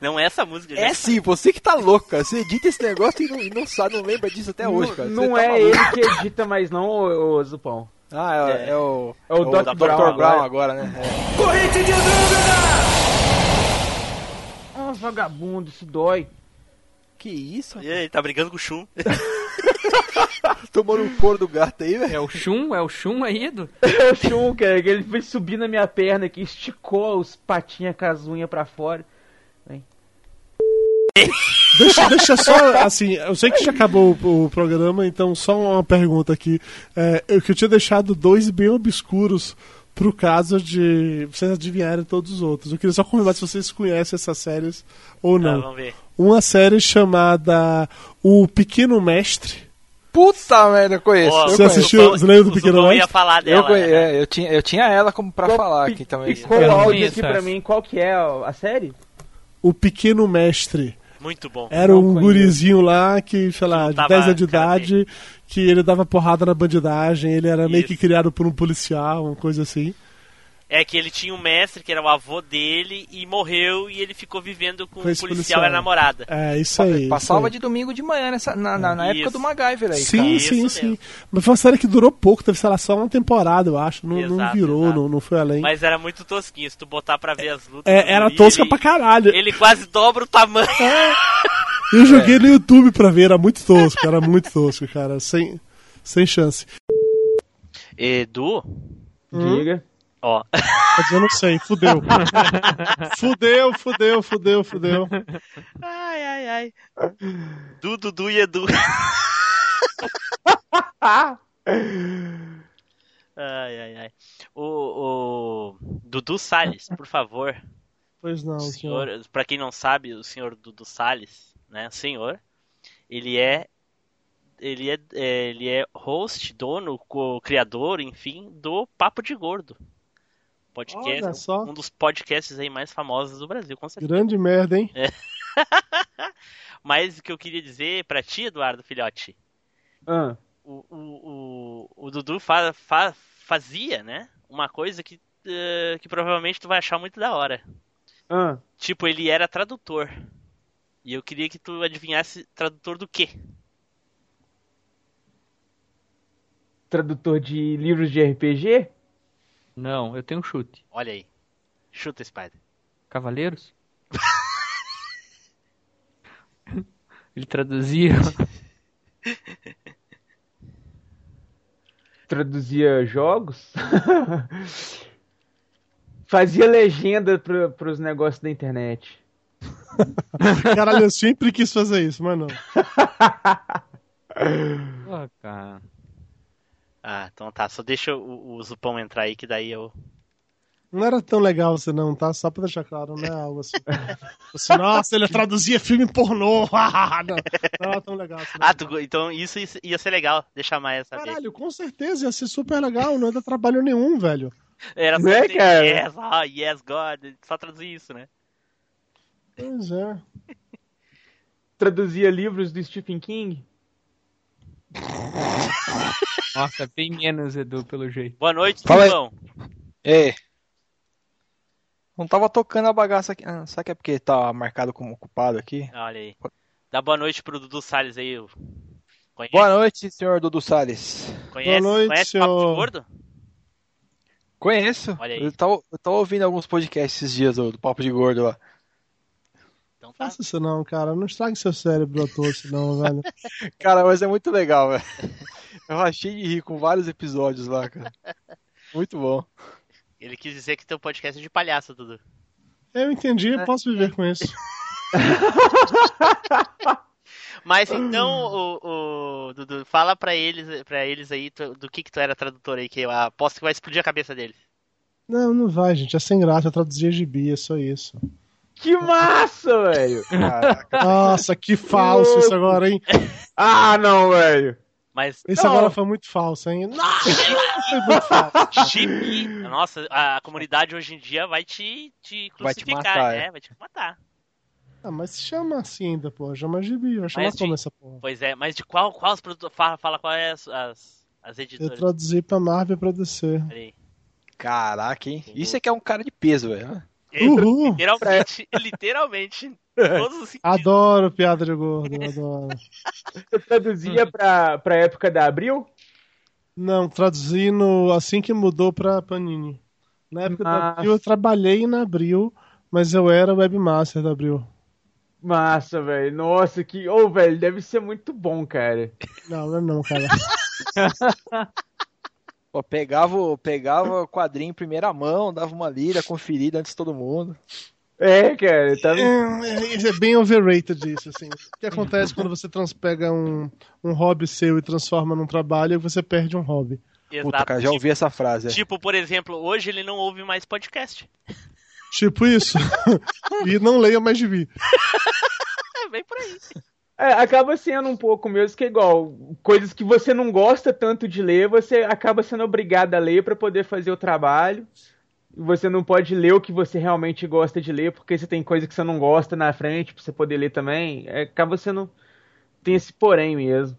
S1: Não é essa música.
S23: É sim, você que tá louco, cara. Você edita esse negócio e não, e não sabe, não lembra disso até hoje,
S13: Não-
S23: cara. Você
S13: Não
S23: tá
S13: é
S23: maluco.
S13: ele que edita mais, não, ô, ô Zupão.
S23: Ah, é, é o.
S13: É o Doc
S23: Dr.
S13: Brown
S23: Brown,
S13: agora.
S23: agora, né?
S13: Corrente de Andrômeda! Ah, vagabundo, isso dói.
S23: Que isso?
S1: E aí, tá brigando com o Shun.
S23: Tomando um couro do gato aí, velho.
S6: É o Chum? É o Chum aí, Edu?
S13: É o Shun, cara, que ele foi subir na minha perna aqui, esticou os patinhas com as unhas pra fora. Vem.
S24: Deixa, deixa só, assim, eu sei que já acabou o, o programa, então só uma pergunta aqui. É, eu que eu tinha deixado dois bem obscuros pro caso de vocês adivinharem todos os outros. Eu queria só confirmar se vocês conhecem essas séries ou não.
S1: Tá, vamos ver.
S24: Uma série chamada O Pequeno Mestre
S7: Puta merda, eu conheço.
S1: Ó,
S7: eu
S1: Você
S7: conheço.
S1: assistiu- você lembra do O Pequeno Zubão ia Mestre? falar dela,
S7: Eu, conhe-
S1: né?
S7: é, eu, tinha, eu tinha ela como pra falar aqui então, também.
S13: Ficou o áudio aqui pra mim, qual que é ó, a série?
S24: O Pequeno Mestre.
S1: Muito bom.
S24: Era um gurizinho lá que, sei lá, de
S1: Lutava
S24: 10 anos de idade, que ele dava porrada na bandidagem, ele era meio que criado por um policial, uma coisa assim.
S1: É que ele tinha um mestre que era o avô dele e morreu e ele ficou vivendo com,
S24: Com
S1: o
S24: esse
S1: policial e a
S24: policial.
S1: namorada.
S24: É, isso aí.
S7: Passava
S24: isso
S7: de domingo de manhã nessa, na, na, na época
S1: Isso.
S7: do MacGyver aí,
S24: aí. Sim,
S7: cara.
S24: sim, sim. Mas foi uma série que durou pouco, teve, sei lá, só uma temporada, eu acho. Não, não
S1: Exato,
S24: virou, Não, não foi além.
S1: Mas era muito tosquinho, se tu botar pra ver as lutas.
S24: É, era
S1: e
S24: tosca
S1: ele-
S24: pra caralho.
S1: Ele quase dobra o tamanho.
S22: Ah.
S1: É.
S24: Eu joguei no YouTube pra ver, era muito tosco, era muito tosco, cara. Sem, sem chance.
S11: Edu?
S7: Hum?
S24: Diga.
S11: Ó.
S24: Mas eu não sei, fudeu. fudeu, fudeu, fudeu, fudeu.
S1: Ai, ai, ai. Du, Dudu e Edu. ai, ai, ai. O, o Dudu Salles, por favor.
S24: Pois não,
S1: O senhor, para quem não sabe, o senhor Dudu Salles, né, o senhor, ele é ele é, é, ele é host, dono, co- criador, enfim, do Papo de Gordo.
S24: Olha
S1: Podcast,
S24: só.
S1: um dos podcasts aí mais famosos do Brasil, com certeza.
S24: Grande merda, hein?
S1: É. Mas o que eu queria dizer pra ti, Eduardo Filhote,
S13: Ah,
S1: o, o, o, o Dudu fa, fa- fazia, né? Uma coisa que, eh, que provavelmente tu vai achar muito da hora.
S13: ah.
S1: Tipo, ele era tradutor. E eu queria que tu adivinhasse tradutor do quê?
S13: Tradutor de livros de RPG?
S17: Não, eu tenho um chute.
S1: Olha aí. Chuta, Spider.
S17: Cavaleiros? Ele traduzia.
S13: Traduzia jogos? Fazia legenda pro, pros negócios da internet.
S24: Caralho, eu sempre quis fazer isso, mas não.
S17: Ah, cara.
S1: Ah, então tá. Só deixa o, o Zupão entrar aí, que daí eu.
S24: Não era tão legal você não, tá? Só pra deixar claro, não é algo assim. Assim, Nossa, ele traduzia filme pornô. não, não era tão legal assim.
S1: Ah, tu go- então isso ia ser- ia ser legal, deixar mais essa vez.
S24: Caralho, com certeza, ia ser super legal, não ia dar trabalho nenhum, velho.
S1: Era só
S24: Né,
S1: dizer,
S24: cara?
S1: yes, ah, yes, God. Só traduzir isso, né?
S24: Pois é.
S13: Traduzia livros do Stephen King?
S17: Nossa, bem menos, Edu, pelo jeito.
S1: Boa noite,
S7: Fala aí.
S1: Zupão.
S7: É. Não tava tocando a bagaça aqui. Ah, será que é porque tá marcado como ocupado aqui?
S1: Olha aí. Dá boa noite pro Dudu Salles aí. o- Conhece,
S7: Boa noite, senhor Dudu Salles.
S1: conhece, conhece Papo de Gordo?
S7: Conheço.
S1: Olha aí.
S7: Eu tava, eu tava ouvindo alguns podcasts esses dias do, do Papo de Gordo lá.
S1: Não
S24: faça isso não, cara. Não estrague seu cérebro à toa, não, velho.
S7: Cara, mas é muito legal, velho. Eu achei de rir com vários episódios lá, cara. Muito bom.
S1: Ele quis dizer que teu podcast é de palhaço, Dudu.
S24: Eu entendi,
S1: É.
S24: eu posso viver com isso.
S1: Mas então, o, o Dudu, fala pra eles, pra eles aí tu- do que que tu era tradutor aí, que eu aposto que vai explodir a cabeça deles.
S24: Não, não vai, gente. É sem graça. Eu traduzia gibi, é só isso.
S13: Que massa, velho!
S24: Nossa, que falso isso agora, hein?
S13: Ah, não, velho.
S1: Mas
S24: Esse agora foi muito falso, hein? Nossa, foi muito falso.
S1: Gibi, nossa, a comunidade hoje em dia vai te, te
S24: Vai te
S1: crucificar,
S24: matar,
S1: né?
S24: é.
S1: Vai te matar.
S24: Ah, mas se chama assim ainda, pô. Chama gibi. Vai chamar
S1: Mas de-
S24: como essa porra?
S1: Pois é, mas de qual, qual os produtores. Fala, fala qual é as, as, as
S24: Eu
S1: editoras.
S24: traduzi pra Marvel e pra DC.
S1: Peraí.
S7: Caraca, hein? Isso é que é um cara de peso, velho. né?
S24: Uhul.
S1: Literalmente, literalmente, em
S7: É.
S1: todos os
S24: Adoro piada de gordo, adoro.
S13: Eu traduzia pra, pra época da Abril?
S24: Não, traduzi no, assim que mudou pra Panini. Na época da
S13: Massa.
S24: Abril, eu trabalhei na Abril, mas eu era webmaster da Abril.
S13: Massa, velho. Nossa, que. Ô, velho, deve ser muito bom, cara.
S24: Não, não, é não cara.
S7: Pô, pegava, o- pegava o quadrinho em primeira mão, dava uma lida, conferida antes de todo mundo.
S13: É, cara, tá.
S24: É, é- é bem overrated isso, assim. O que acontece quando você transpega um, um hobby seu e transforma num trabalho, você perde um hobby.
S1: Exato. Puta, cara, já
S7: ouvi essa
S2: É.
S7: frase.
S1: Tipo, por exemplo, hoje ele não ouve mais podcast.
S24: Tipo isso. e não leia mais de mim.
S1: É bem por aí.
S13: É, acaba sendo um pouco mesmo que é igual. Coisas que você não gosta tanto de ler, você acaba sendo obrigado a ler para poder fazer o trabalho. Você não pode ler o que você realmente gosta de ler, porque você tem coisa que você não gosta na frente pra você poder ler também. É, acaba sendo. Tem esse porém mesmo.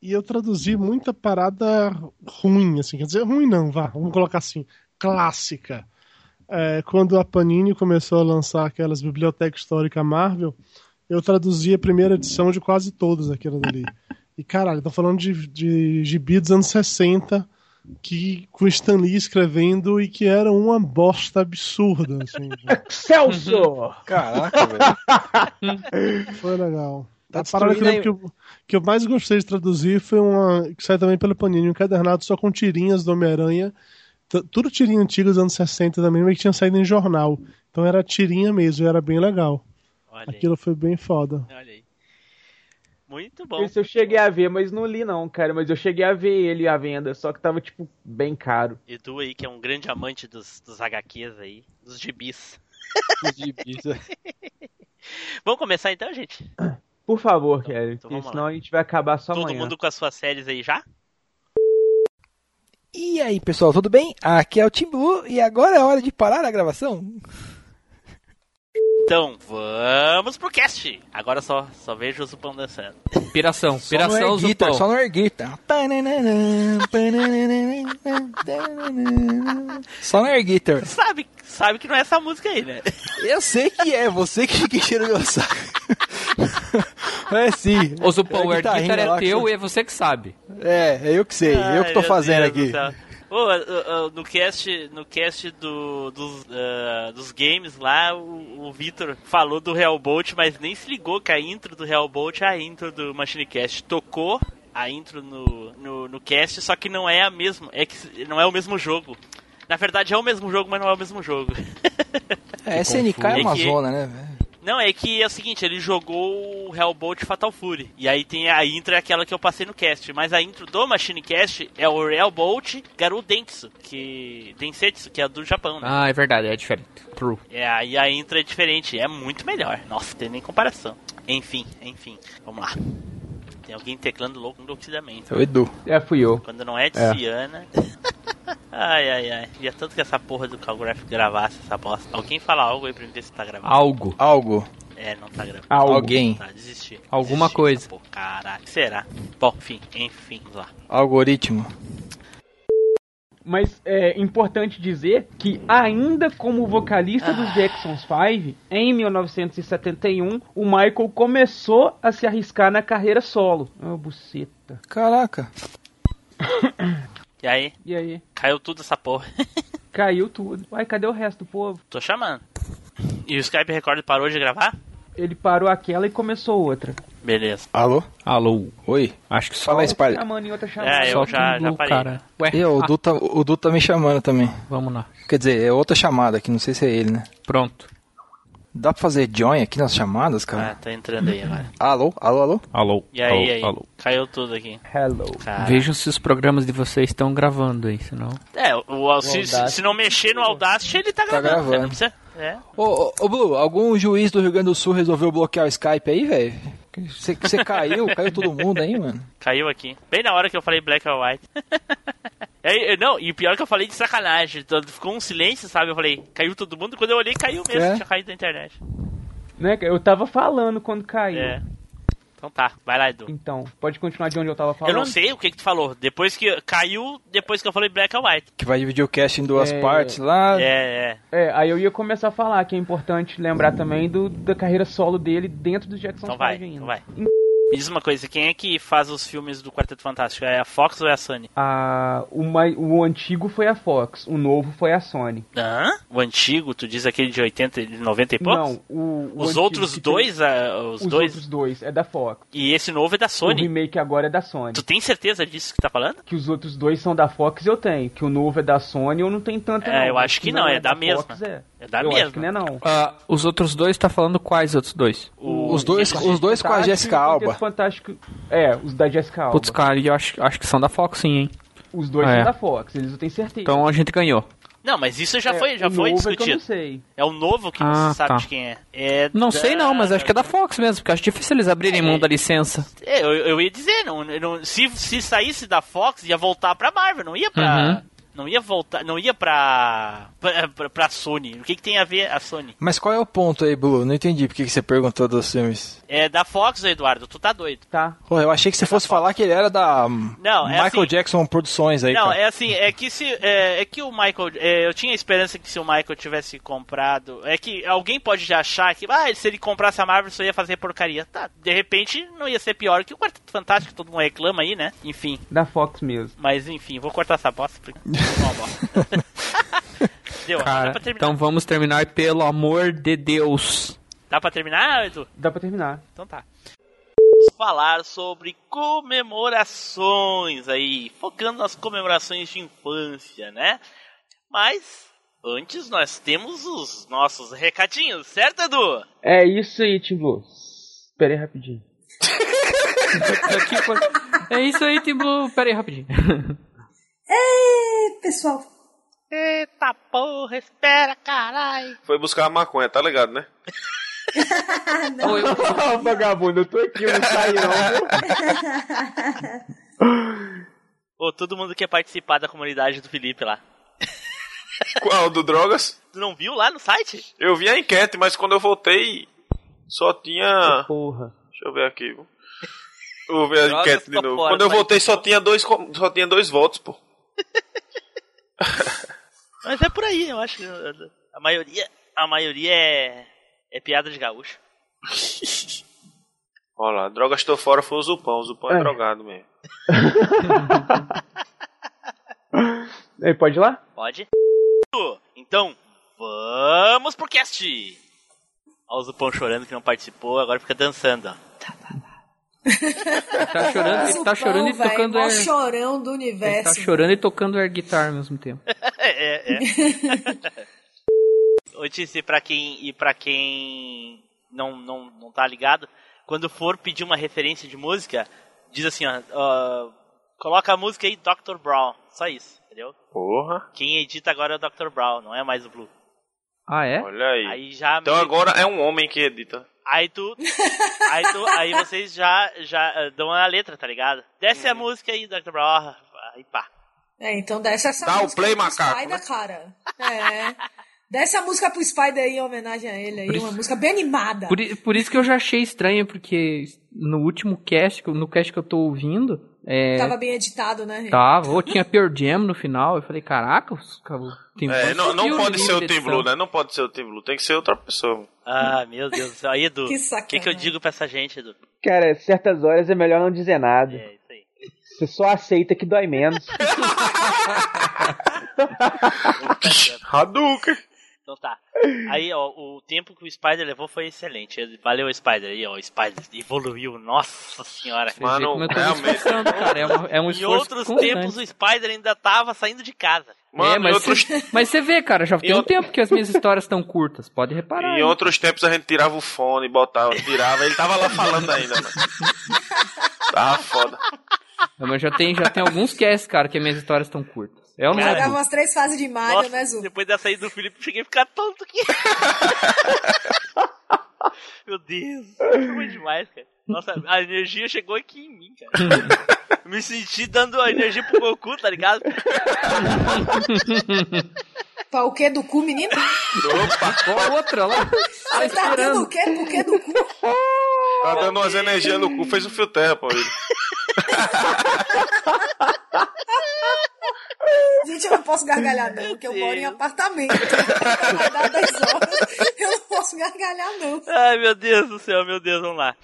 S24: E eu traduzi muita parada ruim, assim. Quer dizer, ruim não, vá. Vamos colocar assim. Clássica. É, quando a Panini começou a lançar aquelas Biblioteca Histórica Marvel, eu traduzi a primeira edição de quase todas aquelas ali. E caralho, tô falando de, de gibi dos anos 60, que, com Stan Lee escrevendo e que era uma bosta absurda. Assim.
S13: Celso!
S24: Caraca, velho. Foi legal. Tá a parada que eu, lembro que,
S13: destruindo
S24: eu, que eu mais gostei de traduzir foi uma. que sai também pela Panini, um encadernado só com tirinhas do Homem-Aranha. T- Tudo tirinha antiga dos anos 60 também, mas que tinha saído em jornal. Então era tirinha mesmo, e era bem legal.
S1: Olha aí.
S24: Aquilo foi bem foda.
S1: Olha aí. Muito bom.
S13: Esse eu cheguei a ver, mas não li não, cara. Mas eu cheguei a ver ele à venda, só que tava, tipo, bem caro.
S1: Edu aí, que é um grande amante dos, dos HQs aí, dos gibis.
S13: Os gibis, é.
S1: Vamos começar então, gente?
S13: Por favor, Kelly, porque
S1: Então, vamos lá.
S13: senão a gente vai acabar só
S1: Todo
S13: amanhã.
S1: mundo com as suas séries aí já?
S2: E aí, pessoal, tudo bem? Aqui é o Tim Blue e agora é hora de parar a gravação.
S1: Então vamos pro cast. Agora só, só vejo o Zupão dançando.
S6: Piração, piração,
S2: só no erguita,
S6: Zupão.
S2: só no erguita. Só no erguita.
S1: Sabe, sabe que não é essa música aí, né?
S2: Eu sei que é, você que, que cheira meu saco. É sim.
S6: Ô, Zupão, o
S2: É
S6: Air
S2: guitarrinha
S6: Guitar é
S2: lá que-
S6: teu e é você que sabe.
S2: É, é eu que sei, eu que tô
S1: Ai, meu
S2: fazendo
S1: Deus do
S2: aqui.
S1: céu. Ô, ô, ô, no cast, no cast do, dos, ah, dos games lá, o, o Vitor falou do Hellbolt, mas nem se ligou que a intro do Hellbolt é a intro do Machine Cast. Tocou a intro no, no, no cast, só que não é a mesma, é que s- não é o mesmo jogo. Na verdade é o mesmo jogo, mas não é o mesmo jogo.
S2: É, SNK é uma
S1: que-
S2: zona, né? velho?
S1: Não, é que é o seguinte, ele jogou o Hellbolt Fatal Fury. E aí tem a intro, é aquela que eu passei no cast. Mas a intro do Machine Cast é o Hellbolt Garou Densetsu, que... Densetsu, que é a do Japão, né?
S6: Ah, é verdade, é diferente. True.
S1: É, aí a intro é diferente, é muito melhor. Nossa, tem nem comparação. Enfim, enfim, vamos lá. Tem alguém teclando louco enlouquecidamente.
S2: É o Edu.
S13: É, fui eu.
S1: Quando não é de
S2: É.
S1: Ciana. ai, ai, ai. Queria tanto que essa porra do Calgraph gravasse essa bosta. Alguém fala algo aí pra mim ver se tá gravando.
S6: Algo.
S2: Algo.
S1: É, não tá gravando.
S6: Algo.
S2: Alguém.
S1: Tá, desisti.
S6: Alguma coisa.
S1: Pô, caralho. Será? Bom, enfim, enfim, vamos lá.
S2: Algoritmo.
S13: Mas é importante dizer que, ainda como vocalista
S1: Ah.
S13: dos Jacksons 5, em 1971, o Michael começou a se arriscar na carreira solo. Ô, buceta.
S2: Caraca.
S1: E aí?
S13: E aí?
S1: Caiu tudo essa porra.
S13: Caiu tudo. Uai, cadê o resto do povo?
S1: Tô chamando. E o Skype Record parou de gravar?
S13: Ele parou aquela e começou outra.
S1: Beleza.
S2: Alô?
S6: Alô.
S2: Oi.
S6: Acho que só
S2: Fala, Spider.
S13: Chamando em outra chamada.
S1: É, eu
S2: Só
S1: já,
S2: com
S1: já
S2: o
S1: parei.
S2: cara. E o Du, tá, o Du tá me chamando também.
S6: ah. Vamos lá.
S2: Quer dizer, é outra chamada aqui, não sei se é ele, né?
S6: Pronto.
S2: Dá pra fazer join aqui nas chamadas,
S1: Ah,
S2: cara?
S1: tá entrando aí agora.
S2: Alô, alô, alô?
S6: Alô.
S1: E aí, aí? Caiu tudo aqui.
S13: Hello.
S1: Cara.
S6: Vejam se os programas de vocês estão gravando aí, senão.
S1: É, o, o- se,
S2: Audacity.
S1: se não mexer no Audacity, ele tá
S2: Tá
S1: gravando.
S2: gravando.
S1: Não precisa... É.
S2: Ô, ô, ô, Blue, algum juiz do Rio Grande do Sul resolveu bloquear o Skype aí, velho? Você você caiu, caiu todo mundo aí, mano.
S1: Caiu aqui. Bem na hora que eu falei black or white. É, é, não, e pior que eu falei de sacanagem. Então, Ficou um silêncio, sabe? Eu falei, caiu todo mundo. Quando eu olhei, caiu mesmo.
S13: É?
S1: Tinha caído da internet.
S13: Né, cara? eu tava falando quando caiu.
S1: É. Então tá, vai lá, Edu.
S13: Então, pode continuar de onde eu tava falando?
S1: Eu não sei o que, que tu falou. Depois que caiu, depois que eu falei black or white.
S2: Que vai dividir o cast em duas
S13: É.
S2: partes lá.
S1: É, é.
S13: É, aí eu ia começar a falar que é importante lembrar também do, da carreira solo dele dentro do Jackson
S1: Então
S13: 5
S1: vai,
S13: ainda.
S1: então vai. Me diz uma coisa, quem é que faz os filmes do Quarteto Fantástico? É a Fox ou é a Sony?
S13: Ah, o, mai- o antigo foi a Fox, o novo foi a Sony.
S1: Hã? O antigo, tu diz aquele de 80, de 90 e poucos?
S13: Não, o- o
S1: os
S13: antigo
S1: outros
S13: que tem-
S1: dois, ah, os,
S13: Os
S1: dois.
S13: outros dois é da Fox.
S1: E esse novo é da
S13: O
S1: Sony.
S13: remake agora é da Sony.
S1: Tu tem certeza disso que tá falando?
S13: Que os outros dois são da Fox eu tenho, que o novo é da Sony eu não tenho tanto não.
S1: É, eu acho que não, é da mesma.
S13: Fox, é.
S1: É da
S13: eu
S1: mesma.
S13: acho que não é não.
S6: Ah, os outros dois, tá falando quais outros dois?
S2: Os dois, os dois com a Jessica
S13: Fantástico e
S2: Alba.
S13: Fantástico. É, os da Jessica Alba.
S6: Putz, cara, eu acho, acho que são da Fox, sim, hein?
S13: Os dois
S6: É.
S13: são da Fox, eles eu tenho certeza.
S6: Então a gente ganhou.
S1: Não, mas isso já
S13: É,
S1: foi, já
S13: o
S1: foi
S13: novo é que eu
S1: discutido.
S13: não sei.
S1: É o novo que
S6: Ah,
S1: não se sabe
S6: tá.
S1: de quem é. É
S6: Não
S1: da-
S6: sei não, mas acho que é da Fox mesmo, porque acho difícil eles abrirem mão da licença.
S1: É, eu, eu ia dizer, não, não- se, se saísse da Fox, ia voltar pra Marvel, não ia
S6: Uhum.
S1: pra. Não ia voltar. Não ia pra. pra, pra- pra Sony. O que, que tem a ver a Sony?
S2: Mas qual é o ponto aí, Blue? Não entendi por que que você perguntou dos filmes.
S1: É da Fox, Eduardo, tu tá doido.
S13: Tá.
S2: Pô, eu achei que você fosse falar que ele era da
S1: Não, é
S2: Michael
S1: assim-
S2: Jackson Produções aí,
S1: não,
S2: cara.
S1: é assim, é que se é, é que o Michael, é, eu tinha a esperança que se o Michael tivesse comprado, é que alguém pode já achar que, ah, se ele comprasse a Marvel só ia fazer porcaria. Tá, de repente não ia ser pior que o Quarteto Fantástico, todo mundo reclama aí, né? Enfim,
S13: Da Fox mesmo.
S1: mas enfim, vou cortar essa bosta porque é uma bosta. Deu, dá
S6: Cara,
S1: pra terminar.
S6: então vamos terminar pelo amor de Deus.
S1: Dá pra terminar, Edu?
S13: Dá pra terminar.
S1: Então tá. Vamos falar sobre comemorações aí, focando nas comemorações de infância, né? Mas antes nós temos os nossos recadinhos, certo, Edu?
S13: É isso aí, Timbu. Espera aí rapidinho.
S6: É isso aí, Timbu. Pera aí, rapidinho.
S3: Ê, pessoal.
S1: Eita porra, espera, carai.
S12: Foi buscar a maconha, tá ligado, né?
S13: Vagabundo, eu tô aqui, eu não saí não.
S1: Ô, todo mundo quer participar da comunidade do Felipe lá.
S12: Qual? Do Drogas?
S1: Tu não viu lá no site?
S12: Eu vi a enquete, mas quando eu voltei, só tinha.
S13: Porra.
S12: Deixa eu ver aqui. viu? Eu vou ver a
S1: Drogas
S12: enquete de
S1: ficou
S12: novo.
S1: fora,
S12: quando eu
S1: mas-
S12: voltei, só tinha dois, com- só tinha dois votos, pô.
S1: Mas é por aí, eu acho que a maioria, a maioria é, é piada de gaúcho.
S12: Olha lá, Drogas tô fora foi o Zupão. O Zupão é,
S13: É.
S12: drogado mesmo.
S13: Aí, pode ir lá?
S1: Pode? Então, vamos pro cast! Olha o Zupão chorando que não participou, agora fica dançando. ó.
S6: Tá chorando, ele tá chorando e
S3: Zupão,
S6: tocando
S3: véi, mó
S6: air-
S3: chorão do
S6: Ele
S3: universo.
S6: tá chorando e tocando air guitar ao mesmo tempo.
S3: Tá.
S1: é, é. Ô, Tice, pra quem, e pra quem não, não, não tá ligado, quando for pedir uma referência de música, diz assim, ó, ó, coloca a música aí Dr. Brown, só isso, entendeu?
S12: Porra.
S1: Quem edita agora é o Dr. Brown, não é mais o Blue.
S6: Ah, é?
S12: Olha aí.
S1: Aí já
S12: Então
S1: meio-
S12: agora é um homem que edita.
S1: Aí tu. Aí tu. Aí vocês já, já eh, dão a letra, tá ligado? Desce
S12: Hum.
S1: a música aí, Dr. Brown. Aí pá.
S3: É, então desce essa
S1: Dá o
S3: música
S1: play,
S3: pro
S1: macaco,
S3: Spider,
S1: né?
S3: cara. É. Desce a música pro Spider aí, em homenagem a ele aí.
S6: Por isso-
S3: Uma música bem animada.
S6: Por, i- por isso que eu já achei estranho, porque no último cast, no cast que eu tô ouvindo, é,
S3: Tava bem editado, né?
S6: tava, ou tinha Pearl Jam no final, eu falei, caraca, os caras...
S12: É, não, não pode ser o Tim Blue, né? Não pode ser o Tim Blue, tem que ser outra pessoa.
S1: Ah, meu Deus do céu. Aí, Edu.
S3: Que
S1: O que, que eu digo pra essa gente, Edu?
S13: Cara, certas horas é melhor não dizer nada.
S1: É, isso aí.
S13: Você só aceita que dói menos.
S12: Hadouken!
S1: Então tá. Aí, ó, o tempo que o Spider levou foi excelente. Ele- Valeu, Spider. Aí, ó, o Spider evoluiu. Nossa senhora.
S12: Mano, como eu tô me realmente. esforçando,
S6: cara, é uma- é um
S1: Em
S6: esforço
S1: outros
S6: constante.
S1: tempos, o Spider ainda tava saindo de casa.
S6: é, mas, cê- mas você vê, cara, já tem um
S12: outro-
S6: tempo que as minhas histórias estão curtas, pode reparar.
S12: Em
S6: aí.
S12: outros tempos a gente tirava o fone, botava, tirava, ele tava lá falando ainda, mano. Tava foda.
S6: É, Ah, Mas já tem, já tem alguns casts, cara, que as minhas histórias estão curtas. É ou não é,
S3: Jogava
S6: Edu?
S3: umas três fases de Mario,
S1: Nossa,
S3: né, Zu?
S1: Depois da saída do Felipe, eu cheguei a ficar tonto aqui. Meu Deus, foi demais, cara. Nossa, a energia chegou aqui em mim, cara. Me senti dando a energia pro Goku, tá ligado?
S3: Pra o quê do cu, menino?
S6: Opa, outra lá.
S3: Você tá dando o quê? Por quê do cu?
S12: Tá dando umas energias no cu, fez um fio terra, pô. ele.
S3: Gente, eu não posso gargalhar, não, porque eu moro em apartamento. Vai dar 10 horas. Eu não posso gargalhar, não.
S1: Ai, meu Deus do céu, meu Deus, vamos lá.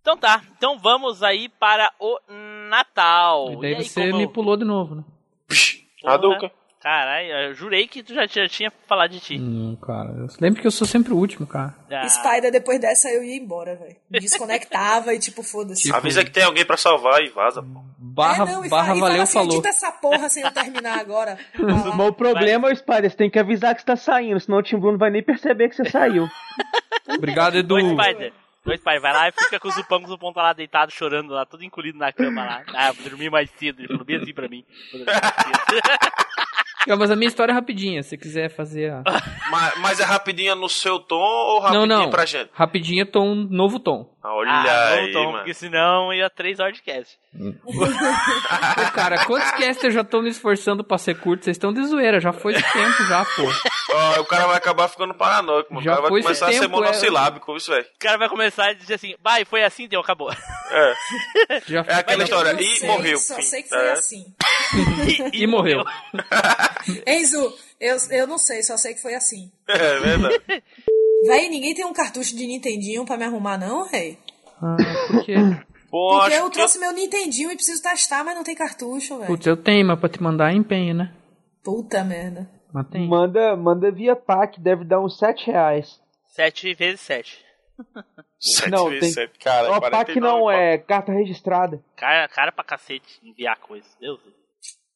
S1: Então tá, então vamos aí para o Natal.
S6: E daí
S1: aí,
S6: você me pulou de novo, né?
S1: porra, Caralho, eu jurei que tu já tinha, tinha falado de ti.
S6: Não, Hum, cara, eu lembro que eu sou sempre o último, cara.
S1: Ah,
S3: Spider, depois dessa, eu ia embora, velho. Me desconectava e, tipo, foda-se.
S12: Avisa que tem alguém pra salvar e vaza, pô.
S6: Barra,
S3: Não, e fa-
S6: barra
S3: e fala
S6: valeu,
S3: assim,
S6: falou.
S3: edita essa porra sem eu terminar agora.
S12: Uhum.
S13: Mas o problema é o Spider, você tem que avisar que você tá saindo, senão o Tim Blue não vai nem perceber que você saiu.
S6: Obrigado, Edu.
S1: Ô, Spider, Dois pais, vai lá e fica com o Zupão, com o Zupão tá lá deitado, chorando lá, todo encolhido na cama lá. Ah, vou dormir mais cedo, ele falou bem assim pra mim. Vou dormir mais cedo.
S6: Não, mas a minha história é rapidinha, se quiser fazer a...
S12: Mas, mas é rapidinha no seu tom ou rapidinha
S6: não, não.
S12: pra gente?
S6: Rapidinha, tom, novo tom.
S12: Olha
S1: ah,
S12: aí,
S1: então,
S12: mano.
S1: porque senão ia três horas de cast.
S6: Pô, cara, quantos casts eu já tô me esforçando pra ser curto? Vocês estão de zoeira, já foi esse tempo já, pô.
S12: Ó, o cara vai acabar ficando paranoico, mano.
S6: Já
S12: o cara
S6: foi
S12: vai
S6: esse
S12: começar a ser
S6: tempo, é.
S12: monossilábico, isso, velho.
S1: O cara vai começar a dizer assim, vai, foi assim, deu, acabou.
S12: É.
S6: Já
S12: É aquela
S3: Mas eu
S12: história.
S3: não
S12: E
S3: sei,
S12: morreu.
S3: Só
S12: fim.
S3: sei que foi
S12: É.
S3: assim.
S6: E morreu.
S3: Enzo, eu, eu não sei, só sei que foi assim.
S12: É verdade.
S3: Véi, ninguém tem um cartucho de Nintendinho pra me arrumar, não, rei?
S6: Ah, Por quê?
S12: Pô,
S3: Porque
S12: acho
S3: eu trouxe meu Nintendinho e preciso testar, mas não tem cartucho, velho.
S6: Putz, eu tenho, mas pra te mandar é empenho, né?
S3: Puta merda.
S6: Mas tem.
S13: Manda, manda via PAC, deve dar uns 7 reais.
S1: Sete vezes sete.
S12: Sete
S13: não,
S12: vezes
S13: tem...
S12: sete, cara,
S13: Ó, PAC
S12: 49
S13: não, é carta registrada.
S1: Cara, cara pra cacete enviar coisa. Deus.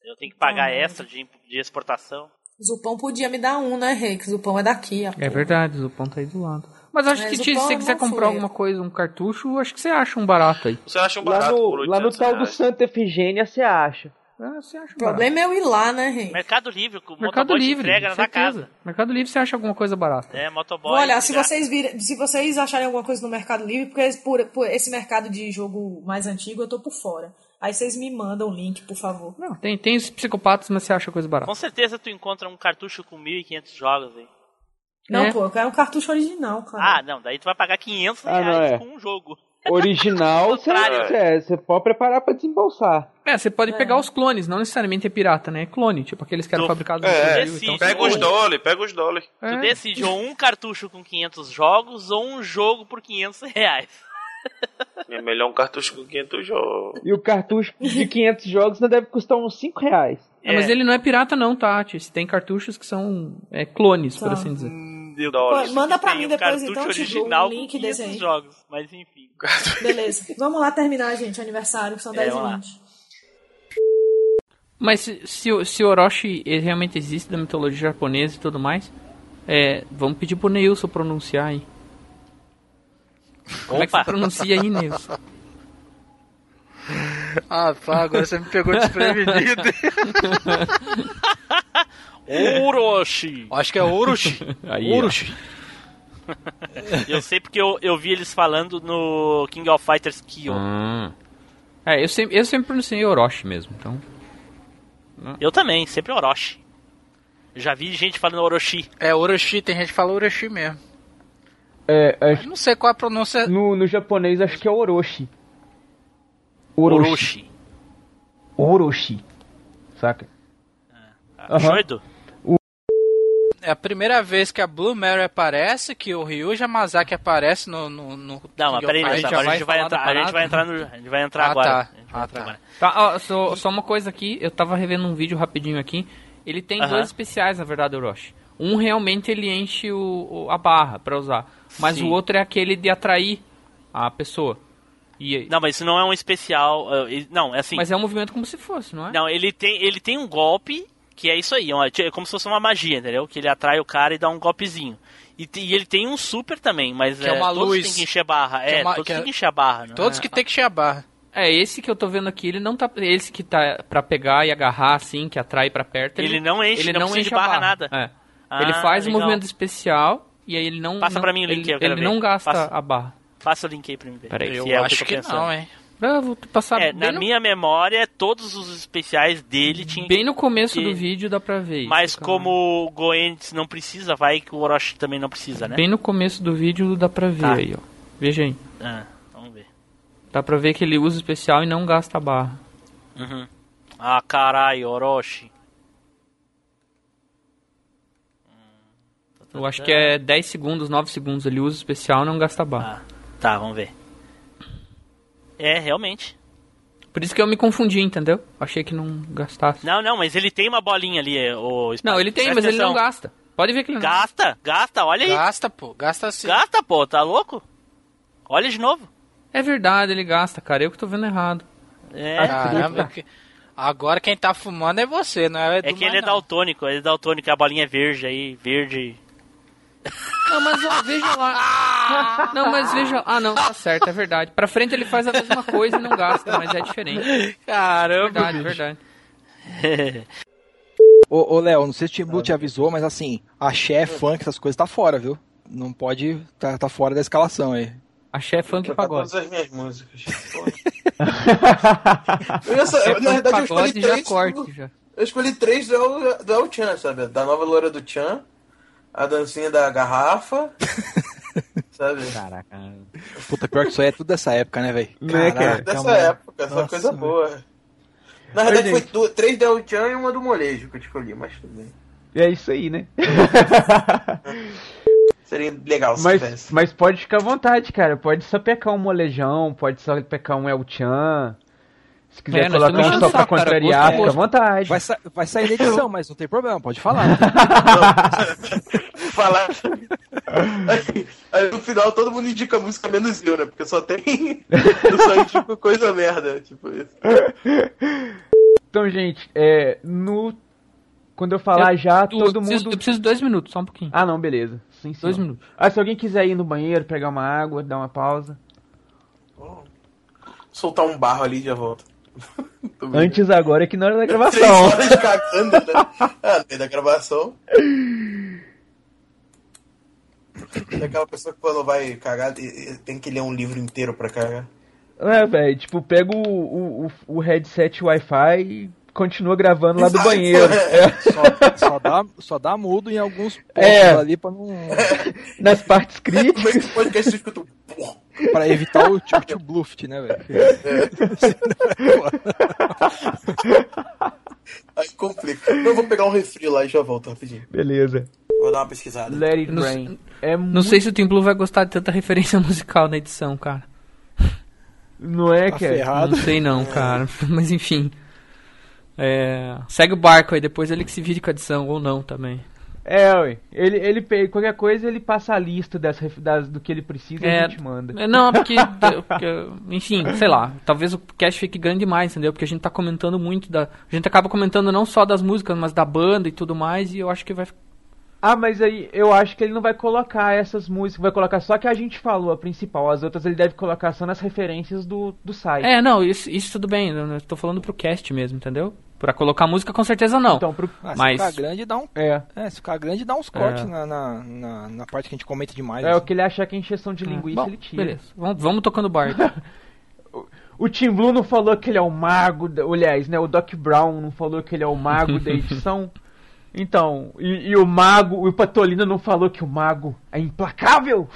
S1: Eu tenho que pagar
S3: Ah.
S1: extra de, de exportação.
S3: Zupão podia me dar um, né, rei? Que Zupão é daqui, ó.
S6: É verdade, o Zupão tá aí do lado. Mas acho
S3: Mas
S6: que
S3: o
S6: Ti, se
S3: pão
S6: você
S3: é
S6: quiser
S3: bom fuleiro.
S6: comprar alguma coisa, um cartucho, acho que você acha um barato aí.
S12: Você acha um
S13: Lá
S12: barato
S13: no,
S12: por
S13: lá no
S12: 800
S13: tal do
S12: reais.
S13: Santa Efigênia você acha.
S6: Ah, você acha
S3: O problema é eu ir lá, né, rei?
S1: Mercado Livre, com o
S6: Mercado
S1: motoboy te
S6: Livre,
S1: um entrega na
S6: certeza.
S1: tua casa.
S6: Mercado Livre você acha alguma coisa barata.
S1: É, motoboy.
S3: Vou olhar, se
S1: já-
S3: vocês, virem, se vocês acharem alguma coisa no Mercado Livre, porque esse- por, por esse mercado de jogo mais antigo eu tô por fora. Aí vocês me mandam o link, por favor.
S6: Não, Tem, tem os psicopatas, mas você acha coisa barata.
S1: Com certeza tu encontra um cartucho com 1.500 jogos aí.
S3: Não,
S6: É.
S3: pô, eu quero um cartucho original, cara.
S1: Ah, não, daí tu vai pagar 500
S13: Ah,
S1: reais
S13: não, é.
S1: com um jogo.
S13: Original, você
S1: Contrário.
S13: é, você pode preparar pra desembolsar.
S6: É, você pode pegar os clones, não necessariamente é pirata, né? É clone, tipo aqueles que eram fabricados no
S12: É,
S6: Brasil.
S1: Sim,
S12: pega
S1: sim.
S12: os dólares, pega os dólares.
S6: É.
S1: Tu decide ou um cartucho com 500 jogos ou um jogo por 500 reais.
S12: É melhor um cartucho com 500 jogos.
S13: E o cartucho de 500 jogos ainda deve custar uns 5 reais.
S6: É, mas ele não é pirata não, tá? Ti? Tem cartuchos que são é, clones, por
S3: Tá.
S6: assim dizer.
S3: Pô, manda pra
S1: Tem
S3: mim
S1: um
S3: depois,
S1: cartucho
S3: então, eu te dou
S1: original
S3: um link
S1: com 500
S3: desse aí.
S1: jogos, mas enfim.
S3: Beleza. Vamos lá terminar, gente, o aniversário, que são
S1: É,
S3: 10
S1: vamos
S3: e
S1: lá.
S3: 20.
S6: Mas se, se, o- se o Orochi ele realmente existe da mitologia japonesa e tudo mais, é, vamos pedir pro Neilson pronunciar aí. Como é que
S1: Opa.
S6: se pronuncia aí, Neilson?
S18: Ah, tá, agora você me pegou desprevenido.
S1: Orochi!
S18: Acho que é Orochi.
S6: Aí, ó.
S18: Orochi.
S1: Eu sei porque eu, eu vi eles falando no King of Fighters Kyo.
S6: Hum. É, eu sempre, eu sempre pronunciei Orochi mesmo, então...
S1: Eu também, sempre Orochi. Já vi gente falando Orochi.
S18: É Orochi, tem gente que fala Orochi mesmo.
S13: É, acho-
S18: Não sei qual a pronúncia.
S13: no, no japonês acho que é Orochi.
S1: Orochi.
S13: Orochi. Saca? Aham.
S1: Doido?
S18: É a primeira vez que a Blue Mary aparece, que o Ryuji Yamazaki aparece no. no, no
S1: Não, mas peraí,
S18: a gente já
S1: agora a gente vai
S18: falar da
S1: entrar, a
S18: parada?
S1: gente vai entrar no, a gente vai entrar
S18: Ah,
S1: agora.
S18: tá.
S1: A gente vai entrar agora.
S6: Tá, ó, só, só uma coisa aqui, eu tava revendo um vídeo rapidinho aqui. Ele tem
S1: Aham.
S6: dois especiais, na verdade, Orochi. Um realmente ele enche o, o- a barra pra usar, mas
S1: Sim.
S6: o outro é aquele de atrair a pessoa. E,
S1: Não, mas isso não é um especial. ah, ele- Não, é assim.
S6: Mas é um movimento como se fosse, não é?
S1: Não, ele tem, ele tem um golpe que é isso aí, é uma- é como se fosse uma magia, entendeu? Que ele atrai o cara e dá um golpezinho. E, te- e ele tem um super também, mas eh,
S18: Que é uma
S1: todos
S18: luz.
S1: têm que encher a barra.
S18: Que é
S1: é,
S18: uma-
S1: todos
S18: que é-
S1: têm que encher a barra. né?
S18: Todos que tem que encher a barra.
S6: É, esse que eu tô vendo aqui, ele não tá. Esse que tá pra pegar e agarrar, assim, que atrai pra perto.
S1: Ele não enche,
S6: ele
S1: não
S6: não
S1: precisa
S6: enche
S1: de
S6: a
S1: barra,
S6: barra
S1: nada.
S6: É.
S1: Ah,
S6: ele faz um
S1: legal.
S6: movimento especial e aí ele não.
S1: Passa
S6: não,
S1: pra mim o link,
S6: ele,
S1: eu quero
S6: ele
S1: ver.
S6: não gasta
S1: Passa.
S6: a barra.
S1: Passa o link aí pra mim ver.
S6: Peraí.
S1: se
S6: Eu
S1: é o
S6: acho
S1: eu tô
S6: que
S1: pensando.
S6: não, hein? Ah, vou passar
S1: É,
S6: bem
S1: na
S6: no-
S1: minha memória, todos os especiais dele tinham.
S6: Bem no começo
S1: que-
S6: do vídeo dá pra ver. isso,
S1: Mas
S6: cara.
S1: como o Goendes não precisa, vai que o Orochi também não precisa, né?
S6: Bem no começo do vídeo dá pra ver
S1: Tá.
S6: aí, ó. Veja aí.
S1: Ah, vamos ver.
S6: Dá pra ver que ele usa o especial e não gasta a barra.
S1: Uhum. Ah, caralho, Orochi.
S6: Eu acho que é 10 segundos, 9 segundos. Ele usa o especial e não gasta a barra.
S1: Tá, vamos ver. É, realmente.
S6: Por isso que eu me confundi, entendeu? Achei que não gastasse.
S1: Não, não, mas ele tem uma bolinha ali, é, o Spike.
S6: Não, ele tem,
S1: Presta
S6: mas ele
S1: atenção.
S6: não gasta. Pode ver que ele não
S1: Gasta, gasta, olha aí.
S18: Gasta, pô, gasta sim.
S1: Gasta, pô, tá louco? Olha de novo.
S6: É verdade, ele gasta, cara. Eu que tô vendo errado.
S1: É,
S18: Caramba, que- agora quem tá fumando é você, não é?
S1: é que ele é daltônico, ele é daltônico, a bolinha é verde aí, verde.
S6: Não, mas ó, veja lá. Não, mas veja. Ah, não, tá certo, é verdade. Pra frente ele faz a mesma coisa e não gasta, mas é diferente. É
S25: Caramba,
S6: Verdade,
S25: bicho.
S6: verdade.
S7: Ô, ô, Léo, não sei se o Timbu te avisou, mas assim, axé, funk, essas coisas tá fora, viu? Não pode. Tá, tá fora da escalação aí.
S6: Axé, é funk
S26: Vou cantar todas as minhas músicas.
S2: Eu já sa-
S6: Você
S2: na verdade, eu
S6: pagode
S2: escolhi
S6: já
S2: três.
S6: corte,
S2: do-
S6: já.
S2: Eu escolhi três do El, do El Chan, sabe? Da nova loira do Chan, a dancinha da garrafa. sabe?
S7: Caraca. Puta, pior que isso aí é tudo dessa época, né, velho?
S2: Né, cara?
S13: Então,
S2: Dessa época, essa
S13: né?
S2: coisa boa. Na verdade, foi du- três do El Chan e uma do molejo que eu escolhi, mas tudo bem.
S13: É isso aí, né?
S2: Seria legal se tivesse.
S13: mas, mas pode ficar à vontade, cara. Pode só pecar um molejão, pode só pecar um El Chan. Se quiser
S7: É, nós
S13: colocar
S7: estamos
S13: um só pra
S7: enchendo o saco, cara.
S13: contrariar,
S7: Gosto é
S13: fica à
S7: gosto.
S13: vontade.
S7: Vai, sa- vai sair da edição, mas não tem problema, pode falar.
S2: falar. Aí, aí no final todo mundo indica música menos eu, né? Porque só tem. Eu só indico coisa merda. Tipo isso.
S13: Então, gente, é, no... quando eu falar
S6: Eu-
S13: já,
S6: du-
S13: todo
S6: eu preciso-
S13: mundo.
S6: eu preciso de dois minutos, só um pouquinho.
S13: Ah, não, beleza. Sim, sim.
S6: Dois minutos.
S13: Ah, se alguém quiser ir no banheiro, pegar uma água, dar uma pausa.
S2: Soltar um barro ali e já volta.
S13: Antes agora é que na hora da
S2: Três
S13: gravação.
S2: horas cagando, né? Ah, tem da gravação. Tem aquela pessoa que quando vai cagar e- e tem que ler um livro inteiro pra cagar.
S13: É, velho, tipo, pega o, o, o, o headset Wi-Fi e continua gravando lá do
S7: Exato.
S13: banheiro. É.
S7: Só, só dá, só dá mudo em alguns pontos
S13: É.
S7: ali pra não.
S13: Nas partes críticas.
S2: é podcast escuta
S7: Pra evitar o tchut bluft, né,
S2: É.
S7: velho?
S2: Aí complica. Eu vou pegar um refri lá e já volto rapidinho.
S13: Beleza.
S2: Vou dar uma pesquisada.
S13: Let it
S6: Não,
S13: rain.
S6: não sei se o Tim Blue vai gostar de tanta referência musical na edição, cara.
S13: Não é, Tá cara? ferrado.
S6: Não sei
S26: É.
S6: não, cara. Mas enfim. É, Segue o barco aí, depois ele que se vire com a edição, ou não também.
S13: É, ué. Ele, ele pega qualquer coisa, ele passa a lista das, ref- das- do que ele precisa e a gente manda.
S6: é, Não, porque, eu- porque eu- Enfim, sei lá. Talvez o cast fique grande demais, entendeu? Porque a gente tá comentando muito da. A gente acaba comentando não só das músicas, mas da banda e tudo mais, e eu acho que vai.
S13: Ah, mas aí eu acho que ele não vai colocar essas músicas, vai colocar só a que a gente falou, a principal. As outras ele deve colocar só nas referências do, do site.
S6: É, não, isso, isso tudo bem. Eu eu tô falando pro cast mesmo, entendeu? Pra colocar música, com certeza não.
S13: Então, pro...
S7: Ah, se
S6: mas.
S7: ficar grande, dá um.
S13: É.
S7: se ficar grande, dá uns cortes
S6: É.
S7: na, na, na, na parte que a gente comenta demais.
S13: É
S7: assim.
S13: o que ele achar que é encheção de linguiça,
S6: Ah, Bom,
S13: ele tira.
S6: beleza. é. Vamos, vamos tocando então. o barco.
S13: O Tim Blue não falou que ele é o mago, da... aliás, né? O Doc Brown não falou que ele é o mago da edição. Então, e, e o mago, o Patolino não falou que o mago é implacável?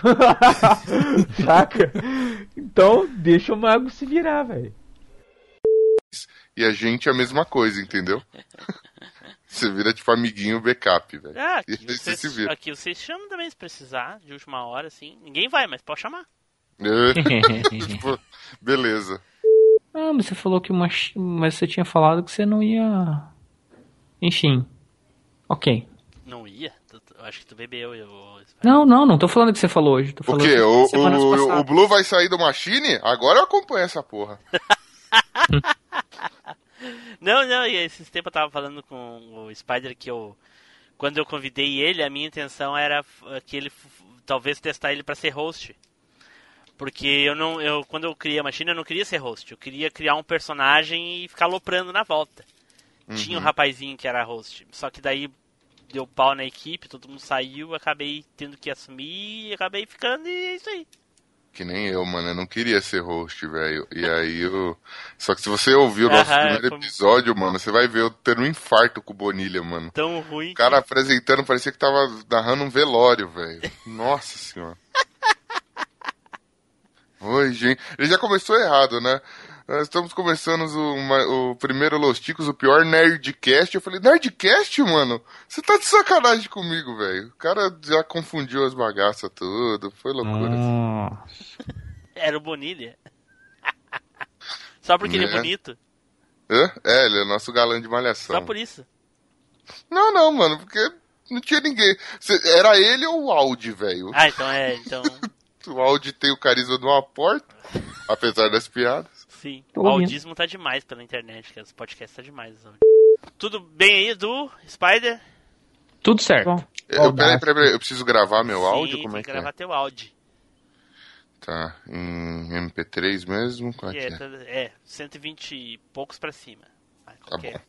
S13: Saca? Então, deixa o mago se virar, velho.
S15: E a gente é a mesma coisa, entendeu? Você vira tipo amiguinho backup, velho.
S1: Ah,
S15: e
S1: aqui,
S15: aí você
S1: vocês,
S15: se vira.
S1: aqui vocês chamam também se precisar, de última hora, assim. Ninguém vai, mas pode chamar.
S15: É. Tipo, beleza.
S6: Ah, mas você falou que uma. chi- Mas você tinha falado que você não ia. Enfim. Ok.
S1: Não ia? Tu- tu- eu acho que tu bebeu. Eu...
S6: Não, não, não tô falando que você falou hoje. Tô
S15: O
S6: falando
S15: quê?
S6: que
S15: O,
S6: semanas
S15: o,
S6: passadas.
S15: o Blue vai sair do Machine? Agora eu acompanho essa porra.
S1: Não, não, e esses tempos eu tava falando com o Spider que eu. Quando eu convidei ele, a minha intenção era f- que ele. f- Talvez testar ele pra ser host. Porque eu não. Eu, quando eu criei a Machine, eu não queria ser host. Eu queria criar um personagem e ficar loprando na volta. Tinha um
S15: Uhum.
S1: rapazinho que era host. Só que daí deu pau na equipe, todo mundo saiu, acabei tendo que assumir e acabei ficando e é isso aí.
S15: Que nem eu, mano. Eu não queria ser host, velho. E aí eu. Só que se você ouvir o nosso
S1: Aham,
S15: primeiro
S1: como-
S15: episódio, mano, você vai ver eu tendo um infarto com o Bonilha, mano.
S1: Tão ruim.
S15: O cara apresentando parecia que tava narrando um velório, velho. Nossa senhora. Oi, gente. Ele já começou errado, né? Nós estamos começando o, ma- o primeiro Los Ticos, o pior Nerdcast. Eu falei, Nerdcast, mano? Você tá de sacanagem comigo, velho. O cara já confundiu as bagaças tudo. Foi loucura.
S1: Era o Bonilha. Só porque ele é
S15: Né?
S1: bonito.
S15: Hã? É, ele é nosso galã de malhação.
S1: Só por isso.
S15: Não, não, mano, porque não tinha ninguém. Cê- Era ele ou o Audi, velho?
S1: Ah, então é. Então,
S15: O Audi tem o carisma de uma porta, apesar das piadas.
S1: sim.
S15: Tô
S1: o
S15: ouvindo.
S1: audismo tá demais pela internet, cara. Os podcasts tá demais. os audi- Tudo bem aí, Edu? Spider?
S6: Tudo certo.
S15: Eu, peraí, peraí, peraí, eu preciso gravar meu áudio?
S1: Sim,
S15: Como
S1: tem
S15: é
S1: que
S15: que é?
S1: gravar teu áudio.
S15: Tá, em MP3 mesmo? Qual é,
S1: é,
S15: que é?
S1: tá- é, 120 e poucos pra cima. Aí,
S15: Tá
S1: qual que é?
S15: bom,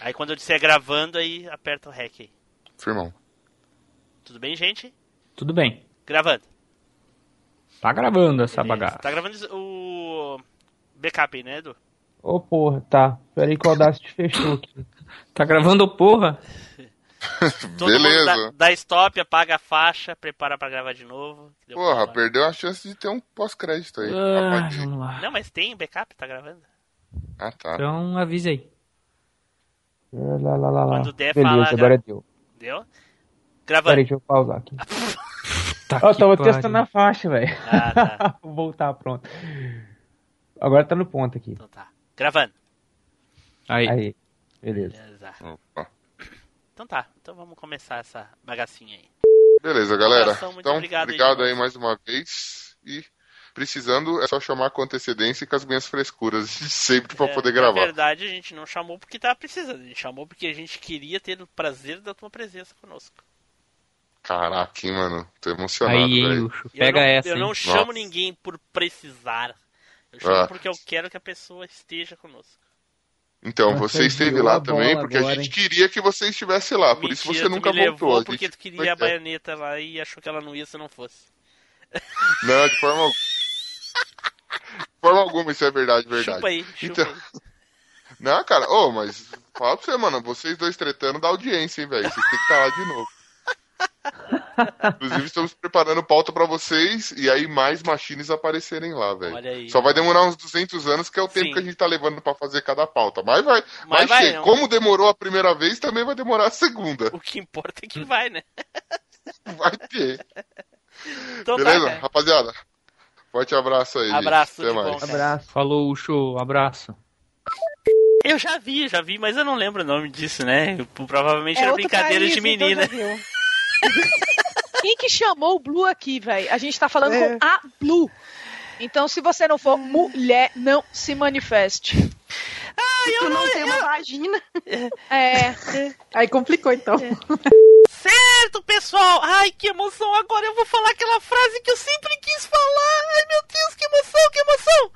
S1: Aí quando eu disser gravando, aí aperta o REC aí.
S15: firmão.
S1: Tudo bem, gente?
S6: Tudo bem.
S1: Gravando.
S6: Tá gravando essa bagaça.
S1: Tá gravando o backup aí, né, Edu?
S13: Ô porra, tá. Peraí que o Audacity fechou aqui.
S6: Tá gravando porra?
S1: Todo mundo dá, dá stop, apaga a faixa, prepara pra gravar de novo. que deu
S15: Porra,
S1: problema.
S15: perdeu a chance de ter um pós-crédito aí.
S6: Ah,
S15: Rapaz.
S6: vamos lá.
S1: Não, mas tem backup, tá gravando?
S15: Ah, tá.
S6: Então avisa aí.
S13: É, Lá, lá, lá, lá.
S1: Quando der,
S13: Beleza,
S1: fala,
S13: agora é
S1: gra-
S13: deu.
S1: Deu?
S13: Peraí,
S1: Gravando.
S13: deixa eu pausar aqui.
S6: Tá
S13: eu
S6: que
S13: tava
S6: pariu.
S13: testando a faixa, velho.
S1: Ah, tá.
S13: Vou voltar, pronto. Agora tá no ponto aqui.
S1: Então Gravando.
S6: Aí.
S13: Aí. Beleza.
S1: Então tá, então vamos começar essa bagacinha aí.
S15: Beleza, galera.
S1: Abração, muito
S15: então,
S1: obrigado
S15: obrigado,
S1: aí,
S15: aí,
S1: Jonas.
S15: mais uma vez. E precisando, é só chamar com antecedência e com as minhas frescuras de sempre pra
S1: É,
S15: poder gravar.
S1: Na verdade, a gente não chamou porque tava precisando, a gente chamou porque a gente queria ter o prazer da tua presença conosco.
S15: Caraca, hein, mano. Tô emocionado,
S6: Aí, hein,
S15: velho.
S6: Luxo.
S1: E eu
S15: É,
S1: não- Eu não chamo ninguém por precisar. Eu chamo
S15: Ah.
S1: porque eu quero que a pessoa esteja conosco.
S15: Então,
S27: Nossa,
S15: você esteve
S27: girou
S15: lá
S27: a bola
S15: também, porque a
S27: agora,
S15: gente queria que você estivesse lá, por isso
S1: Mentira,
S15: você
S1: tu
S15: nunca
S1: me levou
S15: voltou. A
S1: porque
S15: gente... é.
S1: tu queria a baioneta lá e achou que ela não ia se não fosse.
S15: Não, de forma alguma. De forma alguma, isso é verdade, verdade.
S1: Chupa aí, chupa
S15: então... Não, cara, ô, mas fala pra você, mano, vocês dois tretando da audiência, hein, velho. Vocês têm que estar lá de novo. Inclusive, estamos preparando pauta pra vocês e aí mais machines aparecerem lá,
S1: Olha
S15: velho.
S1: aí.
S15: Só vai demorar uns 200 anos, que é o tempo
S1: Sim.
S15: que a gente tá levando pra fazer cada pauta. Mas vai, mas
S1: vai, não.
S15: como demorou a primeira vez, também vai demorar a segunda.
S1: O que importa é que vai, né?
S15: Vai ter.
S1: Então tá,
S15: Beleza,
S1: cara.
S15: rapaziada? Forte abraço aí. gente.
S1: Abraço,
S15: Até
S1: de
S15: mais.
S1: bom, cara. Abraço.
S6: Falou, show. Abraço.
S1: Eu já vi, já vi, mas eu não lembro o nome disso, né? Eu- Provavelmente era
S3: É outro
S1: brincadeira
S3: país,
S1: de
S3: então
S1: menina.
S3: já viu. Quem que chamou o Blue aqui, velho? A gente tá falando
S1: É.
S3: com a Blue. Então, se você não for mulher, não se manifeste. Ah, eu não tenho uma vagina. É. Aí complicou, então.
S1: Certo, Então, pessoal! Ai, que emoção! Então Agora eu vou falar aquela frase que eu sempre quis falar! Ai, meu Deus, que emoção, que emoção!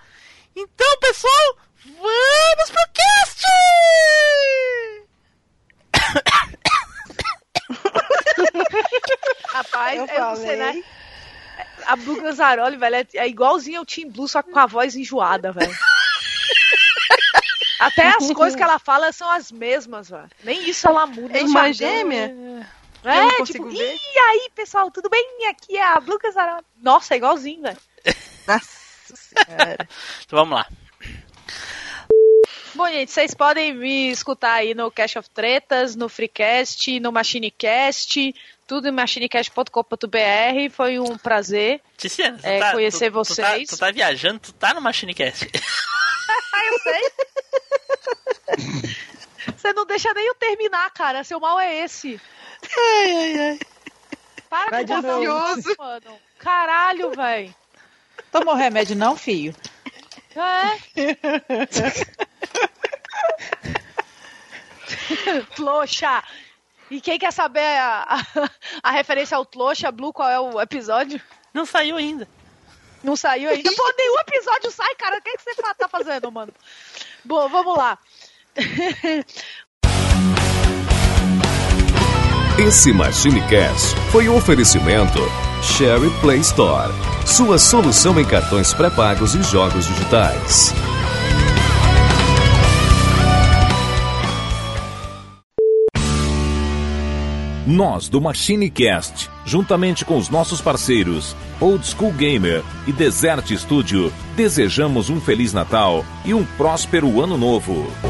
S1: Então, pessoal, vamos pro cast!
S3: Rapaz, eu,
S8: Eu
S3: não sei,
S8: falei.
S3: né? A Blue Ganzaroli, velho, é- é igualzinha ao Team Blue, só que com a voz enjoada, velho. Até as coisas que ela fala são as mesmas, velho. Nem isso ela muda.
S8: É
S3: o
S8: irmã
S3: jargão.
S8: gêmea? Eu não
S3: É,
S8: consigo
S3: tipo,
S8: ver.
S3: e aí, pessoal, tudo bem? Aqui é a Blue Ganzaroli. Nossa, é igualzinho, velho.
S1: Então vamos lá.
S3: Bom, gente, vocês podem me escutar aí no Cash of Tretas, no Freecast, no MachineCast, tudo em machinecast.com.br. Foi um prazer
S1: Tiziana, tu
S3: é,
S1: tá,
S3: conhecer
S1: tu- tu tá-
S3: vocês.
S1: Tu tá, viajando, tu tá no Machinecast.
S3: Ah, eu sei. Você não deixa nem eu terminar, cara. Seu mal é esse. Ai, ai, ai. Para
S8: Vai
S3: de
S8: de
S3: botar
S8: novo.
S3: isso, mano. Caralho, velho.
S8: Tomou remédio não, filho?
S3: É. Trouxa. E quem quer saber a, a- a referência ao Trouxa, Blue, qual é o episódio?
S1: Não saiu ainda.
S3: Não saiu ainda? Pô, nenhum episódio sai, cara. O que, é que você fa- tá fazendo, mano? Bom, vamos lá.
S28: Esse Machinecast foi um oferecimento Sherry Play Store, sua solução em cartões pré-pagos e jogos digitais.
S5: Nós do MachineCast, juntamente com os nossos parceiros Old School Gamer e Desert Studio, desejamos um Feliz Natal e um próspero Ano Novo.